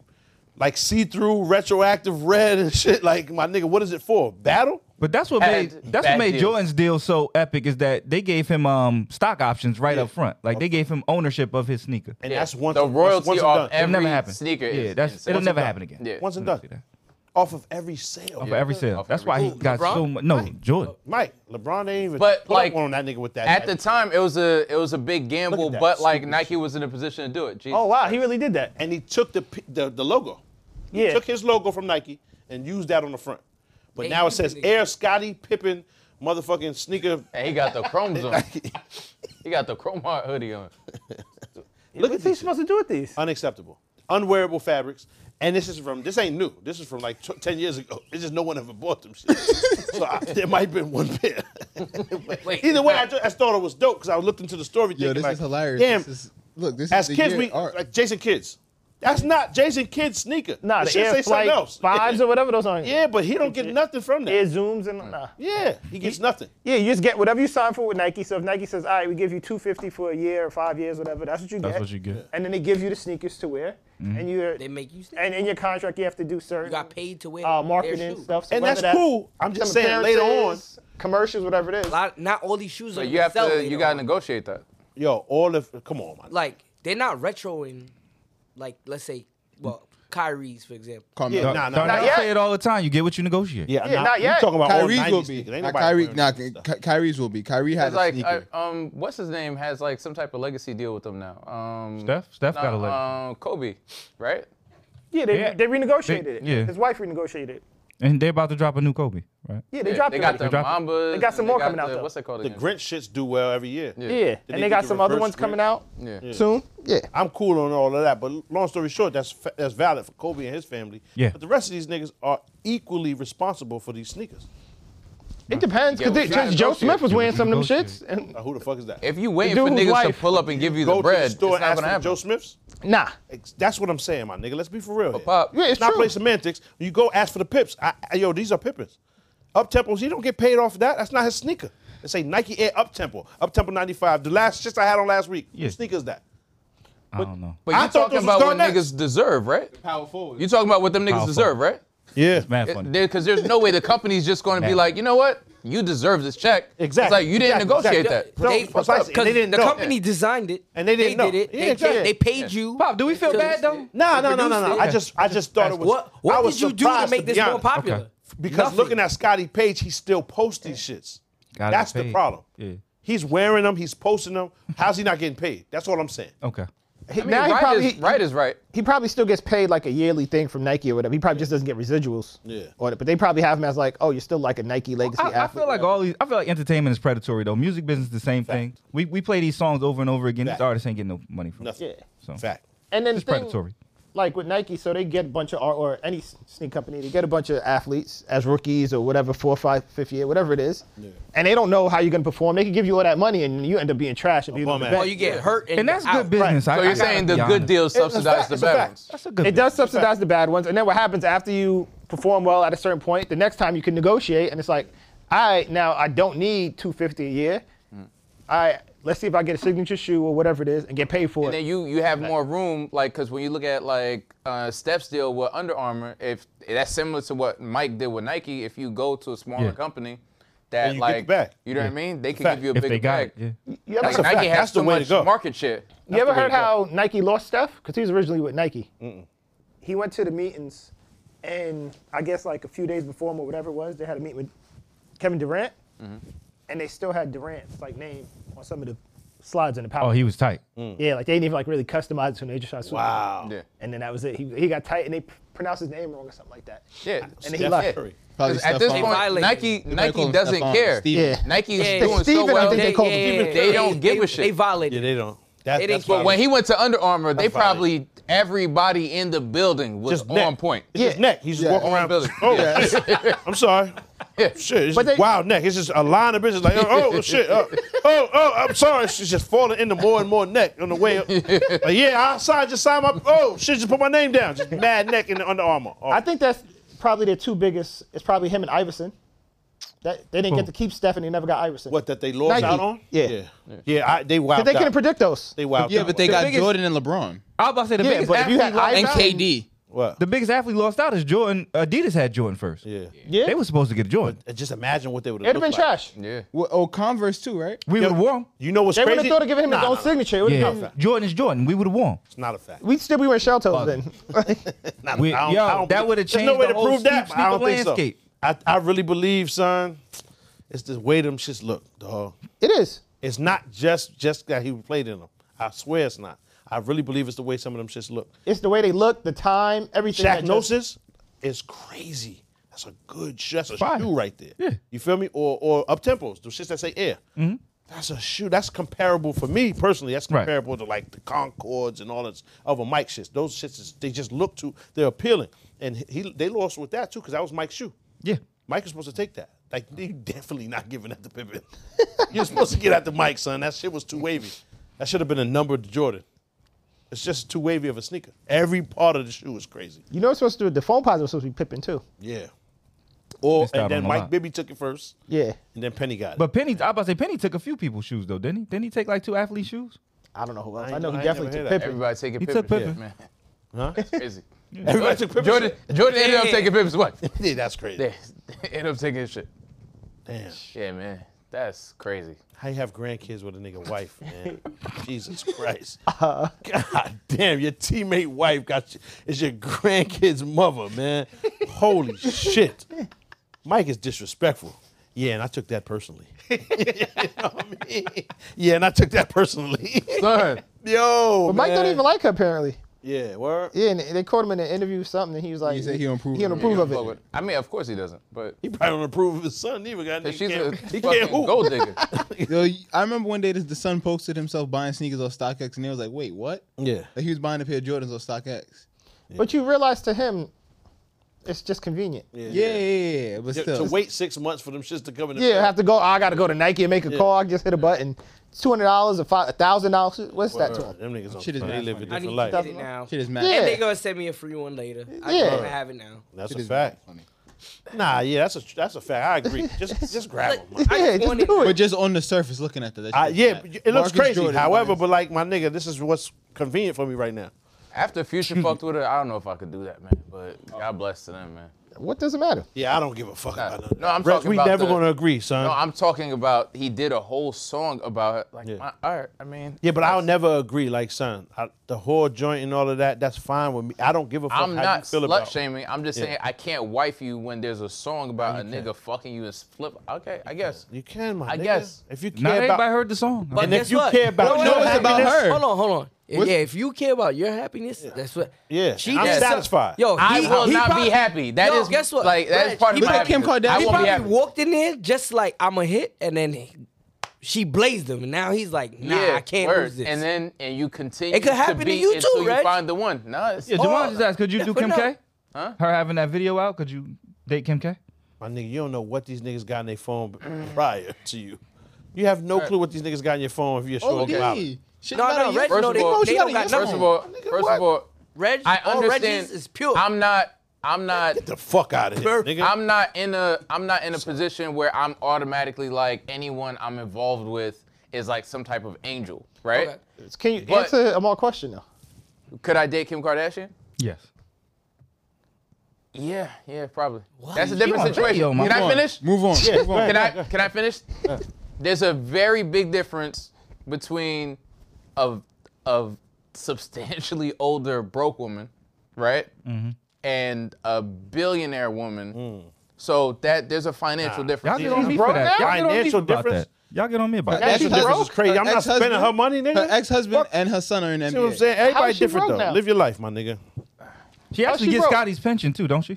B: like see through, retroactive red and shit. Like my nigga, what is it for? Battle?
G: But that's what
C: Had
G: made that's
C: bad
G: what made
C: deals.
G: Jordan's deal so epic is that they gave him um stock options right up front. Like they gave him ownership of his sneaker.
B: And that's once
C: the
B: once-
C: royalty
B: once and
C: off
B: done.
G: It'll never
C: every
G: happen.
C: sneaker.
G: Yeah,
C: is
G: that's
C: insane.
G: it'll never
B: done.
G: happen again.
C: Yeah.
B: Once and
G: Never see
B: done.
G: that.
B: Off of every sale.
G: For every sale.
C: Off
G: that's
C: every-
G: why he
C: Who,
G: got
C: LeBron?
G: so much. No, Jordan.
B: Mike, LeBron ain't even
C: But,
B: put up
C: like,
B: on that nigga with that.
C: At the
B: knife.
C: time, it was a it was a big gamble,
B: that
C: but like
B: stupid
C: Nike was in a position to do it. Jesus.
F: Oh wow, he really did that.
B: and he took the p- the, the logo. He
F: Yeah.
B: took his logo from Nike and used that on the front. But
E: Hey,
B: now
E: you
B: it says
E: really-
B: Air Scotty Pippen motherfucking sneaker.
C: And he got the chromes on. he got the chrome heart hoodie on.
B: Look at
F: What's he
B: this. shit.
F: supposed to do with these?
B: Unacceptable. Unwearable fabrics. And this is from, this ain't new. This is from like tw 10 years ago. It's just no one ever bought them shit. so I, there might have been one pair.
E: Wait,
B: Either way,
E: now-
B: I, ju- I just thought it was dope because I looked into the story.
H: Yo,
B: thinking,
H: this
B: like,
H: is hilarious.
B: Damn,
H: This is, look, this
B: as
H: is the
B: kids,
H: year
B: we,
H: art.
B: like Jason Kids. That's not Jason Kidd's sneaker.
F: Nah,
B: It
F: the
B: should say
F: Air
B: something
F: Flight
B: else.
F: Fives or whatever those are.
B: Yeah, but he don't get nothing from that.
F: Air Zooms and nah.
B: Yeah, he gets nothing.
F: Yeah, you just get whatever you sign for with Nike. So if Nike says, all right, we give you 250 for a year or five years, whatever, that's what you get.
G: That's what you get.
F: And then they give you the sneakers to wear. And you're
E: They make you sneak.
F: and in your contract you have to do certain
E: You got paid to wear
F: uh, marketing
E: their shoe.
F: and stuff. So
B: And
F: whether
B: that's cool. I'm just
F: some
B: saying later on.
F: appearances, commercials, whatever it is.
E: A lot- not all these shoes are.
C: But you
E: gonna
C: have
E: sell
C: to
E: later
C: you gotta
E: on.
C: negotiate that.
B: Yo, all of come on, man.
E: Like they're not retroing, like let's say, well, Kyrie's for example.
H: Carmelo.
B: Yeah, nah, nah,
G: Darnell
B: not
F: yet.
G: say it all the time. You get what you negotiate.
F: Yeah, not
B: you
F: yet.
B: talking about all
H: Kyrie's
B: 90s
H: will be.
B: niggas. Ain't
H: Nah,
B: nobody
H: Kyrie,
B: wearing
H: nah,
B: that stuff.
H: Ky- Kyrie's will be. Kyrie had
C: It's
H: a
C: like
H: sneaker.
C: I- um what's his name has like some type of legacy deal with them now. Um
G: Steph? Steph got a
C: no,
G: legacy.
C: Um Kobe, right?
F: yeah, they,
G: Yeah.
F: they renegotiated it.
G: Yeah.
F: His wife renegotiated it.
G: And they're about to drop a new Kobe, right?
F: Yeah, they dropped
C: they
F: it.
C: got the
G: They dropped it.
C: Mamba.
F: They got some more coming out, though.
C: What's that called
B: The
C: again?
B: Grinch shits do well every year.
F: yeah,
B: they
F: and
B: do
F: they got
B: the
F: some other
B: reverse
F: ones coming
B: grip?
F: out
C: Yeah.
F: soon. Yeah.
B: I'm cool on all of that, but long story short, that's fa- that's valid for Kobe and his family.
G: Yeah.
B: But the rest of these niggas are equally responsible for these sneakers.
F: It depends
C: Yeah,
F: because
C: we gotta
F: Joe
C: negotiate.
F: Smith was
G: Yeah, we
F: wearing some of them
G: negotiate.
F: shits. And,
B: Now, who the fuck is that?
C: If you waiting
F: dude
C: for
F: whose
C: niggas to
F: wife-
C: pull up and give you
B: Go
C: the bread,
B: to the store
C: it's
B: and
C: not
B: ask
C: gonna
B: for
C: happen.
B: Joe Smith's.
F: nah,
B: Ex- That's what I'm saying, my nigga. Let's be for real. here.
C: Pop. Yeah,
F: it's
B: not
F: true.
B: play semantics. You go ask for the pips. I, I- yo, these are pippins. Up temples. He don't get paid off of that. That's not his sneaker. It say Nike Air Up Temple. Up Temple 95. The last shit I had on last week.
G: Yeah.
B: Whose sneaker is that?
G: I don't know.
C: But you
B: I
C: are
B: thought
C: talking
B: those was
C: about what
B: going next.
C: niggas deserve, right?
H: Power forward.
C: You talking about what them niggas
G: Powerful.
C: deserve, right?
B: Yeah.
G: Mad funny.
C: Because there's no way the company's just going to be
G: Man.
C: like, you know what? You deserve this check. It's
B: Exactly.
C: like you didn't
B: Exactly,
C: negotiate
B: exactly.
C: that.
B: No, precisely. And they didn't
E: the
B: know.
E: company designed it,
B: And they didn't know.
E: did it.
B: Yeah,
E: they,
B: exactly.
E: they paid you.
G: Pop, do we feel
E: to-
G: bad, though?
B: Nah,
E: to
B: no, no, no,
E: produce
B: no.
E: it.
B: I just, I just thought it was.
E: What,
B: I
E: what
B: was
E: did you do to
B: surprised,
E: make
B: be
E: this more
B: honest.
E: popular?
G: Okay.
B: Because
E: Nothing.
B: looking at Scotty Page, he still posts these shits.
G: Gotta
B: That's
G: get
B: the
G: paid.
B: problem.
G: Yeah.
B: He's wearing them. He's posting them. How's he not getting paid? That's all I'm saying.
G: Okay.
F: He-
C: I mean,
F: now he
C: right,
F: probably
C: is, right is right.
F: he probably still gets paid like a yearly thing from Nike or whatever. He probably just doesn't get residuals.
B: Yeah.
F: Or, but they probably have him as like, oh, you're still like a Nike legacy
G: I, I
F: athlete.
G: feel like all these. I feel like entertainment is predatory though. Music business is the same thing. We we play these songs over and over again. These
B: Fact.
G: artists ain't getting no money from. it.
B: Nothing.
F: Yeah.
G: So
B: Fact.
F: and then
G: it's
F: the thing-
G: predatory.
F: like with Nike, so they get a bunch of or, or any s- sneak company, they get a bunch of athletes as rookies or whatever, four, five, fifth year, whatever it is, and they don't know how you're gonna perform. They can give you all that money, and you end up being trash if you
B: bum
F: don't
B: ass.
E: Or you get hurt and,
G: And that's
E: you're
G: good
E: out.
G: business. I-
C: So
G: I
C: you're
G: gotta
C: saying
G: be
C: the
G: honest.
C: good deals subsidize
B: fact.
C: the
B: It's a fact.
C: bad ones.
G: That's a good.
F: It does
G: business.
F: subsidize the bad ones, and then what happens after you perform well at a certain point? The next time you can negotiate, and it's like, all right, now I don't need two fifty a year. All right, let's see if I get a signature shoe or whatever it is and get paid for
C: And then
F: it.
C: you you have more room, like, because when you look at like uh, Steph's deal with Under Armour, if that's similar to what Mike did with Nike, if you go to a smaller
G: Yeah.
C: company, that
B: you get
C: like
B: the bag.
C: you know what I mean, they can
B: Fact.
C: give you a
G: If
C: big
G: they got
C: bag.
G: it, yeah.
F: You ever,
C: Like,
B: a
C: Nike
B: fact.
C: has
B: That's the
C: so
B: way to
C: much
B: go.
C: market share.
F: you ever
B: the way
F: heard
B: to go.
F: how Nike lost stuff? Because he was originally with Nike. He went to the meetings, and I guess like a few days before him or whatever it was, they had a
B: Mm-hmm.
F: meeting with Kevin Durant, and they still had Durant's like name on some of the
D: slides in the power.
G: Oh, he was tight.
D: yeah, like they didn't even like really customize it to him. They just tried to switch it.
B: Wow.
C: Yeah.
D: And then that was it. He, he got tight and they pr- pronounced his name wrong or something like that.
C: Yeah,
D: And he left.
B: Curry.
H: Probably
C: 'Cause at this
H: Stephon.
C: point,
E: violated.
C: Nike
H: call
C: Nike
H: him
C: doesn't
H: Stephon,
C: care.
H: Steven.
D: Yeah.
C: Nike's
E: Yeah.
C: doing
D: Steven,
C: so
D: I
C: well.
D: think they call him
E: yeah,
C: They don't give a
E: They
C: shit.
B: Yeah,
E: violated.
B: they don't. That,
E: It
B: that's
E: ain't-
B: why
C: But when he
B: was-
C: went to Under Armour, they
B: That's fine.
C: probably everybody in the building was
B: just
C: on
B: neck.
C: point.
B: It's his neck. He's just
H: Yeah.
B: walking
C: On
B: around.
C: building.
B: Oh, I'm sorry.
C: Yeah.
B: Shit, it's
D: But
B: just
D: they-
B: wild neck. It's just a line of business. Like, oh, oh shit. Oh, oh, oh, I'm sorry. She's just falling into more and more neck on the way up. Like, yeah, I signed, just signed my, oh, shit, just put my name down. Just mad neck in the Under Armour. Oh.
D: I think that's probably their two biggest. It's probably him and Iverson. That they didn't get to keep Steph and they never got Iverson.
B: what, that they lost
D: Nike.
B: out on?
D: Yeah.
B: Yeah, yeah I, they wowed
D: But they
B: out.
D: couldn't predict those.
B: They wowed
H: Yeah,
B: out.
H: but they
C: The
H: got
C: biggest-
H: Jordan and LeBron.
G: I was about to say the
D: Yeah,
G: biggest
D: but if you
G: athlete
D: had
G: lost
D: Iverson-
E: And
G: out-
E: KD.
B: What?
G: The biggest athlete lost out is Jordan. Adidas had Jordan first.
B: yeah.
D: Yeah.
G: They were supposed to get Jordan.
B: And Just imagine what they would
D: It'd
B: have
D: have been
B: like.
D: trash.
C: Yeah.
H: Well, oh, Converse too, right?
G: We would have won.
B: You know what's
D: They
B: crazy?
D: wouldn't have thought of giving him
B: Nah,
D: his own
B: nah, nah.
D: signature. It would've been-
G: Yeah. Jordan is Jordan. We would have won.
B: It's not a fact.
D: We'd still be wearing shell toes then.
B: Not,
G: We-
B: I don't-
G: yo,
B: I don't
G: that
B: believe-
G: would have
B: There's
G: changed
B: no way
G: the
B: to
G: whole
B: prove that.
G: sneak-
B: but I don't
G: sneaker
B: think
G: landscape.
B: so. I, I really believe, son. It's the way them shits look, dog.
D: it is.
B: It's not just just that he played in them. I swear it's not. I really believe it's the way some of them shits look.
D: It's the way they look, the time, everything. that just-
B: Shacknosis is crazy. That's a good shoe. That's a shoe right there. You feel me? Or or up tempos, the shits that say air. That's a shoe. That's comparable for me personally. That's
G: Right.
B: comparable to like the Concords and all this other Mike shits. Those shits is, they just look too. They're appealing, and he they lost with that too because that was Mike's shoe.
G: Yeah.
B: Mike was supposed to take that. Like you definitely not giving that to Pippen. You're supposed to get out the Mike, son. That shit was too wavy. That should have been a number to Jordan. It's just too wavy of a sneaker. Every part of the shoe is crazy.
D: You know, it's supposed to the phone pods were supposed to be pipping too.
B: Yeah. Or
G: Missed out
B: and then
G: on a
B: Mike
G: lot.
B: Bibby took it first.
D: Yeah.
B: And then Penny got it.
G: But Penny, I was about to say Penny took a few people's shoes though, didn't he? Didn't he take like two athletes' shoes?
D: I don't know who else.
B: I
D: I, know he
B: ain't- I ain't
D: definitely
B: never
D: took
B: heard that.
D: Pippen.
C: Everybody taking
G: He
C: Pippen's
G: took
C: shit,
G: Pippen.
C: man.
B: huh?
C: Crazy.
B: Everybody took Pippen.
C: Jordan Jordan ended up
E: Yeah.
C: taking Pippen's wife.
B: Yeah, that's crazy.
C: They ended up taking his shit.
B: Damn.
C: Yeah, man. That's crazy.
B: How you have grandkids with a nigga wife, man? Jesus Christ.
G: Uh-huh.
B: God damn, your teammate wife got you, is your grandkid's mother, man. Holy shit. Mike is disrespectful. Yeah, and I took that personally. you know what I mean? Yeah, and I took that personally.
C: Son.
B: Yo.
D: But Mike
B: man.
D: don't even like her apparently.
B: Yeah, word.
D: Yeah, and they called him in an interview or something, and he was like,
H: He said he don't approve
D: He don't
H: of it.
D: approve of
C: Fuck
D: it.
C: with- I mean, of course he doesn't, but
B: He probably don't approve of his son either. God,
C: she's a
B: can't, he
C: fucking
B: can't hoop.
C: gold digger.
H: Yo, I remember one day the, the son posted himself buying sneakers on StockX, and they was like, "Wait, what?"
B: Yeah.
H: Like he was buying a pair of Jordans on StockX.
D: But you realize to him, it's just convenient. Yeah,
H: Yeah, yeah, yeah, yeah, but
B: To, to
H: still,
B: wait six months for them shits to come in. the-
D: I have to go. "Oh, I gotta go to Nike and make a call. I just hit a button. Two hundred dollars or five, thousand dollars. What's that to
B: Word.
D: him?
B: Them niggas on
H: Shit is
B: they
H: mad
B: live a
H: funny.
E: I need
B: different
E: to get it
B: life.
E: now.
H: shit is mad.
D: Yeah.
E: And they gonna send me a free one later. I
D: Yeah.
E: gotta have it now.
B: That's
H: Shit
B: a
H: is
B: fact.
H: mad funny.
B: Nah, yeah, that's a that's a fact. I agree. Just just grab them. man.
E: I
D: Yeah,
E: just
D: just
E: want it.
D: do it.
H: But just on the surface, looking at that, that shit
B: I,
H: is
B: yeah,
H: mad.
B: but it looks
H: Marcus
B: crazy.
H: Jordan
B: However,
H: buying-
B: but like my nigga, this is what's convenient for me right now.
C: After Future fucked with her, I don't know if I could do that, man. But God bless to them, man.
D: What does it matter?
B: Yeah, I don't give a fuck about none of
C: No,
B: that.
C: I'm
B: Russ,
C: talking
B: we
C: about
B: never
C: the-
B: gonna agree, son.
C: No, I'm talking about he did a whole song about it. Like
B: Yeah.
C: my art. I mean,
B: yeah, but I'll never agree, like son. I, the whole joint and all of that, that's fine with me. I don't give a fuck
C: I'm
B: how
C: not
B: you feel
C: slut
B: about.
C: shaming. I'm just
B: Yeah.
C: saying I can't wife you when there's a song about a nigga fucking you and flip. Okay, I guess.
B: You can, my
C: I
B: nigga.
C: guess.
B: if you care
G: Not
B: about,
G: everybody heard the song.
E: But
B: And if
E: guess
B: you
E: what?
B: care about
H: your
E: it's
H: happiness-
E: hold on, hold on.
H: What's-
E: yeah, if you care about your happiness, that's what.
B: Yeah,
E: she
B: I'm
E: did some-
B: satisfied.
E: Yo,
C: I
E: he-
C: will
E: he
C: not
E: prob-
C: be happy. That is
E: Yo, guess what?
C: Like that is
E: Reg,
C: part of
E: he
C: my
H: like
C: happiness.
H: Kim Kardashian.
C: I
E: He
C: won't be
E: probably
C: happy.
E: walked in there just like I'm a hit, and then he- she blazed him, and now he's like, Nah, I can't
C: word.
E: lose this.
C: And then and you continue
E: It could happen
C: to
E: to
C: be
E: you
C: until
E: too,
C: you
E: Reg.
C: find the one. No, it's
G: yeah, Jamon just asked, could you do Kim
E: no.
G: K? Her having that video out, could you date Kim K?
B: My nigga, you don't know what these niggas got in their phone b- prior to you. You have no clue what these niggas got in your phone if you're short
H: Oh,
B: of violent.
H: D. Shit
E: No,
H: about
E: no,
H: a year-
E: Reg,
C: First
E: no,
C: of
E: they,
C: all-
E: they don't got
H: First of
E: nothing.
C: First of all, first of all,
E: Reg,
C: I
E: all
C: understand.
E: Reggie's is pure.
C: I'm not. I'm not.
B: The fuck out of here,
E: Perf-
B: nigga.
C: I'm not in a I'm not in a position where I'm automatically like anyone I'm involved with is like some type of angel, right?
E: Okay.
D: Can you
C: But-
D: answer a more question though?
C: Could I date Kim Kardashian?
G: Yes.
C: Yeah, yeah, probably. That's a
G: on
C: different situation.
G: radio, man.
C: Can I
G: Come
H: Move on.
C: finish?
H: Move on. Move on.
C: Can I can I finish? There's a very big difference between a a substantially older broke woman, right?
G: Mm-hmm.
C: And a
B: Mm.
C: billionaire woman. So that there's a financial difference.
G: Y'all get on me
B: Bro,
G: for that. Y'all get on me
B: financial
G: about
B: difference.
G: that. Y'all get on me about
B: That's
G: it.
B: what this is crazy. I'm not spending her money, nigga.
H: Her ex-husband
B: Fuck.
H: and her son are in NBA.
B: See what I'm saying? Everybody
D: she
B: different
D: broke
B: though.
D: now?
B: Live your life, my nigga.
G: She actually
D: she
G: gets
D: broke?
G: Scotty's pension too, don't she?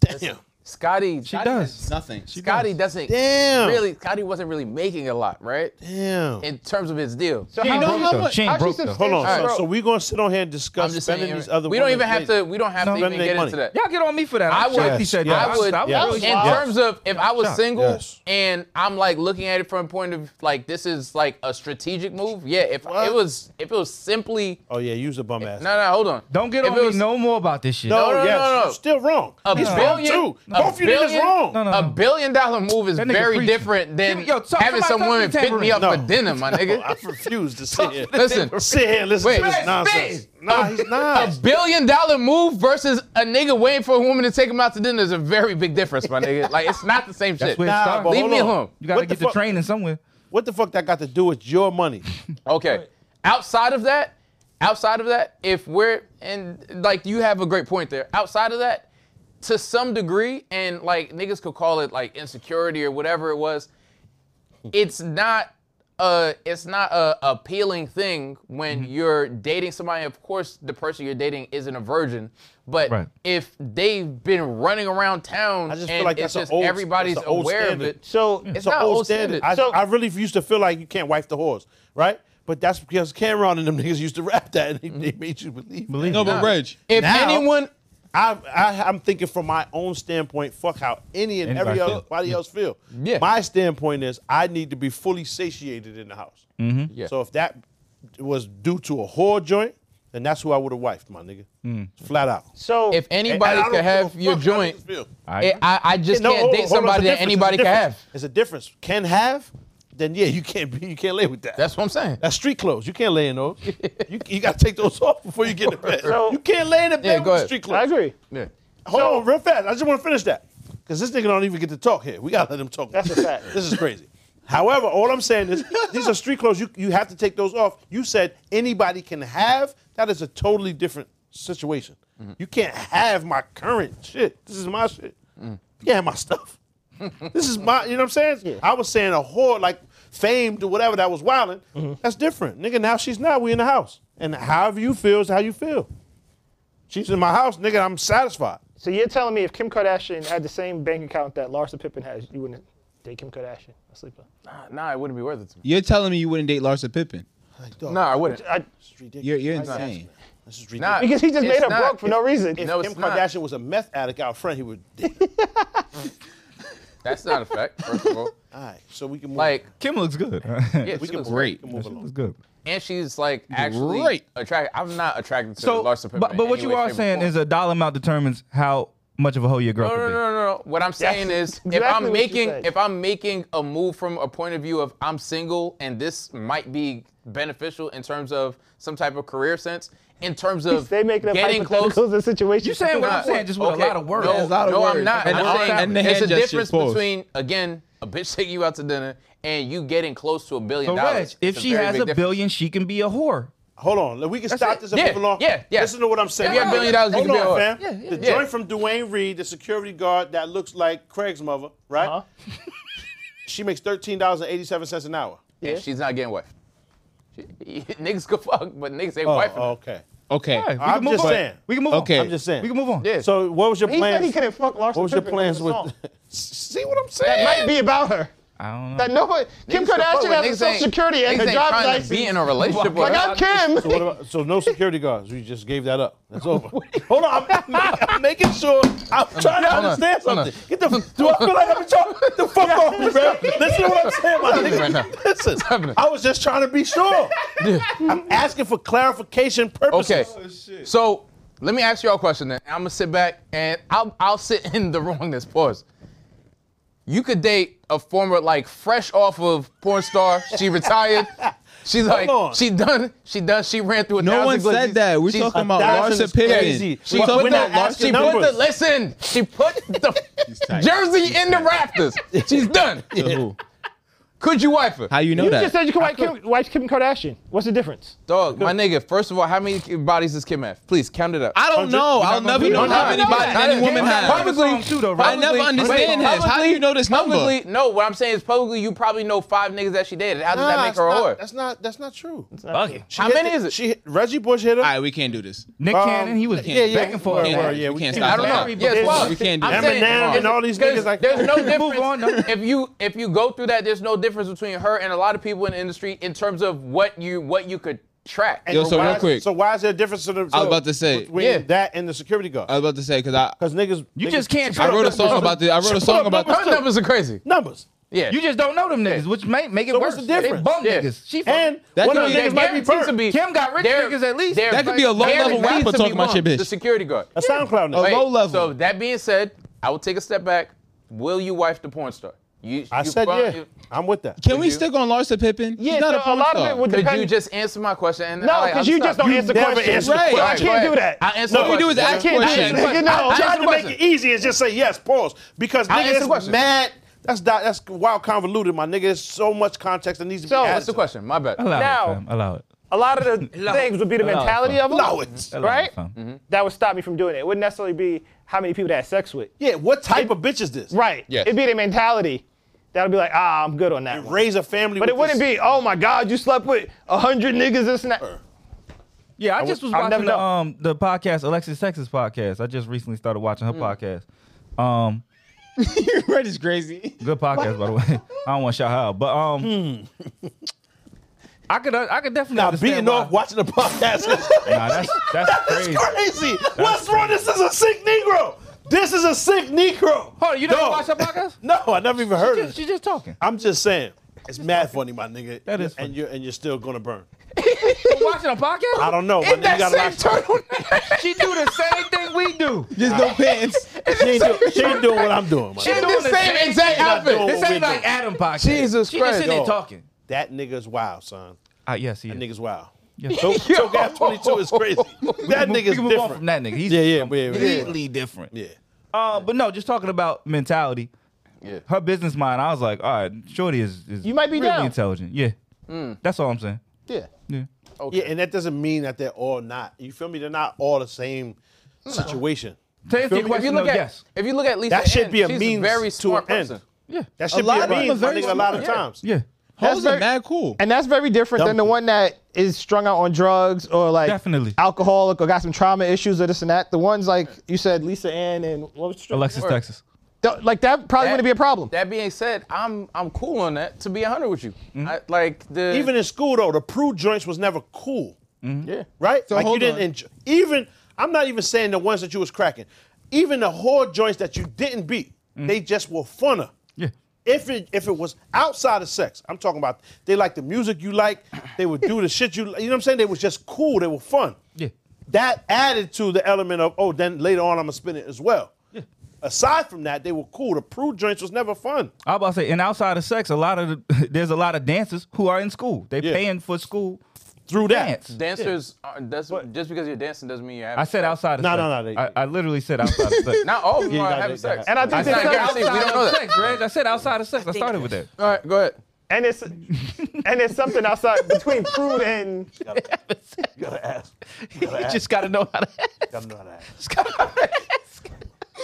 B: Damn.
C: Scotty.
G: She does.
H: Nothing.
G: She
C: Scotty
G: does.
C: doesn't
B: Damn.
C: really. Scotty wasn't really making a lot, right?
B: Damn.
C: In terms of his deal.
D: So how
G: broke
D: how
G: though.
D: much-
G: She ain't
D: how
G: broke though.
B: Hold on.
D: substantially
B: so-
D: broke?
B: So we're gonna sit on here and
C: I'm
B: discuss
C: just
B: spending
C: saying.
B: these other.
C: we don't
B: women's
C: even have
B: days.
C: to. We don't have
G: No.
C: to
B: Spending
C: even
B: their
C: get
B: money.
C: into that.
G: Y'all get on me for that.
C: I
G: I'm shocked
C: would-
G: he said
B: yes,
G: that.
C: I would-
G: I
B: yes.
G: really
C: in
G: shocked.
C: terms of if I was
G: Shot.
C: single
B: Yes.
C: and I'm like looking at it from a point of like this is like a strategic move. Yeah, if it was if it was simply
B: Oh yeah, use a bum ass.
C: no no hold on.
G: Don't get
C: if
G: on
C: it
G: me
C: was
G: no more about this shit.
B: No,
C: no, no,
B: yes,
C: no, no.
B: you're still wrong.
C: A
B: He's wrong
C: billion-
B: too.
C: a
B: Both you niggas
C: billion-
B: wrong.
G: No, no,
C: a
G: no.
C: billion dollar move is
G: That nigga
C: very
G: preaching.
C: different than
G: Yo, talk-
C: having
G: somebody
C: some
G: talk
C: women
G: to
C: pick me up
B: No.
C: for dinner, my
B: I
C: nigga.
B: refuse to sit here.
C: Listen,
B: Sit here and listen
C: Wait.
B: to this
C: Spit,
B: nonsense. Nah, he's
C: a
B: not.
C: billion dollar move versus a nigga waiting for a woman to take him out to dinner is a very big difference, my nigga. Like it's not the same
G: That's
C: shit.
G: where it
B: Nah,
G: starts.
B: but
C: Leave
B: hold
C: me
B: on.
C: alone.
G: You gotta
B: What
G: get
B: the
G: the
B: fuck-
G: training somewhere.
B: What the fuck that got to do with your money?
C: Okay. Outside of that, outside of that, if we're and like you have a great point there. Outside of that, to some degree, and like niggas could call it like insecurity or whatever it was, it's not a it's not a appealing thing when you're dating somebody. Of course, the person you're dating isn't a virgin, but
G: Right.
C: if they've been running around town
B: I just
C: and
B: feel like that's
C: it's just
B: an old.
C: everybody's
B: that's an old
C: aware of
B: standard.
C: it,
D: So
C: it's
B: It's an
C: not
B: old,
C: old
B: standard.
C: standard.
B: I,
D: So-
B: I really used to feel like you can't wife the horse, right? But that's because Cameron and them niggas used to rap that, and they, they made you believe.
G: Believe
H: No,
G: me.
H: but Reg.
C: if
B: Now-
C: anyone
B: I, I I'm thinking from my own standpoint. Fuck how any and
G: Anybody
B: every
G: feel.
B: everybody else feel.
C: Yeah.
B: My standpoint is I need to be fully satiated in the house. Mm-hmm.
C: Yeah.
B: So if that was due to a whore joint, then that's who I would have wifed, my nigga. Flat out.
D: So
C: Mm. if anybody
B: And I
C: could
B: don't
C: have
B: give a
C: your
B: fuck how
C: joint,
B: niggas feel.
G: I
C: I,
G: agree.
C: I, I just
B: No,
C: can't
B: hold- hold
C: date
B: on, it's a
C: somebody that
B: difference,
C: anybody
B: it's a
C: can have.
B: difference. It's a difference. Can have, then yeah, you can't be, you can't lay with that.
C: That's what I'm saying.
B: That's street clothes. You can't lay in those. you you got to take those off before you get in bed.
D: So-
B: you can't lay in the bed
C: Yeah, go
B: with
C: ahead.
B: street clothes.
D: I agree.
C: Yeah.
B: Hold on, real fast. I just want to finish that because this nigga don't even get to talk here. We gotta let him talk.
D: That's a fact.
B: this is crazy. However, all I'm saying is these are street clothes. You you have to take those off. You said anybody can have. That is a totally different situation.
D: Mm-hmm.
B: You can't have my current shit. This is my shit.
D: Mm.
B: You can't have my stuff. this is my. You know what I'm saying? I was saying a whore like famed or whatever that was wilding.
D: Mm-hmm.
B: That's different, nigga. Now she's not. We in the house, and however you feel is how you feel. She's in my house, nigga. I'm satisfied.
D: So you're telling me if Kim Kardashian had the same bank account that Larsa Pippen has, you wouldn't date Kim Kardashian? A sleeper.
C: Nah, it wouldn't be worth it to me.
H: You're telling me you wouldn't date Larsa Pippen.
C: Nah, I wouldn't.
D: I,
B: It's ridiculous.
H: You're, you're insane.
B: This is
C: Nah,
B: ridiculous.
D: because he just
C: it's
D: made her
C: not.
D: broke for no reason.
B: If
C: No,
B: Kim
C: it's not.
B: Kardashian was a meth addict out front, he would. All
C: That's not a fact. First of all,
B: right, so we can move.
C: like,
G: Kim looks good.
C: yeah,
B: we
C: she
B: can
C: looks
B: move,
H: great.
B: we can move
G: She looks
B: along.
G: good.
C: and she's like actually
H: Great.
C: attracted. I'm not attracted to
G: So,
C: Larsa Pippen.
G: but,
C: in
G: but what
C: any
G: you
C: way,
G: are
C: shape, or
G: saying
C: form.
G: is a dollar amount determines how much of a hoe your girl
C: No,
G: can
C: no,
G: be.
C: no, no, no. What I'm saying is, if
D: exactly
C: I'm
D: what you
C: making,
D: said.
C: if I'm making a move from a point of view of I'm single and this might be beneficial in terms of some type of career sense, in terms of
D: they make up
C: getting close,
D: hypotheticals and situations.
G: You saying what I'm
C: Nah.
G: saying just with
C: Okay.
G: a lot of words.
C: No,
H: There's a lot of
C: no, I'm
H: words.
C: not.
H: And
C: I'm
H: the-
C: saying
H: and the
C: it's
H: hand
C: a
H: gesture
C: difference
H: pause.
C: between again a bitch taking you out to dinner and you getting close to a billion
G: So, Reg,
C: dollars.
G: if
C: It's
G: she
C: very
G: has
C: big
G: a
C: difference.
G: billion, she can be a whore.
B: Hold on, look, we can stop
C: it.
B: this and
C: Yeah,
B: move along.
C: yeah, yeah.
B: Listen to what I'm saying.
C: If you have a billion dollars, you
B: Hold
C: can be a
B: on,
C: whore.
B: fam.
C: Yeah,
B: the
C: yeah.
B: joint from Dwayne Reed, the security guard that looks like Craig's mother, right?
C: Uh-huh.
B: she makes thirteen dollars and eighty-seven cents an hour.
C: And she's not getting wife. niggas could fuck, but niggas ain't
B: Oh,
C: wifing.
B: okay.
H: Okay.
G: Right, we
B: I'm
G: can move
B: just
G: on.
B: saying.
G: We can move on.
H: Okay.
B: I'm just saying.
G: We can move on.
C: Yeah.
B: So, what was your
D: He
B: plans?
D: said he couldn't fuck Larsa
B: what was your
D: Pippen
B: plans
D: on
B: with?
D: the song.
B: See what I'm saying?
D: That might be about her.
G: I don't know.
D: That no one. Kim
C: Niggas could fuck,
D: Kardashian
C: but
D: has a
C: niggas
D: social
C: ain't-
D: security and
C: niggas
D: her
C: ain't
D: driver's
C: trying
D: license.
C: To be in a relationship with
D: like
C: her.
D: I'm Kim.
B: So, what about, so no security guards. We just gave that up. That's over. Hold on, I'm, I'm- I'm making sure. I'm trying to
C: Hold on,
B: understand
C: hold on.
B: something. Get the. Do I feel like I'm in charge? Get the fuck off me, bro. Listen to what I'm saying, my nigga.
C: right now.
B: Listen,
C: happening?
B: I was just trying to be sure. I'm asking for clarification purposes.
C: Okay. So let me ask y'all a question then. I'm gonna sit back and I'll I'll sit in the wrongness. Pause. You could date a former like fresh off of porn star. She retired. She's like
B: on.
C: she done. She done. She ran through a
H: No
C: thousand
H: one
C: glitches.
H: said that. We're
C: She's-
H: talking about
B: thousand
H: Larsa
B: is crazy.
H: Pippen.
C: She
H: We're
C: put,
H: talking
C: the,
H: about
B: asking
C: she put the
H: Larsa
B: numbers.
C: listen. She put the
H: tight.
C: jersey in the rafters. She's done.
H: Pippen.
C: Could you wife her?
H: How you know
F: You
H: that?
F: just said you could wife Kim, wife Kim Kardashian. What's the difference?
C: Dog, my nigga, first of all, how many bodies does Kim have? Please count it up.
H: I don't know. I'll never know how many bodies any woman has.
C: Publicly,
G: too, though, right?
H: I never understand this. How do you know this number?
C: Publicly, no, what I'm saying is publicly, you probably know five niggas that she dated. How does that make her a whore?
B: That's not. That's not true.
E: Fuck it.
B: She
C: How
B: hit
C: many
B: the-
C: is it?
B: She hit, Reggie Bush hit her.
H: All right, we can't do this.
G: Nick Cannon, he was
H: yeah, yeah,
G: back and forth.
H: we can't-
G: Yeah,
H: we can't
G: he
H: stop
G: was
C: I don't know.
G: married
C: Yes,
G: before.
C: well,
H: We can't do
C: I'm
H: that.
C: saying,
B: Eminem and
C: it's-
B: all these
C: there's-
B: niggas like-
C: there's no difference.
G: Move on, though.
C: If you if you go through that, there's no difference between her and a lot of people in the industry in terms of what you what you could track.
H: Yo, so
B: why,
H: real quick.
B: So why is there a difference in the? I was
H: about to say.
B: between
C: Yeah.
B: that and the security guard.
H: I was about to say because I
B: Because niggas,
G: You
B: niggas-
G: just can't
H: I
G: track
H: wrote a
G: them.
H: song about this. I wrote a song about
C: Her
H: this.
C: numbers are crazy.
B: numbers.
C: Yeah.
G: You just don't know them niggas, which may make it
B: So
G: worse.
B: what's the difference?
G: They bum
C: Yeah.
G: niggas. She fuck-
B: And
H: That
B: one
H: could
B: of
H: be-
B: them niggas might be
C: guarantees to
B: burnt.
C: be-
G: Kim got rich
C: There-
G: niggas at least.
C: there-
H: That could be a low-level
C: guarantees
H: rapper
C: to
H: talking
C: be
H: about your
C: bumped,
H: bitch.
C: The security guard.
B: A SoundCloud nigga.
H: Wait. low level.
C: So that being said, I will take a step back. Will you wife the porn star? You,
B: I
C: you
B: said
C: front-
B: yeah.
C: you-
B: I'm with that.
H: Can we stick on Larsa Pippen? She's
F: Yeah,
H: not
F: so
H: a porn
F: lot
H: star.
F: of it would
C: Could
F: depend.
C: you just answer my question? And
F: no,
C: like,
F: because
C: I'm
F: you just
C: sorry.
F: don't answer
B: never
F: questions.
B: answer the
H: Right.
F: You
H: question.
F: can't
C: Right.
F: do that.
C: I answer
H: All
C: the
H: you do is
C: question.
H: ask
C: I can't do
H: questions.
C: that.
F: Nigga, no.
C: I answer
B: Trying
C: the
B: to make
C: question.
B: it easy is just say yes, pause. Because
C: I'll answer the
B: niggas
C: question.
B: mad. That's not, that's wild convoluted, my nigga. There's so much context that needs to be
F: So,
B: added.
C: That's the question. My bad.
G: Allow
F: Now-
G: it, fam. Allow it.
F: A lot of the things would be the
G: Allow it,
F: mentality
G: fam.
F: of them.
B: Allow it.
G: Allow
F: Right?
G: it, fam.
F: That would stop me from doing it. It wouldn't necessarily be how many people they had sex with.
B: Yeah, what type of bitch is this?
F: Right.
H: Yes.
F: It'd be their mentality. That'll be like, ah, I'm good on that. one.
B: Raise a family.
F: But it
B: with
F: wouldn't
B: this-
F: be, oh my God, you slept with a hundred niggas this and that.
G: Yeah, I just was
F: I'll never
G: watching
F: know.
G: the, um, the podcast, Alexis Texas podcast. I just recently started watching her podcast. Um,
H: Red is crazy.
G: Good podcast, by the way. I don't want to shout her out, but um, I could I could definitely
B: Nah,
G: understand
B: beating
G: why-
B: off watching the podcast.
G: Nah, that's that's
B: That's
G: crazy.
B: crazy. What's wrong? This is a sick Negro. This is a sick Negro.
G: Hold on, you never
B: Dog.
G: watched that podcast?
B: No, I never even heard of
G: She's
B: it.
G: just talking.
B: I'm just saying, it's mad funny, my nigga.
G: That is funny.
B: and you're and you're still gonna burn.
G: You watching a podcast?
B: I don't know. my
C: In
B: nigga,
C: that
B: you gotta
C: same
B: watch-
C: turtleneck.
G: She do the same thing we do.
H: Just no pants.
B: She ain't, do, she ain't doing what I'm doing, my
G: She
B: nigga.
G: doing
C: the same exact
G: thing.
C: outfit.
G: This
B: What we
G: ain't like
B: do.
G: Adam podcast.
C: Jesus
G: she
C: Christ,
G: just sitting
B: dog.
G: there talking.
B: That nigga's wild, son.
G: Ah, yes, he
B: That
G: is.
B: nigga's wild.
G: Yes.
B: So, so Gap 22 is crazy. That
G: We
B: nigga's
G: can move on from
B: different.
G: that nigga. He's
B: Yeah, yeah, yeah, yeah.
G: completely different.
B: Yeah.
G: Uh, but no, just talking about mentality.
C: Yeah.
G: Her business mind. I was like, all right, Shorty is, is
F: You might be
G: really
F: down.
G: intelligent. Yeah, that's all I'm saying.
C: Yeah.
G: Yeah.
B: Hmm. Yeah, and that doesn't mean that they're all not. You feel me? They're not all the same situation.
G: To answer
B: me? If
C: If
G: your question,
C: you look
G: though,
C: at
G: yes.
C: if you look at Lisa,
B: That should
C: Ann,
B: be a
C: she's
B: means
C: very
B: to an
C: smart
B: end.
C: person.
G: Yeah.
B: That should
H: lot
B: be a
H: of them are
B: means, my
H: very
B: nigga, a lot of
H: smart.
B: times.
G: Yeah.
H: Hoes
F: very-
H: are mad cool.
F: And that's very different
B: Dumb
F: than the
B: people.
F: one that is strung out on drugs or like
G: Definitely.
F: alcoholic or got some trauma issues or this and that. The ones like you said, Lisa Ann and what was the
G: Alexis Texas.
F: Th- Like that probably
C: That-
F: wouldn't be a problem.
C: That being said, I'm I'm cool on that. To be hundred with you, I, like the
B: Even in school though, the prude joints was never cool.
G: Mm-hmm.
C: yeah.
B: Right? like you
H: hold
B: didn't
H: on.
B: enjoy even I'm not even saying the ones that you was cracking. Even the whore joints that you didn't beat, they just were funner.
G: Mm-hmm. Yeah.
B: If it if it was outside of sex, I'm talking about they like the music you like, they would do the shit you you know what I'm saying? They was just cool, they were fun.
G: Yeah.
B: That added to the element of, oh, then later on I'm gonna spin it as well. Aside from that, they were cool. The prude joints was never fun.
G: I was about to say, and outside of sex, a lot of the, there's a lot of dancers who are in school. They
B: Yeah.
G: paying for school
B: Through that.
G: dance.
C: Dancers, are, that's, just because you're dancing doesn't mean you're having.
G: I said outside of
B: No,
G: sex.
B: no, no, they-
G: I, I literally said outside of sex.
C: Not all of
B: Yeah,
C: them
B: you
C: are
B: gotta
C: having
B: do that.
C: sex.
F: And I think
C: That's
F: there's
C: not
F: some-
C: guaranteed. We
G: Outside
C: don't know
G: of
C: that.
G: sex, Reg. I said outside of sex. I started with that.
C: All right, go ahead.
F: And it's and it's something outside between prude and
B: You gotta ask.
G: You just got to know how to.
B: You gotta know how to ask.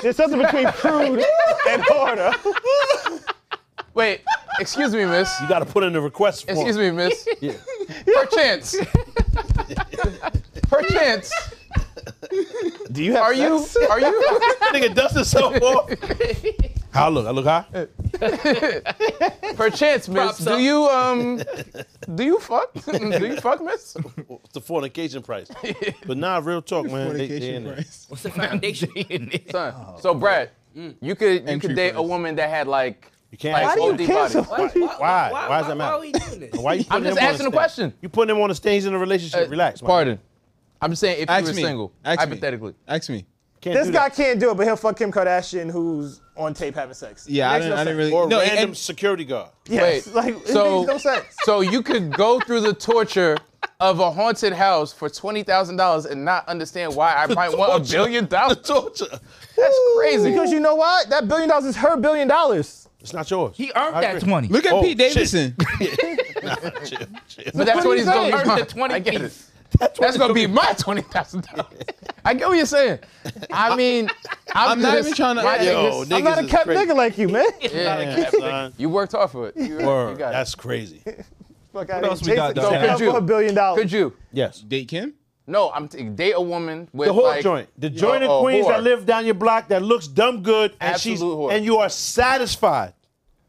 F: there's something between prude and order.
C: Wait, excuse me, miss.
B: You gotta put in the request form.
C: Excuse me, miss. Perchance. Perchance.
F: Do you have
C: Are you? Are you?
B: Nigga dust himself off. How I look? I look high.
C: Perchance, miss. Do you
G: uh,
C: um? Do you fuck? Do you fuck, miss?
B: It's the fornication price. But nah, real talk, man. They, they
P: Fornication
B: in there.
P: price.
E: What's the foundation?
C: Son. so, Brad, you could you could
P: Entry
C: date a
P: price.
C: woman that had like.
B: You can't.
C: Like,
B: ask
C: Why do you
B: OD
C: care so
B: body. Why? Why? Why does that matter?
E: Why are we doing this?
B: Why you
C: I'm
B: putting them on
C: just asking a
B: stage?
C: question.
B: You putting them on the stage in a relationship? Relax. man.
C: Pardon. I'm just saying if you
H: Ask
C: were
H: me.
C: single,
H: Ask me.
C: hypothetically.
H: Ask me.
B: Can't
F: This
B: do
F: guy
B: that.
F: can't do it, but he'll fuck Kim Kardashian, who's on tape having sex.
H: Yeah, I
F: Makes
H: didn't,
F: no
H: I didn't
F: sense.
H: really.
B: Or
H: no,
B: random
H: and-
B: security guard.
F: Yes,
C: Wait,
F: like it
C: so-
F: makes no sense.
C: So you could go through the torture of a haunted house for twenty thousand dollars and not understand why I might want a billion dollars.
B: Torture.
C: That's crazy.
F: Because you know what? That billion dollars is her billion dollars.
B: It's not yours.
G: He
B: I
G: earned that
B: agree.
G: 20.
H: Look at
B: Oh,
H: Pete
B: shit.
H: Davidson.
C: But that's what he's going
D: saying.
C: to earn the
G: I
C: twenty
G: get it.
C: piece. That's gonna be my twenty thousand dollars. I get what you're saying. I mean, I'm,
H: I'm not
C: just-
H: even trying to-
C: my
B: Yo,
C: niggas-
B: niggas
D: I'm not a
B: is
D: kept
B: crazy.
D: nigga like you, man.
C: Yeah,
B: Son,
C: you worked hard for it. You, you
B: Word.
C: got it.
B: That's crazy.
D: Fuck outta
G: else we
D: here.
G: got,
D: Jason
G: though?
D: got
C: Could you-
D: for a billion dollars.
C: Could you?
B: Yes.
H: Date Kim?
C: No, I'm t- date a woman with
B: The whole
C: like,
B: joint. The
C: you
B: joint
C: know,
B: in
C: a
B: Queens
C: whore.
B: that live down your block that looks dumb good and she's
C: Absolute whore.
B: and you are satisfied,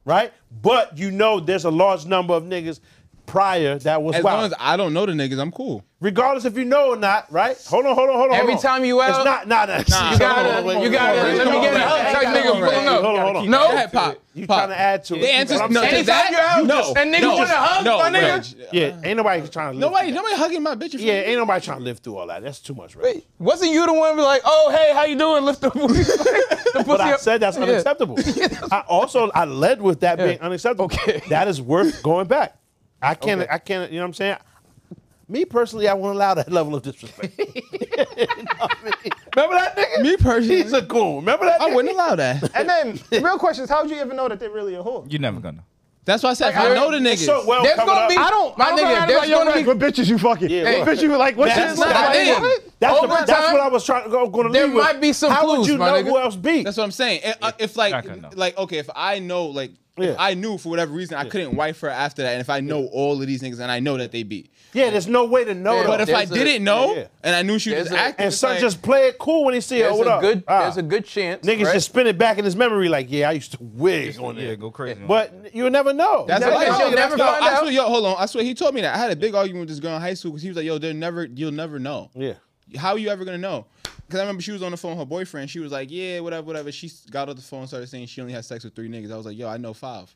B: right? But you know there's a large number of niggas prior that was
H: As long
B: wild.
H: as I don't know the niggas, I'm cool.
B: Regardless if you know or not, right? Hold on, hold on, hold on.
C: Every
B: hold on.
C: time you out-
B: It's not nah, nah.
C: You gotta, you gotta. Let me get an uptight
H: Hold
C: nigga
H: on, hold on.
C: pulling up.
B: Hold on, hold on.
C: No,
H: Go ahead, Pop.
B: You
H: Pop.
B: trying to add to it.
H: The answer's
B: But I'm
H: no.
B: saying-
H: to that,
C: Anytime you're out,
H: no,
C: just- and niggas
H: no,
C: want to hug,
H: no,
C: my nigga.
H: Reg.
B: Yeah, ain't nobody trying to live
H: Nobody,
B: through that.
H: nobody hugging my bitch.
B: Yeah, ain't nobody trying to live through all that. That's too much, right?
C: Wait, wasn't you the one who be like, oh hey, how you doing? Lift the, the pussy
B: But I
C: up.
B: said that's
C: Yeah.
B: unacceptable. I also I led with that being unacceptable.
C: Okay.
B: That is worth going back. I can't
C: Okay.
B: I can't you know what I'm saying? Me personally, I won't allow that level of disrespect. Remember that nigga?
H: Me personally,
B: He's a goon. Remember that?
H: I
B: nigga?
H: wouldn't allow that.
D: And then the real question is, how would you even know that they're really a whore?
G: You're never gonna.
H: That's why I said if I
C: I-
H: know the niggas.
B: It's so well
C: There's
B: covered
C: gonna
B: up.
C: be-
D: I don't.
C: My
D: I don't
C: nigga,
D: know
C: there's
D: about your
C: gonna
D: rank.
C: be-
D: What bitches you fucking?
B: Yeah,
D: what bitch you like? What
B: That's
D: shit?
B: not
D: like,
B: it.
D: what?
B: That's, the,
C: Overtime,
B: that's what I was trying to go. Going to
C: there
B: leave with.
C: might be some
B: How would
C: clues,
B: you
C: my
B: know
C: nigga.
B: who else beat?
H: That's what I'm saying. And, uh, If like,
G: Not gonna know.
H: like okay, if I know, like,
B: Yeah.
H: if I knew for whatever reason I couldn't wife her after that, and if I know all of these niggas and I know that they beat,
B: yeah, there's no way to know.
C: Yeah,
B: though.
H: but if I
C: There's a-
H: didn't know
B: Yeah, yeah.
H: and I knew she was
C: There's a-
H: acting,
B: and
H: it's
B: son
H: like-
B: just play it cool when he see it.
C: There's
B: Hold
C: a
B: up.
C: good,
B: Ah.
C: there's a good chance.
B: Niggas
C: right?
B: just spin it back in his memory like, yeah, I used to wig on
G: Yeah,
B: it.
G: go crazy. on that.
B: But you'll never know.
H: That's
B: You
H: what
B: never
C: You'll
H: I
B: know.
H: said.
C: never
H: Yo,
C: find
H: I
C: out.
H: swear, yo, hold on. I swear, he told me that. I had a big argument with this girl in high school because he was like, "Yo, they're never, you'll never know.
B: Yeah.
H: How are you ever gonna know?" Because I remember she was on the phone with her boyfriend. She was like, "Yeah, whatever, whatever." She got off the phone, and started saying she only had sex with three niggas. I was like, "Yo, I know five.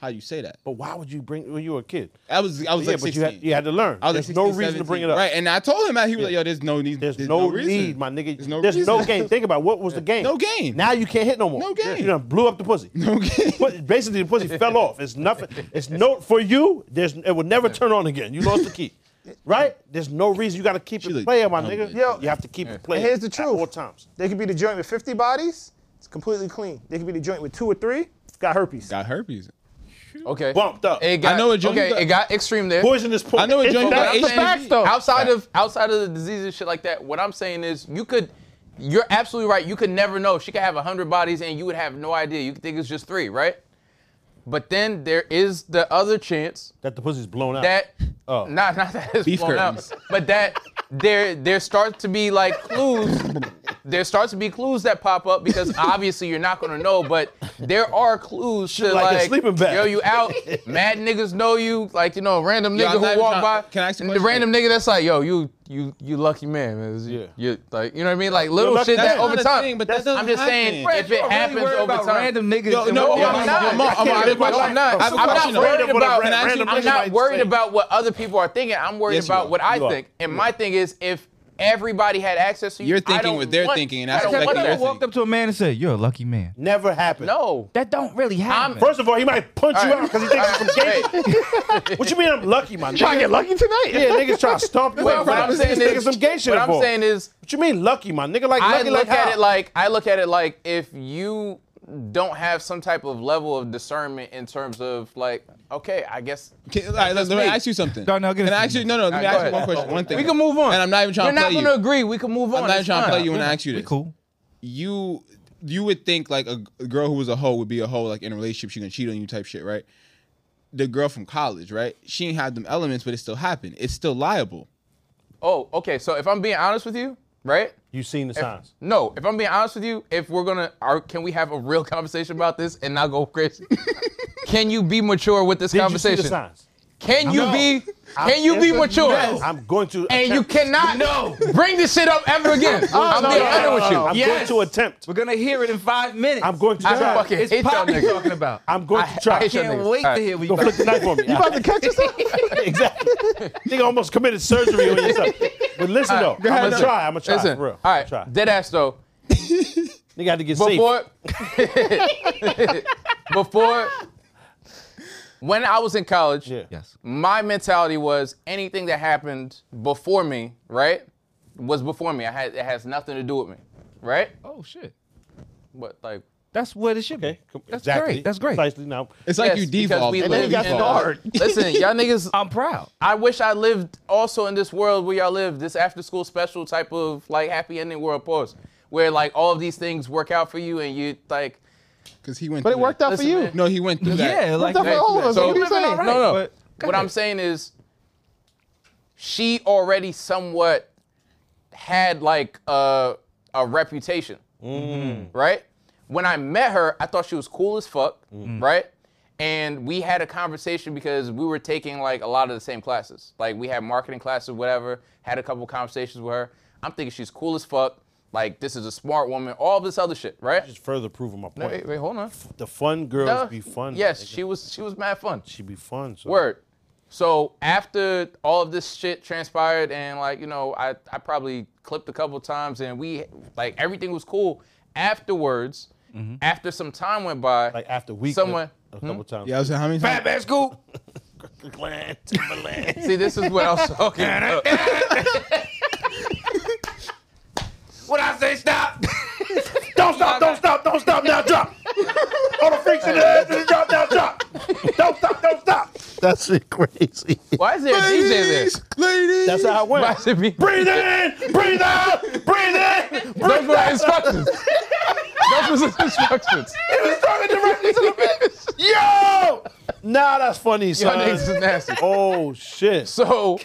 H: How you say that?"
B: But why would you bring when you were a kid?
H: I was, I was
B: Yeah, but
H: like sixteen.
B: you had, you had to learn.
H: I was
B: There's
H: like
B: no
H: 16,
B: reason to
H: 17.
B: bring it up.
H: Right, and I told him that he was like, "Yo, there's no need.
B: There's,
H: there's
B: no,
H: reason.
B: need, my nigga.
H: There's no
B: There's no
H: reason.
B: game. Think about it. what was the game?
H: No game.
B: Now you can't hit no more.
H: No game.
B: You done blew up the pussy.
H: No game.
B: But basically, the pussy fell off. It's nothing. It's no for you. There's it will never turn on again. You lost the key, right? There's no reason you got to keep it
H: looked
B: player, my
H: dumb,
B: nigga.
H: dude.
B: Yo, you have to keep it player.
D: And here's the
B: At
D: truth.
B: all times.
D: They could be the joint with 50 bodies. It's completely clean. They could be the joint with two or three. Got herpes.
H: Got herpes.
C: okay.
B: Bumped up.
C: It got,
H: I know what Jones
C: okay,
H: got.
C: it got extreme there.
B: Poisonous pool.
H: I know what
B: It's
H: Jones
B: not-
H: got.
C: But I'm
H: It's
C: saying-
H: facts, though.
C: Outside of outside of the diseases and shit like that, what I'm saying is you could you're absolutely right. You could never know. She could have hundred bodies and you would have no idea. You could think it's just three, right? But then there is the other chance
B: That the pussy's blown out.
C: that
B: Oh.
C: not not that it's
H: Beef
C: blown
H: curtains.
C: out, but that there there starts to be like clues. there starts to be clues that pop up because obviously you're not gonna know, but there are clues to
B: like
C: like,
B: a sleeping bag.
C: yo, you out, mad niggas know you, like you know, a random
H: Yo,
C: nigga
H: I'm not
C: who walk
H: trying-
C: by,
H: can I ask you a
C: and the
H: question?
C: random nigga that's like, yo, you you you lucky man, man. You, you like you know what I mean, like little
B: lucky-
C: shit
B: that's
C: that over
H: not a
C: time.
H: thing, but that doesn't
C: I'm just saying
H: happen.
C: if it happens over time.
G: random niggas.
H: Yo,
G: and
H: no,
G: what
C: No,
G: they
H: I'm
G: do.
C: I'm not.
H: not. Mom, I'm
C: I
H: not.
C: can't-
H: I have a
C: I'm not.
H: question.
C: I'm not
H: Can
C: worried
H: I
B: ask
C: about.
B: you a
H: question?
C: I'm not worried about what other people are thinking. I'm worried
H: Yes, you
C: about
H: are.
C: what I
B: You are.
C: think. And my thing is, if everybody had access to you,
H: You're
C: I
H: thinking
C: don't
H: what they're
C: want-
H: thinking, and
C: I
H: that's
C: don't
H: exactly
C: want
H: what
C: that.
H: you're
G: Walked up to a man and said, "You're a lucky man."
B: never happened.
C: No.
G: That don't really happen.
B: First of all, he might punch you
C: All
B: out because he thinks you're some gay.
C: Hey,
B: What you mean I'm lucky, my
D: Trying to
B: nigga?
D: get lucky tonight.
B: Yeah, niggas try to stomp you
C: well,
B: out.
C: what I'm saying
B: niggas
C: is,
B: some gay shit
C: what I'm
B: involved.
C: saying is,
B: What you mean lucky, my nigga? Like
C: I
B: lucky,
C: look
B: like
C: at
B: how?
C: it like I look at it like if you don't have some type of level of discernment in terms of like, okay, I guess
H: Can, all right, let, let me ask you something.
G: Darnell, get
H: Can
G: it
H: I
G: to
H: ask
G: me.
H: you? No, no. Let me
C: All
H: ask
C: right,
H: you
C: go
H: one
C: ahead.
H: question. One thing.
C: we can move on.
H: And I'm not even trying
C: We're
H: to play
C: not
H: you.
C: gonna agree. We can move on.
H: I'm not even
C: It's
H: trying to
C: fine.
H: play you when I ask you
G: We
H: this.
G: cool.
H: You you would think like a, a girl who was a hoe would be a hoe like in a relationship she gonna cheat on you type shit, right? The girl from college, right? She ain't had them elements, but it still happened. It's still liable.
C: Oh, okay. So if I'm being honest with you, right?
B: You seen the signs.
C: No, if I'm being honest with you, if we're gonna, are, can we have a real conversation about this and not go crazy? can you be mature with this
B: Did you see
C: conversation?
B: the signs?
C: Can you
B: No.
C: be,
B: I'm
C: can you be
B: answering
C: mature?
B: yes. I'm going to.
C: And you
B: attempt-
C: cannot bring this shit up ever again. I'm
B: No,
C: being
B: Oh, no,
C: honest
B: no,
C: with you.
B: no, I'm
G: Yes.
B: going to attempt.
G: We're gonna hear it in five minutes.
B: I'm going to
C: I
B: try.
C: fucking
G: It's
C: hate y'all
G: pop you
C: niggas.
G: talking about. I
B: I'm going
C: I-
B: to try.
C: I hate y'all
G: can't
C: niggas.
G: wait
C: All
G: to
C: right.
G: hear what
B: Go
G: you
B: flick the
G: about.
B: knife on me. You about to cut yourself? exactly. Nigga almost committed surgery on yourself. But listen
C: All
B: though,
C: right,
B: I'm gonna
C: listen.
B: try. I'm gonna try.
C: Listen,
B: for real.
C: all right,
B: Try.
C: dead ass though.
B: Nigga had to get safe.
C: before before when I was in college,
B: Yeah.
G: Yes.
C: my mentality was anything that happened before me, right, was before me. I had it has nothing to do with me, right?
G: Oh shit.
C: But like,
G: That's what it should
B: Okay,
G: be.
B: com-
G: That's
B: exactly.
G: great. That's great.
B: Precisely now.
H: It's like
C: Yes,
H: you
C: because
H: devolved.
C: we
H: it.
D: then he
C: live
D: got
C: in-
D: starred.
C: Listen, y'all niggas
G: I'm proud.
C: I wish I lived also in this world where y'all live, this after school special type of like happy ending world post, where like all of these things work out for you and you like.
H: Because he went
D: But it
H: through
D: worked
H: that.
D: out for
C: Listen,
D: you.
C: man.
H: No, he went through that.
G: Yeah, like
D: the fuck? Hold on,
C: so-
D: what are you saying?
G: Right,
C: no, no.
G: but-
C: what I'm saying is, she already somewhat had like a a reputation,
B: Mm-hmm.
C: right? When I met her, I thought she was cool as fuck,
B: Mm-hmm.
C: right? And we had a conversation because we were taking like a lot of the same classes. Like we had marketing classes, whatever. Had a couple conversations with her. I'm thinking she's cool as fuck. Like this is a smart woman. All this other shit, right?
B: Just further proving my
C: No,
B: point.
C: wait, wait, hold on.
B: The fun girls
C: No.
B: be fun.
C: Yes,
B: nigga.
C: she was. She was mad fun.
B: she be fun. So.
C: Word. So after all of this shit transpired and like, you know, I, I probably clipped a couple times and we like everything was cool. Afterwards, after some time went by,
B: Mm-hmm. Like after week,
C: someone
B: a couple times.
H: Yeah, I was like, how many times?
E: Batman school.
B: Glenn Timberland.
C: see this is what I was talking about.
E: What I say, stop.
B: don't stop! Don't stop! Don't stop! Now drop. All the freaks in the ass and drop now drop. Don't stop! Don't stop. That's it, crazy.
C: Why is there a DJ there?
H: Ladies, ladies.
B: That's how I went.
C: Why is it me?
B: Breathe in, breathe out, breathe in. Breathe
C: Those were instructions. Those was his instructions.
B: Yo! Nah, that's funny,
C: Y'all
B: son.
C: niggas is nasty.
B: Oh shit.
C: So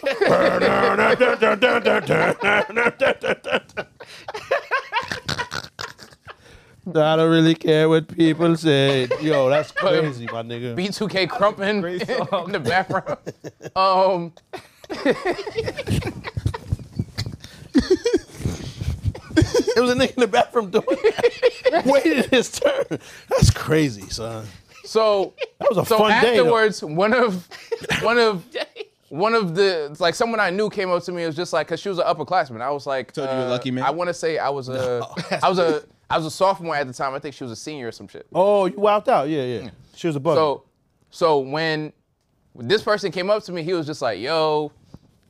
B: I don't really care what people say. Yo, that's crazy, my nigga.
C: B2K crumping in, the background. Um,
B: It was a nigga in the bathroom doing that. Waited his turn. That's crazy, son.
C: so
B: That was a
C: so
B: fun day. though.
C: afterwards, one of one of one of the like someone I knew came up to me and was just like, cause she was an upperclassman. I was like,
H: Told you you were
C: uh,
H: lucky, man.
C: I want to say I was a, I was a, I was a sophomore at the time. I think she was a senior or some shit.
B: Oh, you wiped out. Yeah, yeah. She was a bug.
C: Hmm. So, so when this person came up to me, he was just like, yo.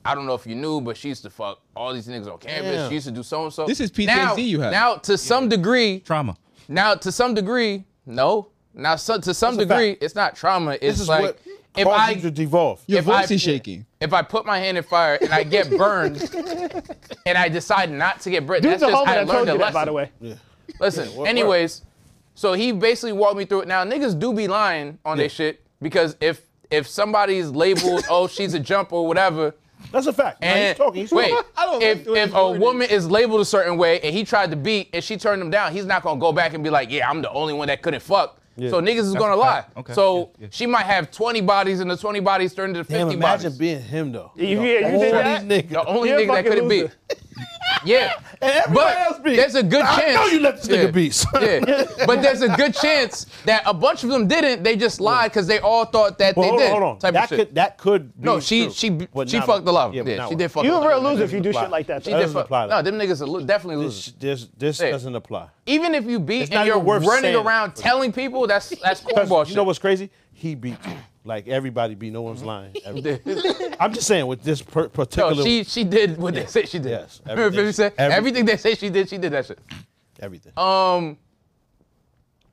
C: I don't know if you knew, but she used to fuck all these niggas on campus.
B: Damn.
C: She used to do so and so.
H: This is PTSD
C: now,
H: you have.
C: Now, to some degree,
G: Trauma.
C: now, to some degree, no. Now, so, to some
B: It's a fact.
C: degree, it's not trauma. It's
B: this is
C: like
B: what
C: if
B: caused
C: I
B: you to devolve.
H: Your
C: if
H: voice
C: I-
H: is shaking.
C: if I put my hand in fire and I get burned, and I decide not to get burned,
D: Dude's
C: that's
D: a
C: just
D: homer
C: I
D: that
C: learned
D: told
C: a
D: you
C: lesson.
D: that, by the way.
C: Listen, anyways, so he basically walked me through it. Now niggas do be lying on their shit because if if somebody's labeled, oh she's a jump or whatever,
B: That's a fact. Now,
C: and
B: he's talking. He's
C: wait,
B: talking.
C: if if a woman is labeled a certain way and he tried to beat and she turned him down, he's not gonna go back and be like, yeah, I'm the only one that couldn't fuck. So niggas is gonna
G: a
C: lie.
G: fact. Okay.
C: So
G: Yeah, yeah.
C: she might have 20 bodies and the 20 bodies turned into 50
B: Damn, imagine
C: bodies.
B: being him though.
D: You- you
B: The
D: did
B: only
D: that?
B: nigga.
C: The only
D: You're a
C: nigga that
D: fucking
C: could have beat.
D: loser.
C: Yeah.
B: everybody
C: but
B: else beat.
C: there's a good
B: I
C: chance.
B: know you let this nigga beat, son.
C: Yeah. But there's a good chance that a bunch of them didn't. They just lied because they all thought that
B: Well,
C: they
B: hold
C: did.
B: on, hold on.
C: Type
B: that
C: of shit.
B: could that could. Be
C: no, she
B: true.
C: she
B: But
C: she
B: not
C: fucked the love.
B: Yeah,
C: Yeah,
B: but not
C: she
B: one.
C: did fuck.
D: You
C: the
D: a
C: love.
D: real loser if you do
B: apply.
D: shit like that.
C: She
D: though.
C: did
B: doesn't
C: fuck.
B: apply,
C: No,
B: though.
C: them niggas are lo- definitely losers.
B: This this, this
C: Yeah.
B: doesn't apply.
C: Even if you beat
B: It's not
C: and you're
B: even worth
C: running
B: saying.
C: around telling people, that's that's
B: 'Cause
C: cornball
B: you
C: shit.
B: know what's crazy? He beat you. Like everybody beat. No one's lying. Everybody. I'm just saying with this per-
C: No,
B: particular.
C: she she did what they said she did.
B: Yes,
C: Remember
B: everything
C: 50 Cent?
B: she- every-
C: everything they say she did, she did that shit.
B: everything.
C: Um,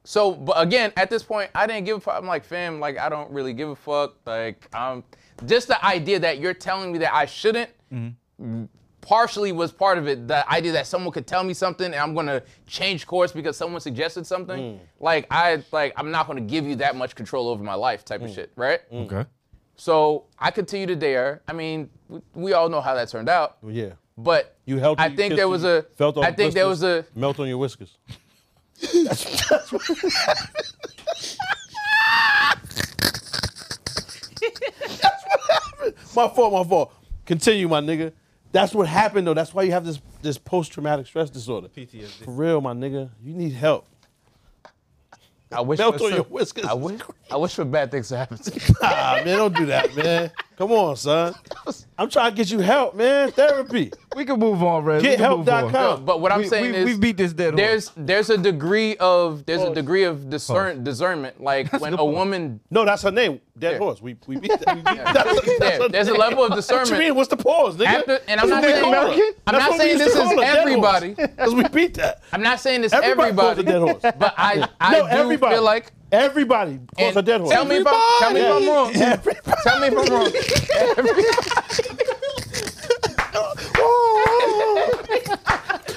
C: So, but again, at this point, I didn't give a fuck. I'm like, fam, like I don't really give a fuck. Like, um, just the idea that you're telling me that I shouldn't,
B: Mm-hmm.
C: partially was part of it. The idea that someone could tell me something and I'm gonna change course because someone suggested
B: Mm.
C: something. Like, I like I'm not gonna give you that much control over my life, type of
B: Mm.
C: shit, right?
G: Okay.
C: So I continue to dare. I mean, we, we all know how that turned out.
B: Oh, yeah.
C: But
B: You held.
C: I
B: you
C: think
B: kissed
C: there
B: you,
C: was a.
B: Felt on
C: I think there was
B: blisters,
C: a.
B: Melt on your whiskers. that's, what happened. My fault. My fault. Continue, my nigga. That's what happened though. That's why you have this this post traumatic stress disorder. PTSD. For real, my nigga. You need help.
C: I wish
B: Melt
C: for
B: on
C: some-
B: your whiskers.
C: I wish. I wish for bad things to happen. to me.
B: Nah, man, don't do that, man. Come on, son. I'm trying to get you help, man. Therapy.
G: We can move on, Red. We can move on.
B: GetHelp.com.
C: But what I'm
G: We-
C: saying
G: we-
C: is
G: we beat this dead horse.
C: There's there's a degree of there's a degree of discern discernment. Like when a woman
B: No, that's her name. Dead
C: Yeah.
B: horse. We we beat that. We beat that's, that's
C: Yeah,
B: her
C: there's a
B: name.
C: level of
B: What you
C: discernment.
B: mean? What's the pause, nigga?
C: After- and
B: That's
C: I'm not
B: what we
C: saying-
B: call her.
C: I'm
B: That's
C: not
B: what we
C: saying
B: used
C: this
B: to
C: is
B: call her, dead horse.
C: everybody.
B: 'Cause we beat that.
C: I'm not saying it's
B: Everybody calls a
C: everybody,
B: dead horse.
C: but I I
B: no,
C: do
B: everybody.
C: feel like
B: everybody calls
C: and
B: her dead horse.
C: Tell me if I'm tell me if I'm wrong. Tell me if I'm wrong.
B: Oh.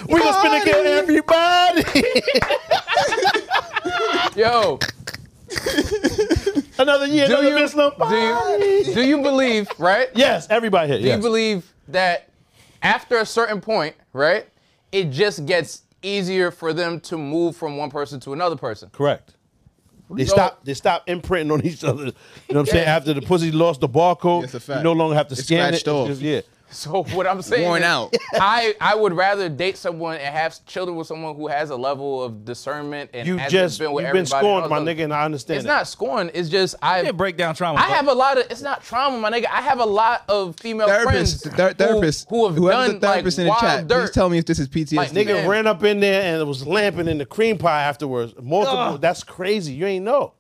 B: we gonna spin again, everybody.
C: Yo,
B: another year,
C: do
B: another
C: you,
B: Muslim.
C: do you do you believe right?
B: Yes, everybody here.
C: Do
B: yes.
C: you believe that after a certain point, right, it just gets easier for them to move from one person to another person?
B: Correct. They stop. They stop imprinting on each other. You know what I'm saying? After the pussy lost the barcode,
H: It's a fact.
B: you no longer have to
H: It's
B: scan
H: scratched
B: it.
H: off.
B: It's just- yeah.
C: So what I'm saying
H: Worn
C: is,
H: out.
C: I I would rather date someone and have children with someone who has a level of discernment and
B: You
C: hasn't
B: just
C: been with
B: you've been
C: everybody and
B: scorned, my
C: all this
B: nigga, and I
C: other-
B: understand.
C: It's
B: it.
C: not scorn. It's just I
G: Yeah, break down trauma,
C: I
G: but-
C: have a lot of. It's not trauma, my nigga. I have a lot of female friends
H: Therapist, ther- therapist,
C: who, who have
H: whoever's
C: done
H: the therapist
C: like
H: in the
C: wild
H: chat,
C: dirt.
H: please tell me if this is PTSD.
C: Like,
B: Nigga
C: Man.
B: ran up in there and it was lamping in the cream pie afterwards. Multiple. That's crazy. You ain't know.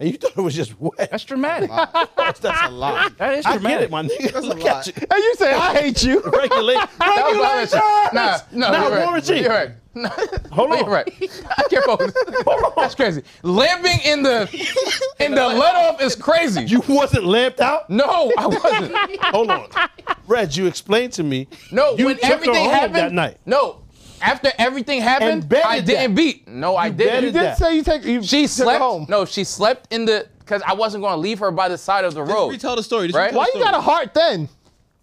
B: And you thought it was just wet.
G: That's dramatic.
B: That's a lot.
G: That is
B: I get
G: dramatic.
B: it, my nigga. That's
H: a
B: Look at
H: lot.
B: you.
D: And you say, I hate you.
B: Regulate.
C: That was
B: Regulations.
C: violation. Nah, no,
B: Nah,
C: you're right.
B: Warren G.
C: You're right. No,
B: Hold on.
C: You're right. I can't focus. That's crazy. Lamping in the in the let off is crazy.
B: You wasn't lamped out.
C: no, I wasn't.
B: Hold on. Red, you explained to me.
C: No,
B: you
C: when
B: took her
C: everything
B: home
C: happened
B: that night.
C: No, after everything happened,
B: betted
C: I
B: that.
C: didn't beat. No, I didn't.
B: betted
D: You did
B: that.
D: say you take you
C: She
D: took
C: slept.
D: home.
C: No, she slept in the because I wasn't going to leave her by the side of the road.
H: retell the story. Just
C: Right?
H: retell
D: Why
H: the
D: you
H: story.
D: got a heart then?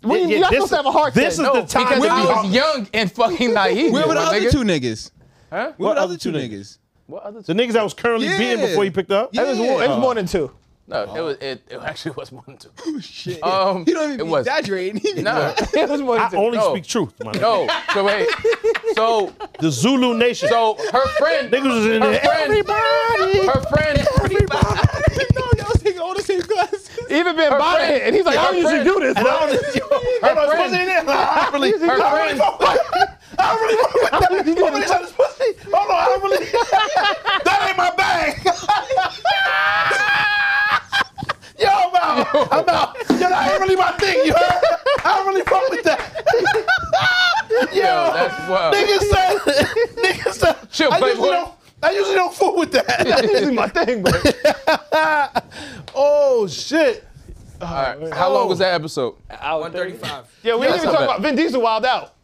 D: We,
B: Yeah, yeah,
D: you're not
B: this
D: supposed to
B: is-
D: have a heart
B: this
D: then.
B: is
C: no,
B: the time
C: because
B: where
C: I
B: we are.
C: was young and fucking naive.
H: Where were the
C: my
H: other
C: nigga.
H: two niggas?
C: Huh?
H: Where were the other two niggas?
C: What other
B: The
C: two?
B: niggas I was currently
H: Yeah.
B: beating before you picked her up.
H: Yeah.
D: It was, more- it was more than two.
C: No, it was it, it actually was more than two.
H: Oh, Shit.
C: Um,
H: you don't even
C: it
H: be
C: was.
H: exaggerating.
C: No,
D: It was more than
B: I
D: two.
B: only
C: No.
B: speak truth, my nigga.
C: no. So wait. So
B: The Zulu Nation.
C: so her friend.
B: niggas was in
C: her
B: there.
C: friend. Her friend.
H: no, y'all was taking all the same classes.
D: Even been
C: Her
D: body,
C: friend-
D: and he's like,
C: her
D: I don't usually do
C: friend-
D: this.
B: And I was yo, hold on,
C: friend-
B: was in there. I don't really,
C: Her
B: I don't
C: friend-
B: really want that. I don't really want that.
D: You
B: I'm really trying to pussy. Hold on, I don't really. That ain't my bag. Yo, I'm out. I'm out. Yo, that ain't really my thing. You heard? I don't really fuck with that. Yo,
C: Yo, that's wild.
B: niggas said, niggas said,
C: Chill,
B: I usually
C: playboy.
B: don't, I usually don't fool with that.
D: This is my thing, but
B: oh shit.
C: All right. How long was that episode?
E: One thirty-five.
D: yeah, we didn't even
C: not
D: talk
C: bad.
D: about Vin Diesel wild out.